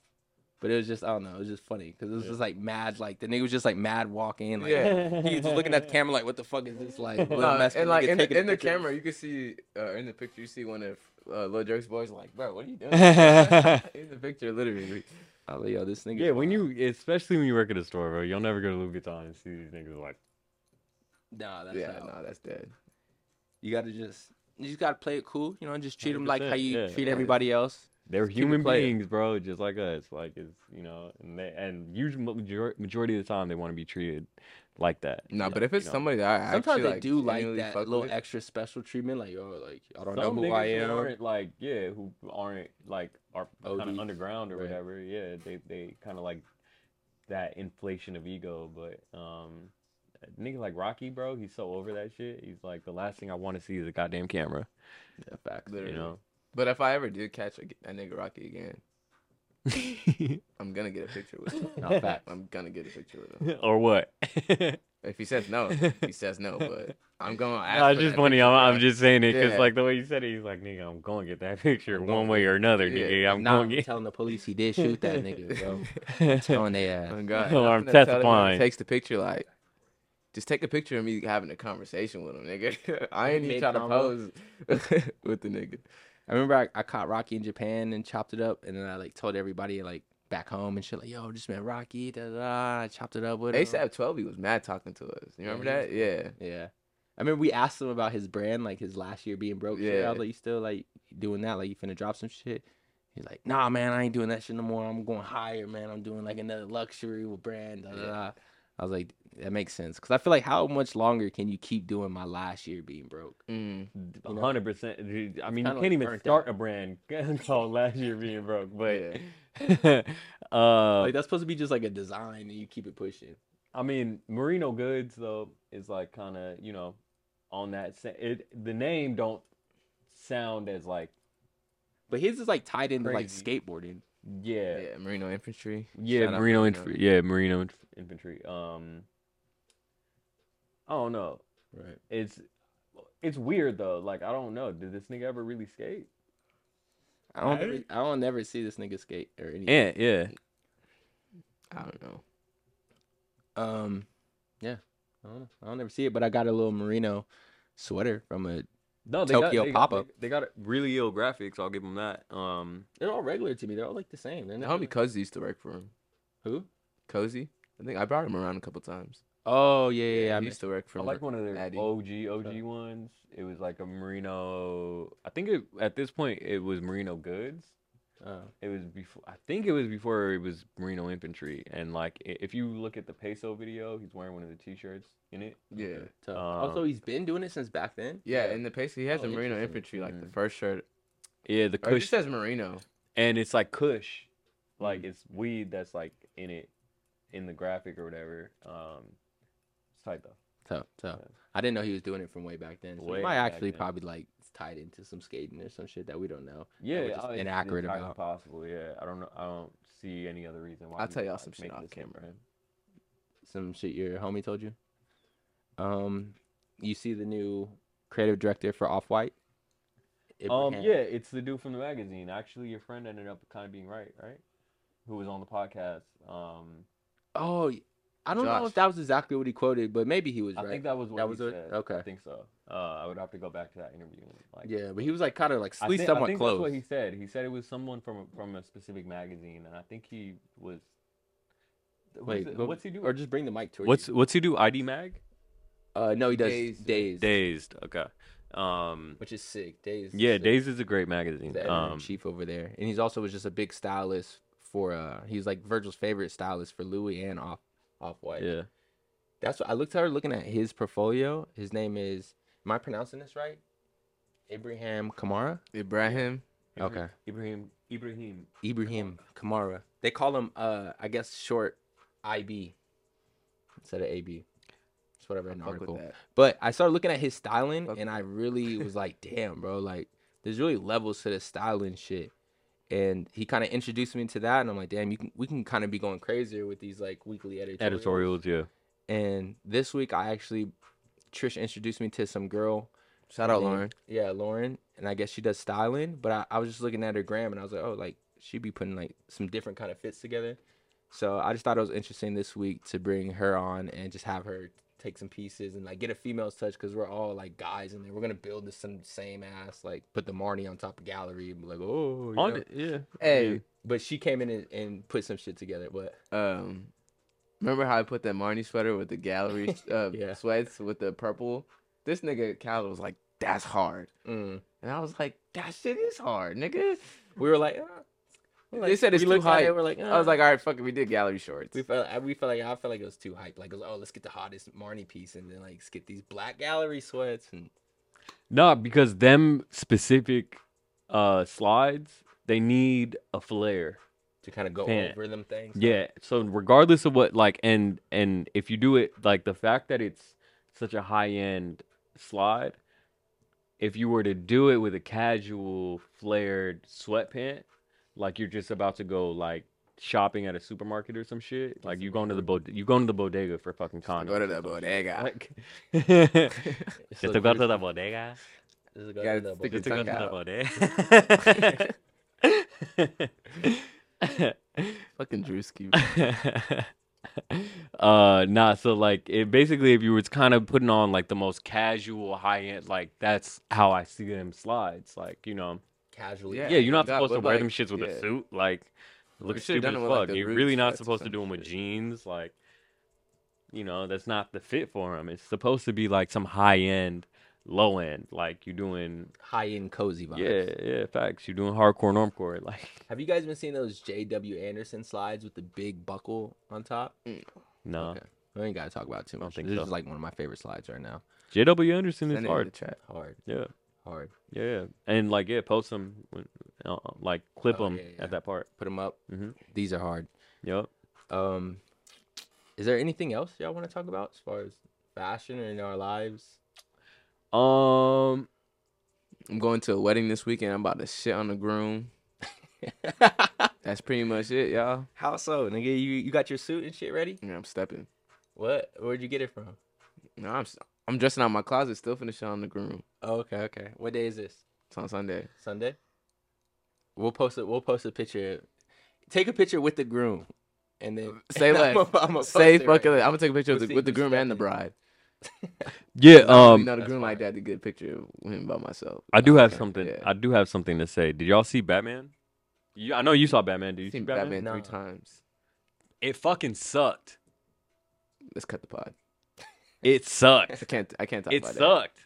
S4: But it was just I don't know, it was just funny because it was just like mad, like the nigga was just like mad walking, like
S5: Yeah.
S4: he was just looking at the camera like, what the fuck is this like? little
S5: No,
S4: Mexican
S5: and like
S4: nigga
S5: in the,
S4: taking a
S5: in the
S4: picture?
S5: camera, you can see uh, in the picture, you see one of uh, Lil Jerk's boys like, bro, what are you doing? in the picture, literally.
S4: I was like, yo, this nigga.
S6: Yeah, when you especially when you work at a store, bro, you'll never go to Louis Vuitton and see these niggas like
S4: nah, that's
S5: yeah,
S4: not.
S5: nah, that's dead.
S4: You gotta just, you just gotta play it cool, you know, and just treat them like how you
S6: 100%, yeah.
S4: treat everybody else.
S6: they're
S4: keep it
S6: human
S4: player.
S6: beings, bro, just like us. Like it's you know, and they and usually major- majority of the time they want to be treated like that.
S5: No,
S6: you
S5: but
S6: know-
S5: if it's
S6: you know.
S5: somebody that I
S4: Sometimes
S5: actually,
S4: they do like
S5: genuinely
S4: that
S5: fuck
S4: little
S5: with-
S4: extra special treatment, like yo, like I don't
S6: Some
S4: know who I
S6: niggas
S4: am.
S6: Who aren't like yeah, who aren't like are kind
S4: ODs,
S6: of underground or
S4: right.
S6: whatever. Yeah, they they kind of like that inflation of ego. But um, a nigga like Rocky, bro, he's so over that shit. He's like the last thing I want to see is a goddamn camera.
S4: Yeah, facts.
S5: Literally.
S6: You know.
S5: But if I ever do catch a, that nigga Rocky again, I'm gonna get a picture with him.
S4: Not facts.
S5: I'm gonna get a picture with him.
S6: or what?
S5: If he says no, he says no. But I'm gonna ask.
S6: Nah,
S5: for
S6: it's just
S5: that
S6: funny.
S5: picture,
S6: I'm,
S5: bro.
S6: I'm just saying it because
S5: Yeah.
S6: like the way you said it, he's like, nigga, I'm gonna get that picture one way or another.
S5: Yeah,
S6: Nigga, I'm
S4: Now
S6: gonna
S4: I'm
S6: get.
S4: telling the police he did shoot that nigga, bro. On their ass.
S5: Oh God!
S6: Well,
S5: I'm
S6: I'm
S5: finna tell the girl
S6: testifying.
S5: that Takes the picture like, just take a picture of me having a conversation with him, nigga. I ain't even trying to
S4: Mid-combo.
S5: pose with the nigga.
S4: I remember I, I caught Rocky in Japan and chopped it up, and then I like told everybody like back home and shit like, "Yo, just met Rocky." Da da. da. I chopped it up with
S6: uh,
S4: him.
S5: ASAP Twelve was mad talking to us. You remember
S4: Yeah,
S5: that? Yeah.
S4: Yeah, I remember we asked him about his brand, like his last year being broke. Yeah, I
S5: Yeah.
S4: was like, "You still like doing that? Like you finna drop some shit?" He's like, "Nah, man, I ain't doing that shit no more. I'm going higher, man. I'm doing like another luxury with brand." Da, da, da. I was like, "That makes sense," because I feel like how much longer can you keep doing my last year being broke?
S5: Mm.
S4: You know?
S6: hundred percent. I mean, you
S4: kinda
S6: can't
S4: like
S6: even
S4: burnt
S6: start
S4: out.
S6: a brand called last year being broke. But uh,
S4: Like that's supposed to be just like a design, and you keep it pushing.
S6: I mean, Merino Goods though is like kind of you know on that. sa- It the name don't sound as like
S4: But his is like tied into like
S5: Crazy.
S4: skateboarding.
S6: yeah
S5: Yeah, Merino Infantry.
S6: yeah,
S5: Shout out
S6: Merino infantry yeah Merino inf- infantry. Um, I don't know.
S4: Right.
S6: It's it's weird though. Like I don't know. Did this nigga ever really skate?
S4: I don't. ever- I don't never see this nigga skate or anything.
S6: Yeah, yeah.
S5: I don't know.
S4: Um, yeah, I don't know. I don't ever see it, but I got a little merino sweater from a.
S6: No, they
S4: Tokyo
S6: got, they,
S4: pop-up.
S6: They, they got really ill graphics. I'll give them that. Um,
S4: They're all regular to me. They're all like the same. They're
S5: The
S4: not
S5: homie Cozy used to work for him.
S4: who?
S5: Cozy. I think I brought him around a couple times.
S4: Oh yeah, yeah. yeah, I
S5: he
S4: mean,
S5: used to work for
S6: I like one of their
S5: Addy.
S6: OG OG ones. It was like a merino. I think it, at this point it was merino goods.
S4: oh.
S6: It was before. I think it was before it was merino infantry. And like i- if you look at the peso video, he's wearing one of the t-shirts in it.
S5: Yeah.
S4: tough.
S6: Um,
S4: also, he's been doing it since back then.
S5: Yeah, and the basically he has
S4: Oh,
S5: the Merino Infantry,
S4: interesting.
S5: like the first shirt. Or
S6: Yeah, the
S5: it just Mm-hmm.
S6: kush,
S5: says Merino.
S6: and it's like kush, like it's weed that's like in it, in the graphic or whatever. Um, it's tight though.
S4: Tough, tough.
S6: Yeah.
S4: I didn't know he was doing it from way back then. So he
S6: Way
S4: might
S6: back
S4: actually
S6: then.
S4: probably like it's tied into some skating or some shit that we don't know.
S6: Yeah,
S4: we're just
S6: I- it's
S4: inaccurate
S6: entirely
S4: about.
S6: possible. Yeah, I don't know. I don't see any other reason why.
S5: I'll
S6: we
S5: tell
S6: would,
S5: y'all
S6: like,
S5: some shit
S6: make
S5: off
S6: this different.
S5: camera.
S4: Some shit your homie told you. Um, you see the new creative director for Off White.
S6: Um, yeah, it's the dude from the magazine. Actually, your friend ended up kind of being right, right? Who was on the podcast? Um,
S4: Oh, I don't know
S5: Josh.
S4: if that was exactly what he quoted, but maybe he was
S6: I
S4: right.
S6: think that was what
S4: That
S6: he
S4: was it?
S6: said.
S4: Okay.
S6: I think so. Uh, I would have to go back to that interview. and, Like,
S4: Yeah, but he was like kind of like
S6: I
S4: at least
S6: thi- I
S4: somewhat
S6: think
S4: close.
S6: That's what he said. He said it was someone from a, from a specific magazine, and I think he was. who's
S4: Wait,
S6: it-
S4: go-
S6: what's he do?
S4: Or just bring the mic towards
S6: what's
S4: you.
S6: what's he do? ID Mag?
S4: Uh, no, he does days,
S5: Dazed.
S4: days,
S6: Dazed. Okay. Um.
S4: which is sick. Days. is
S6: Yeah,
S4: sick.
S6: Days is a great magazine.
S4: The
S6: Um,
S4: chief over there, and he's also was just a big stylist for. uh He was like Virgil's favorite stylist for Louis and Off Off White.
S6: yeah.
S4: That's what I looked at her looking at his portfolio. His name is. Am I pronouncing this right? Abraham Kamara.
S5: Ibrahim.
S4: Okay.
S6: Ibrahim. Ibrahim.
S4: Ibrahim Kamara. They call him, uh, I guess, short IB instead of AB. That's what I read in an
S5: Fuck
S4: article.
S5: with that.
S4: But I started looking at his styling,
S5: Fuck
S4: and I really was like, "Damn, bro! Like, there's really levels to the styling shit." And he kind of introduced me to that, and I'm like, "Damn, you can we can kind of be going crazier with these like weekly editorials."
S6: Editorials. Yeah.
S4: And this week, I actually Trish introduced me to some girl
S5: Shout out
S4: named-
S5: Lauren.
S4: Yeah, Lauren, and I guess she does styling. But I, I was just looking at her gram, and I was like, oh, like she be putting like some different kind of fits together. So I just thought it was interesting this week to bring her on and just have her take some pieces and like get a female's touch because we're all like guys in there. We're gonna build this some same ass like put the Marnie on top of gallery and be like, oh, you
S6: On
S4: know?
S6: it. Yeah.
S5: Hey,
S4: But she came in and, and put some shit together. But
S5: um, remember how I put that Marnie sweater with the gallery uh,
S4: Yeah.
S5: sweats with the purple? This nigga Cal was like, "That's hard,"
S4: mm,
S5: and I was like, "That shit is hard, nigga."
S4: we were like, ah. We're
S5: they
S4: like-
S5: said it's
S4: we
S5: too
S4: looked at
S5: high.
S4: it, We're like,
S5: I was
S4: ah.
S5: like, "All right, fuck it, we did gallery shorts."
S4: We felt I- we felt like I felt like it was too hype. Like it was, oh, let's get the hottest Marnie piece and then like let's get these black gallery sweats and
S6: No, because them specific uh slides, they need a flare.
S4: to kind of go
S6: Yeah.
S4: over them things.
S6: Yeah. So regardless of what like and and if you do it like the fact that it's such a high end slide, if you were to do it with a casual flared sweatpant, like you're just about to go like shopping at a supermarket or some shit, like you going to the bod- you going to the bodega for fucking condoms.
S5: Go to the bodega.
S6: Like, just
S4: It's
S6: to
S4: so
S6: go to
S4: juicy.
S6: the bodega.
S4: This is a good
S5: gotta
S4: double.
S5: stick
S6: Just to
S5: your
S6: go
S5: tongue
S6: to
S5: out.
S6: the bodega.
S5: Fucking Drewski.
S6: uh nah so like it basically if you were kind of putting on like the most casual high end like that's how i see them slides like you know
S4: casually.
S5: Yeah,
S6: yeah you're not
S5: that
S6: supposed to
S5: would,
S6: wear
S5: like-
S6: them shits with
S5: yeah.
S6: a suit like look
S5: should've
S6: stupid
S5: done
S6: as
S5: it with, like,
S6: fuck
S5: the
S6: you're
S5: roots
S6: really not
S5: sweats or
S6: supposed to
S5: some
S6: do them with
S5: shit.
S6: jeans like you know that's not the fit for them it's supposed to be like some high end low end like you're doing
S4: High end cozy vibes.
S6: yeah yeah facts you're doing hardcore normcore like
S4: Have you guys been seeing those J.W. Anderson slides with the big buckle on top?
S6: no
S4: Okay. We ain't gotta talk about it too much.
S6: Uh-huh. think
S4: this
S6: so.
S4: is like one of my favorite slides right now.
S6: jw anderson
S5: Send
S6: is
S5: it in
S6: hard
S5: the chat.
S4: Hard.
S6: yeah
S5: hard.
S6: Yeah, and like yeah, post them, when- uh, like clip
S4: Oh,
S6: them
S4: yeah, yeah.
S6: at that part.
S4: Put them up.
S6: Mhm.
S4: These are hard.
S6: Yep.
S4: Um, is there anything else y'all want to talk about as far as fashion and our lives?
S5: Um, I'm going to a wedding this weekend. I'm about to shit on the groom. That's pretty much it, y'all.
S4: How so, nigga? You you got your suit and shit ready?
S5: Yeah, I'm stepping.
S4: What? Where'd you get it from?
S5: No, I'm s- I'm dressing out my closet. Still finna shit on the groom.
S4: Oh, okay, okay. What day is this?
S5: It's on Sunday.
S4: Sunday. We'll post it. We'll post a picture. Take a picture with the groom, and then
S5: Say
S4: and
S5: less.
S4: I'ma- I'ma
S5: Say
S4: post it Oh, right
S5: fucking.
S4: now.
S5: less. I'm gonna take a picture
S4: We'll
S5: with
S4: see
S5: the, with the
S4: who's
S5: groom and the bride.
S4: stepping.
S6: Yeah.
S5: Um, you
S6: Um,
S5: know the groom
S4: fine.
S5: like that. To get a picture of him by myself.
S6: I do have
S5: Yeah.
S6: something.
S5: Yeah.
S6: I do have something to say. Did y'all see Batman? You, I know you saw Batman. Did you
S5: I've
S6: see
S5: seen
S6: Batman?
S5: Batman three
S4: Nah.
S5: times.
S6: It fucking sucked.
S5: Let's cut the pod.
S6: It
S5: I
S6: sucked.
S5: can't. I can't talk
S6: it
S5: about that.
S6: sucked.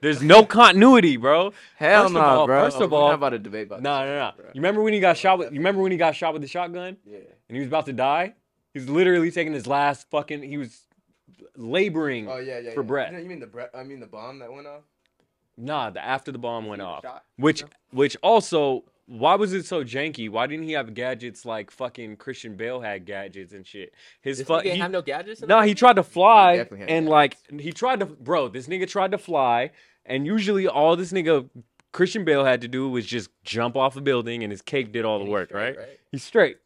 S6: There's no continuity, bro.
S5: Hell
S6: First
S5: no,
S6: of all-
S5: bro.
S6: first of
S5: We're
S6: all-
S5: not about to debate about
S6: No,
S5: this.
S6: no, no.
S5: bro.
S6: You remember when he got shot with? You remember when he got shot with the shotgun?
S5: Yeah.
S6: and he was about to die. He's literally taking his last fucking. He was laboring.
S5: Oh yeah, yeah.
S6: For
S5: yeah.
S6: Brett.
S5: You mean the Brett? I mean the bomb that went off.
S6: Nah, the, after the bomb went
S5: he
S6: off,
S5: shot?
S6: which which also, why was it so janky? Why didn't he have gadgets like fucking Christian Bale had gadgets and shit? His
S4: This
S6: fuck.
S4: nigga
S6: he-
S4: have no gadgets. in
S6: No,
S4: the
S6: he
S4: movie?
S6: tried to
S5: He
S6: fly
S5: definitely had
S6: and
S5: gadgets.
S6: like he tried to bro, this nigga tried to fly and usually all this nigga Christian Bale had to do was just jump off a building and his cake did all the work, right?
S4: right?
S6: He's straight.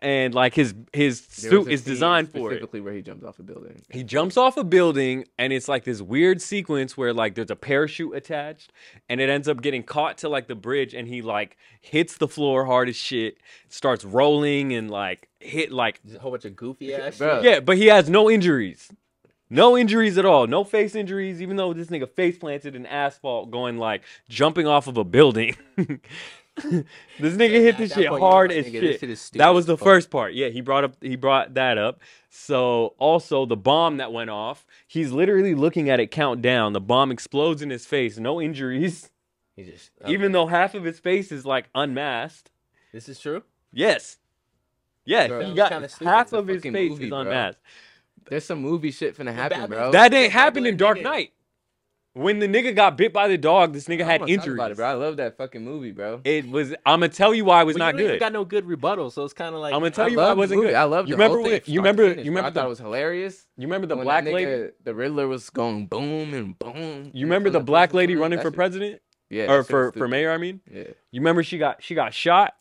S6: And like his his
S5: There
S6: suit
S5: was a
S6: is
S5: scene
S6: designed for it.
S5: specifically where he jumped off a building.
S6: He jumps off a building and it's like this weird sequence where like there's a parachute attached and it ends up getting caught to like the bridge and he like hits the floor hard as shit, starts rolling and like hit like
S4: Just a whole bunch of goofy ass.
S5: Bruh.
S4: shit.
S6: yeah, but he has no injuries. No injuries at all. No face injuries, even though this nigga face planted in asphalt going like jumping off of a building. this nigga hit
S4: at
S6: this
S4: that
S6: shit
S4: point, you're
S6: hard
S4: like,
S6: as
S4: "Nigga, this
S6: shit.
S4: shit is stupid
S6: that
S4: as
S6: was the
S4: fuck."
S6: first part. Yeah, he brought up he brought that up. So also the bomb that went off, he's literally looking at it count down. The bomb explodes in his face, no injuries.
S4: He just
S6: Even
S4: okay.
S6: though half of his face is like unmasked.
S4: this is true.
S6: Yes. Yes,
S5: Bro,
S6: he
S5: it's
S6: got
S4: kinda stupid.
S6: half
S5: It's a
S6: of his
S5: fucking
S6: face
S5: movie,
S6: is
S5: bro.
S6: unmasked.
S5: There's some movie shit finna happen,
S4: Batman-
S5: bro.
S6: That
S4: Batman
S6: didn't happen in Dark
S4: did it.
S6: Knight. When the nigga got bit by the dog, this nigga
S5: I
S6: had
S5: wanna talk
S6: injuries.
S5: About it, bro. I love that fucking movie, bro.
S6: It was. I'm gonna tell you why it was
S4: But
S6: not
S4: you don't even
S6: good.
S4: got no good rebuttal, so it's kind of like
S6: I'm gonna
S5: I
S6: tell you why it
S5: love the
S6: wasn't
S5: movie.
S6: good.
S5: I love.
S6: You
S5: the whole
S6: remember?
S5: thing
S6: when-
S5: from
S6: You
S5: start to
S6: remember?
S5: finish,
S6: You
S5: bro. I
S6: remember
S5: thought it
S6: the.
S5: was hilarious.
S6: You remember the
S5: when
S6: black
S5: that nigga-
S6: lady.
S5: The Riddler was going boom and boom.
S6: You remember
S5: from
S6: the black
S5: prison
S6: lady
S5: to the-
S6: running
S5: that
S6: for
S5: shit-
S6: president
S5: Yeah.
S6: or
S5: that shit was
S6: for for
S5: stupid.
S6: mayor? I mean,
S5: Yeah.
S6: you remember she got she got shot,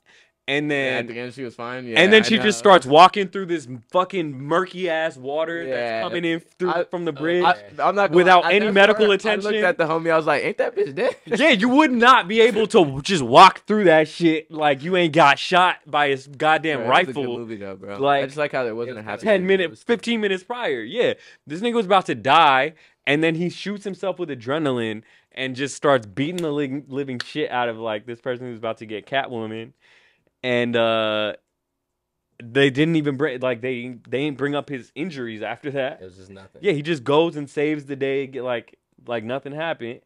S6: and
S5: At
S6: then.
S5: the end, she was fine. Yeah,
S6: and then
S5: I
S6: she
S5: know.
S6: just starts walking through this fucking murky ass water
S5: Yeah.
S6: that's coming in through
S5: I- uh,
S6: from the bridge.
S5: I, I'm not gonna-
S6: without
S5: I-
S6: any
S5: that's
S6: medical
S5: where I
S6: attention.
S5: looked at the homie. I was like, "Ain't that bitch dead?"
S6: yeah, you would not be able to just walk through that shit like you ain't got shot by his goddamn
S5: Bro, that was a good
S6: rifle
S5: movie though, bro.
S6: Like,
S5: I just like how there wasn't a happy.
S6: 10
S5: ending.
S6: minutes, 15 minutes prior. Yeah, this nigga was about to die, and then he shoots himself with adrenaline and just starts beating the li- living shit out of like this person who's about to get Catwoman. And uh they didn't even bring like they they didn't bring up his injuries after that.
S4: It was just nothing.
S6: Yeah, he just goes and saves the day, get like like nothing happened.
S4: it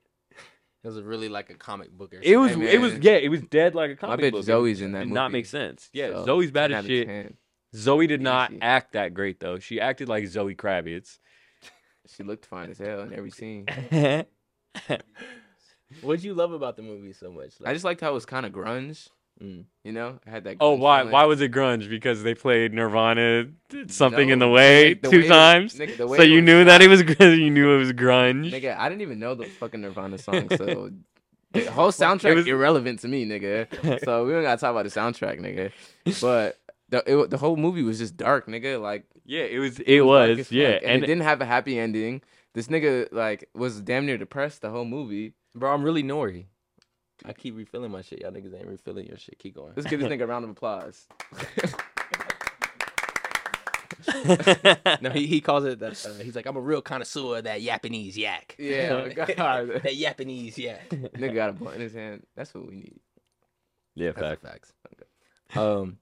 S4: was really like a comic book. Or
S6: It was
S5: Hey,
S6: it was
S5: man.
S6: yeah, it was dead like a
S5: I
S6: comic
S5: bet
S6: book.
S5: Zoe's in that
S6: did
S5: movie.
S6: not make sense. Yeah,
S5: So,
S6: Zoe's bad
S5: not
S6: as
S5: a
S6: shit.
S5: chance.
S6: Zoe did not
S5: Easy.
S6: act that great though. She acted like Zoe Kravitz.
S5: She looked fine as hell in every scene.
S4: What'd you love about the movie so much?
S5: I just liked how it was kind of grunge.
S4: Mm.
S5: You know, I had that.
S6: oh,
S5: grunge
S6: why?
S5: feeling.
S6: Why was it grunge? Because they played Nirvana, something in the
S5: No,
S6: way
S5: nigga, the
S6: two
S5: way it-
S6: times.
S5: nigga, the way
S6: so
S5: it
S6: you
S5: was
S6: knew that it was grunge. You knew it was grunge.
S5: Nigga, I didn't even know the fucking Nirvana song, so the whole soundtrack
S6: was-
S5: irrelevant to me, nigga. So we don't gotta talk about the soundtrack, nigga. But the it, wa- the whole movie was just dark, nigga. Like
S6: yeah, it was. It,
S5: dark
S6: was.
S5: as fuck,
S6: Yeah,
S5: and, it didn't have a happy ending. This nigga like was damn near depressed the whole movie.
S4: bro, I'm really Nori. I keep refilling my shit. Y'all niggas ain't refilling your shit. Keep going.
S5: Let's give this nigga a round of applause.
S4: no, he, he calls it that. Uh, he's like, I'm a real connoisseur of that Japanese yak.
S5: Yeah, God.
S4: that Japanese yak.
S5: Nigga got a blunt in his hand. That's what we need.
S6: yeah,
S4: That's
S6: fact.
S4: facts. Um,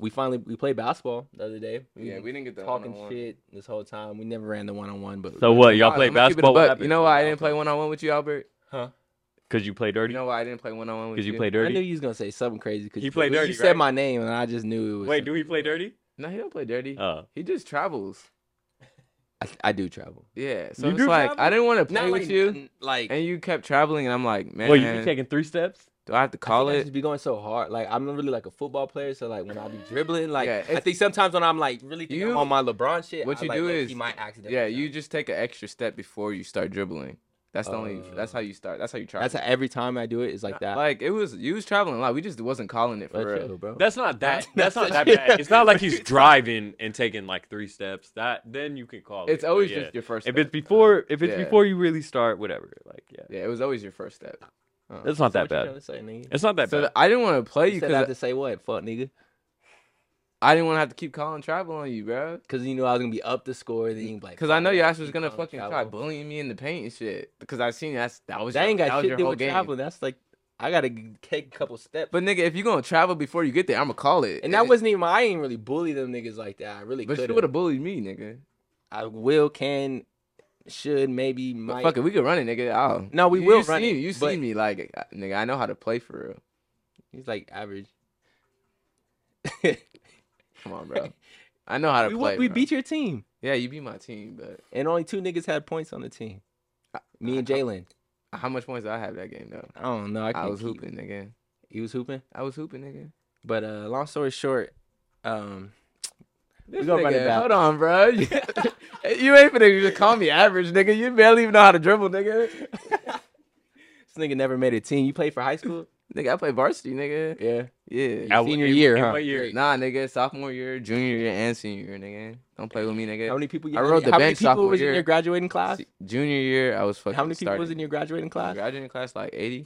S4: we finally we played basketball the other day.
S5: Yeah,
S4: were
S5: we didn't get the
S4: talking
S5: one-on-one.
S4: shit this whole time. We never ran the one on one, but
S6: So what? Y'all
S5: Nah,
S6: played
S5: I'ma keep it a
S6: basketball?
S5: buck. You know why I didn't play one on one with you, Albert?
S6: Because you play
S5: You
S6: dirty.
S5: know why I didn't play one on one with
S6: Because
S5: you?
S6: you play
S4: I knew
S6: dirty.
S4: you was gonna say something crazy because
S6: He
S4: you
S6: played
S4: you
S6: dirty,
S4: said
S6: right?
S4: my name and I just knew it was.
S6: Wait, do we play dirty?
S5: No, he don't play dirty.
S6: Oh,
S5: he just travels.
S4: I, I do travel.
S5: Yeah. So
S6: You
S5: it's
S6: do
S5: like
S6: travel?
S5: I didn't want to play with
S4: like
S5: you,
S4: n- like
S5: and you kept traveling, and I'm like, man,
S6: Well, you be taking three steps?
S5: do I have to
S4: I
S5: call
S4: think I
S5: it?
S4: just be going so hard. Like I'm not really like a football player, so like when I be dribbling, like
S5: Yeah,
S4: I
S5: it's-
S4: think sometimes when I'm like really thinking I'm
S5: You-
S4: on my LeBron shit,
S5: what
S4: I,
S5: you
S4: like,
S5: do
S4: low-key
S5: is-
S4: might accidentally
S5: Yeah,
S4: jump.
S5: you just take an extra step before you start dribbling. That's the only.
S4: Uh,
S5: That's how you start. That's how you travel.
S4: That's how every time I do it is like that.
S5: Like it was, you was traveling a lot. We just wasn't calling it for
S4: But
S5: real.
S4: yo, bro.
S6: That's not that. That's not that
S4: Yeah.
S6: bad. It's not like he's driving and taking like three steps. That then you can call it.
S5: It's
S6: but
S5: always
S6: yeah.
S5: just your first.
S6: If
S5: step.
S6: it's before, if it's
S5: Yeah.
S6: before you really start, whatever. Like, yeah,
S5: yeah, it was always your first step.
S6: it's not that
S4: What you
S6: bad.
S4: tryna say, nigga?
S6: It's not that
S5: So
S6: bad.
S5: th- I didn't want to play you
S4: You said I have
S5: because
S4: to say what? Fuck, nigga.
S5: I didn't want to have to keep calling travel on you, bro.
S4: Because you knew I was gonna be up the score. Then you be like,
S5: Because I know
S4: fuck,
S5: your
S4: man,
S5: ass was
S4: keep
S5: gonna
S4: on
S5: fucking try
S4: traveling.
S5: bullying me in the paint and shit. Because I seen that's that was
S4: That
S5: your,
S4: ain't
S5: that
S4: got
S5: was
S4: shit
S5: your
S4: to do
S5: whole
S4: with
S5: game.
S4: traveling. That's like I gotta g- take a couple steps.
S5: But nigga, if you gonna travel before you get there, I'ma call it.
S4: and that wasn't even. I ain't really bully them niggas like that. I really
S5: But
S4: could.
S5: you would have bullied me, nigga.
S4: I will, can, should, maybe,
S5: But
S4: might.
S5: fuck it, we could run it, nigga. I'll,
S4: No, we
S5: you,
S4: will
S5: you
S4: run
S5: see,
S4: it,
S5: You see
S4: but-
S5: me like, I- nigga. I know how to play for real.
S4: He's like average.
S5: Come on, bro. I know how to
S4: we,
S5: play.
S4: we
S5: bro.
S4: beat your team,
S5: Yeah, you beat my team, but
S4: and only two niggas had points on the team. Uh, Me and
S5: I-
S4: Jalen.
S5: how much points did I have that game though?
S4: I don't know. I,
S5: I,
S4: can't
S5: was
S4: keep-
S5: hooping, nigga.
S4: He was hooping.
S5: I was hooping, nigga.
S4: But uh, long story short, um,
S5: This
S4: gonna run it
S5: nigga,
S4: back.
S5: Hold on, bro. you ain't finna just call me average, nigga. You barely even know how to dribble, nigga.
S4: this nigga never made a team. You played for high school?
S5: nigga, I play varsity, nigga.
S4: yeah.
S5: Yeah.
S6: I-
S4: senior
S6: in-
S4: year,
S6: in
S4: huh?
S6: what year?
S5: Nah, nigga, sophomore year, junior year, and senior year, nigga. Don't play with me, nigga.
S4: How many people? You,
S5: I
S4: how
S5: rode
S4: many-
S5: the
S4: how many
S5: bench
S4: people
S5: sophomore
S4: was in
S5: year.
S4: your graduating class?
S5: Se- Junior year, I was fucking.
S4: how many people
S5: starting.
S4: was in your graduating class?
S5: graduating class? Like eighty.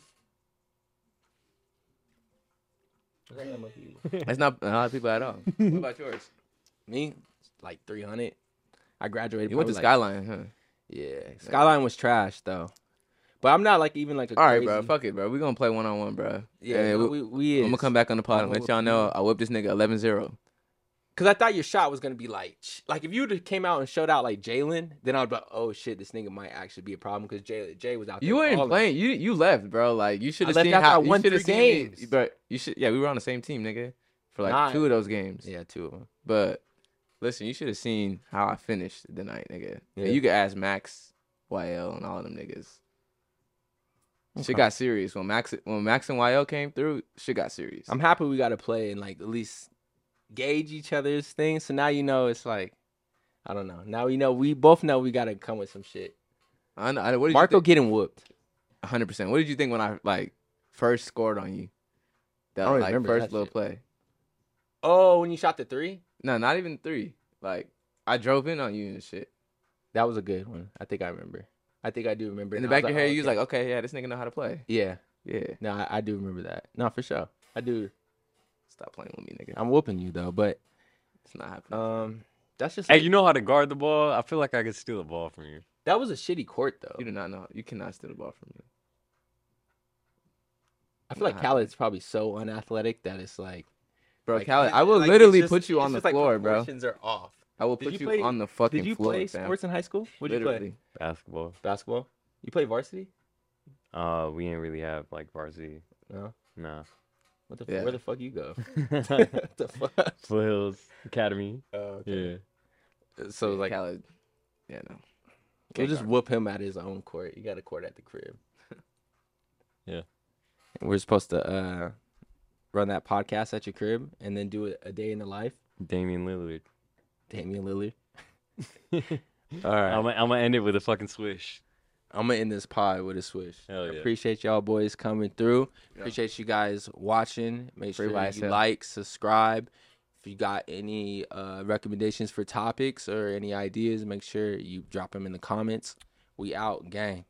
S5: That's not a lot of people at all. what about yours?
S4: Me, like three hundred. I graduated.
S5: You went to
S4: probably, like,
S5: Skyline, huh?
S4: Yeah, Skyline was trash though. But I'm not like even like a.
S5: All right,
S4: crazy,
S5: bro. Fuck it, bro. We gonna play one on one, bro.
S4: Yeah, no, we, we
S5: I'm gonna come back on the pod and let y'all know I whipped this nigga 11-0.
S4: Cause I thought your shot was gonna be like, sh- like if you would came out and showed out like Jalen, then I'd be like, oh shit, this nigga might actually be a problem. Cause Jay, Jay was out. There
S5: You weren't
S4: balling.
S5: playing. You you left, bro. Like you should have
S4: left
S5: seen
S4: after I
S5: how
S4: won
S5: you should have
S4: three
S5: seen me,
S4: games.
S5: bro. You should. Yeah, we were on the same team, nigga, for like
S4: Nah.
S5: two of those games.
S4: Yeah, two of them.
S5: But listen, you should have seen how I finished the night, nigga. And
S4: Yeah.
S5: you could ask Max, YL, and all of them niggas. Shit got serious when Max when Max and YL came through. Shit got serious.
S4: I'm happy we got to play and like at least gauge each other's things. So now you know it's like, I don't know. Now you know we both know we got to come with some shit.
S5: I know. I, what did
S4: Marco
S5: you think?
S4: getting whooped.
S5: One hundred percent. What did you think when I like first scored on you? That
S4: I don't
S5: like
S4: remember
S5: first
S4: that
S5: little
S4: shit.
S5: play.
S4: Oh, when you shot the three,
S5: No, not even three. Like I drove in on you and shit.
S4: that was a good one. I think I remember. I think I do remember.
S5: In
S4: now.
S5: the
S4: I
S5: back of your head,
S4: oh,
S5: you was
S4: okay.
S5: like, okay, yeah, this nigga know how to play.
S4: oh, yeah,
S5: Yeah,
S4: no, I, I do remember that. No, for sure, I do.
S5: stop playing with me, nigga.
S4: I'm whooping you though, but
S5: It's not happening.
S4: um, that's just
S6: Hey,
S4: like-
S6: you know how to guard the ball? I feel like I could steal the ball from you.
S4: that was a shitty court though.
S5: you do not know. You cannot steal the ball from me.
S4: I feel like
S5: Nah.
S4: Khaled's probably so unathletic that it's like,
S5: Bro,
S4: like,
S5: Khaled,
S4: it's-
S5: I will
S4: like, it's
S5: literally
S4: just-
S5: put you
S4: it's
S5: on the
S4: just, like,
S5: floor, bro.
S4: proportions are off.
S5: I will
S4: Did
S5: put
S4: you
S5: you,
S4: play-
S5: on the fucking
S4: Did you
S5: floor,
S4: play
S5: fam.
S4: sports in high school? What did you play?
S5: literally.
S6: Basketball.
S4: Basketball. You play varsity?
S6: Uh, we didn't really have like varsity.
S4: No.
S6: No.
S4: What the
S5: Yeah.
S4: where the fuck you go? what the fuck?
S6: Blue Hills Academy. Yeah.
S4: So
S5: Yeah,
S4: like
S5: Khaled. Yeah, no.
S4: we'll just whoop him at his own court. You got a court at the crib.
S6: Yeah.
S4: And we're supposed to uh run that podcast at your crib and then do a, a day in the life.
S6: Damian Lillard.
S4: Damian Lillard. All right.
S6: I'm gonna I'm end it with a fucking swish.
S4: I'm gonna end this pod with a swish.
S6: Hell yeah.
S4: Appreciate y'all boys coming through. Appreciate you guys watching. Make sure
S5: Free by
S4: you
S5: yourself.
S4: like, subscribe. If you got any uh, recommendations for topics or any ideas, make sure you drop them in the comments. We out, gang.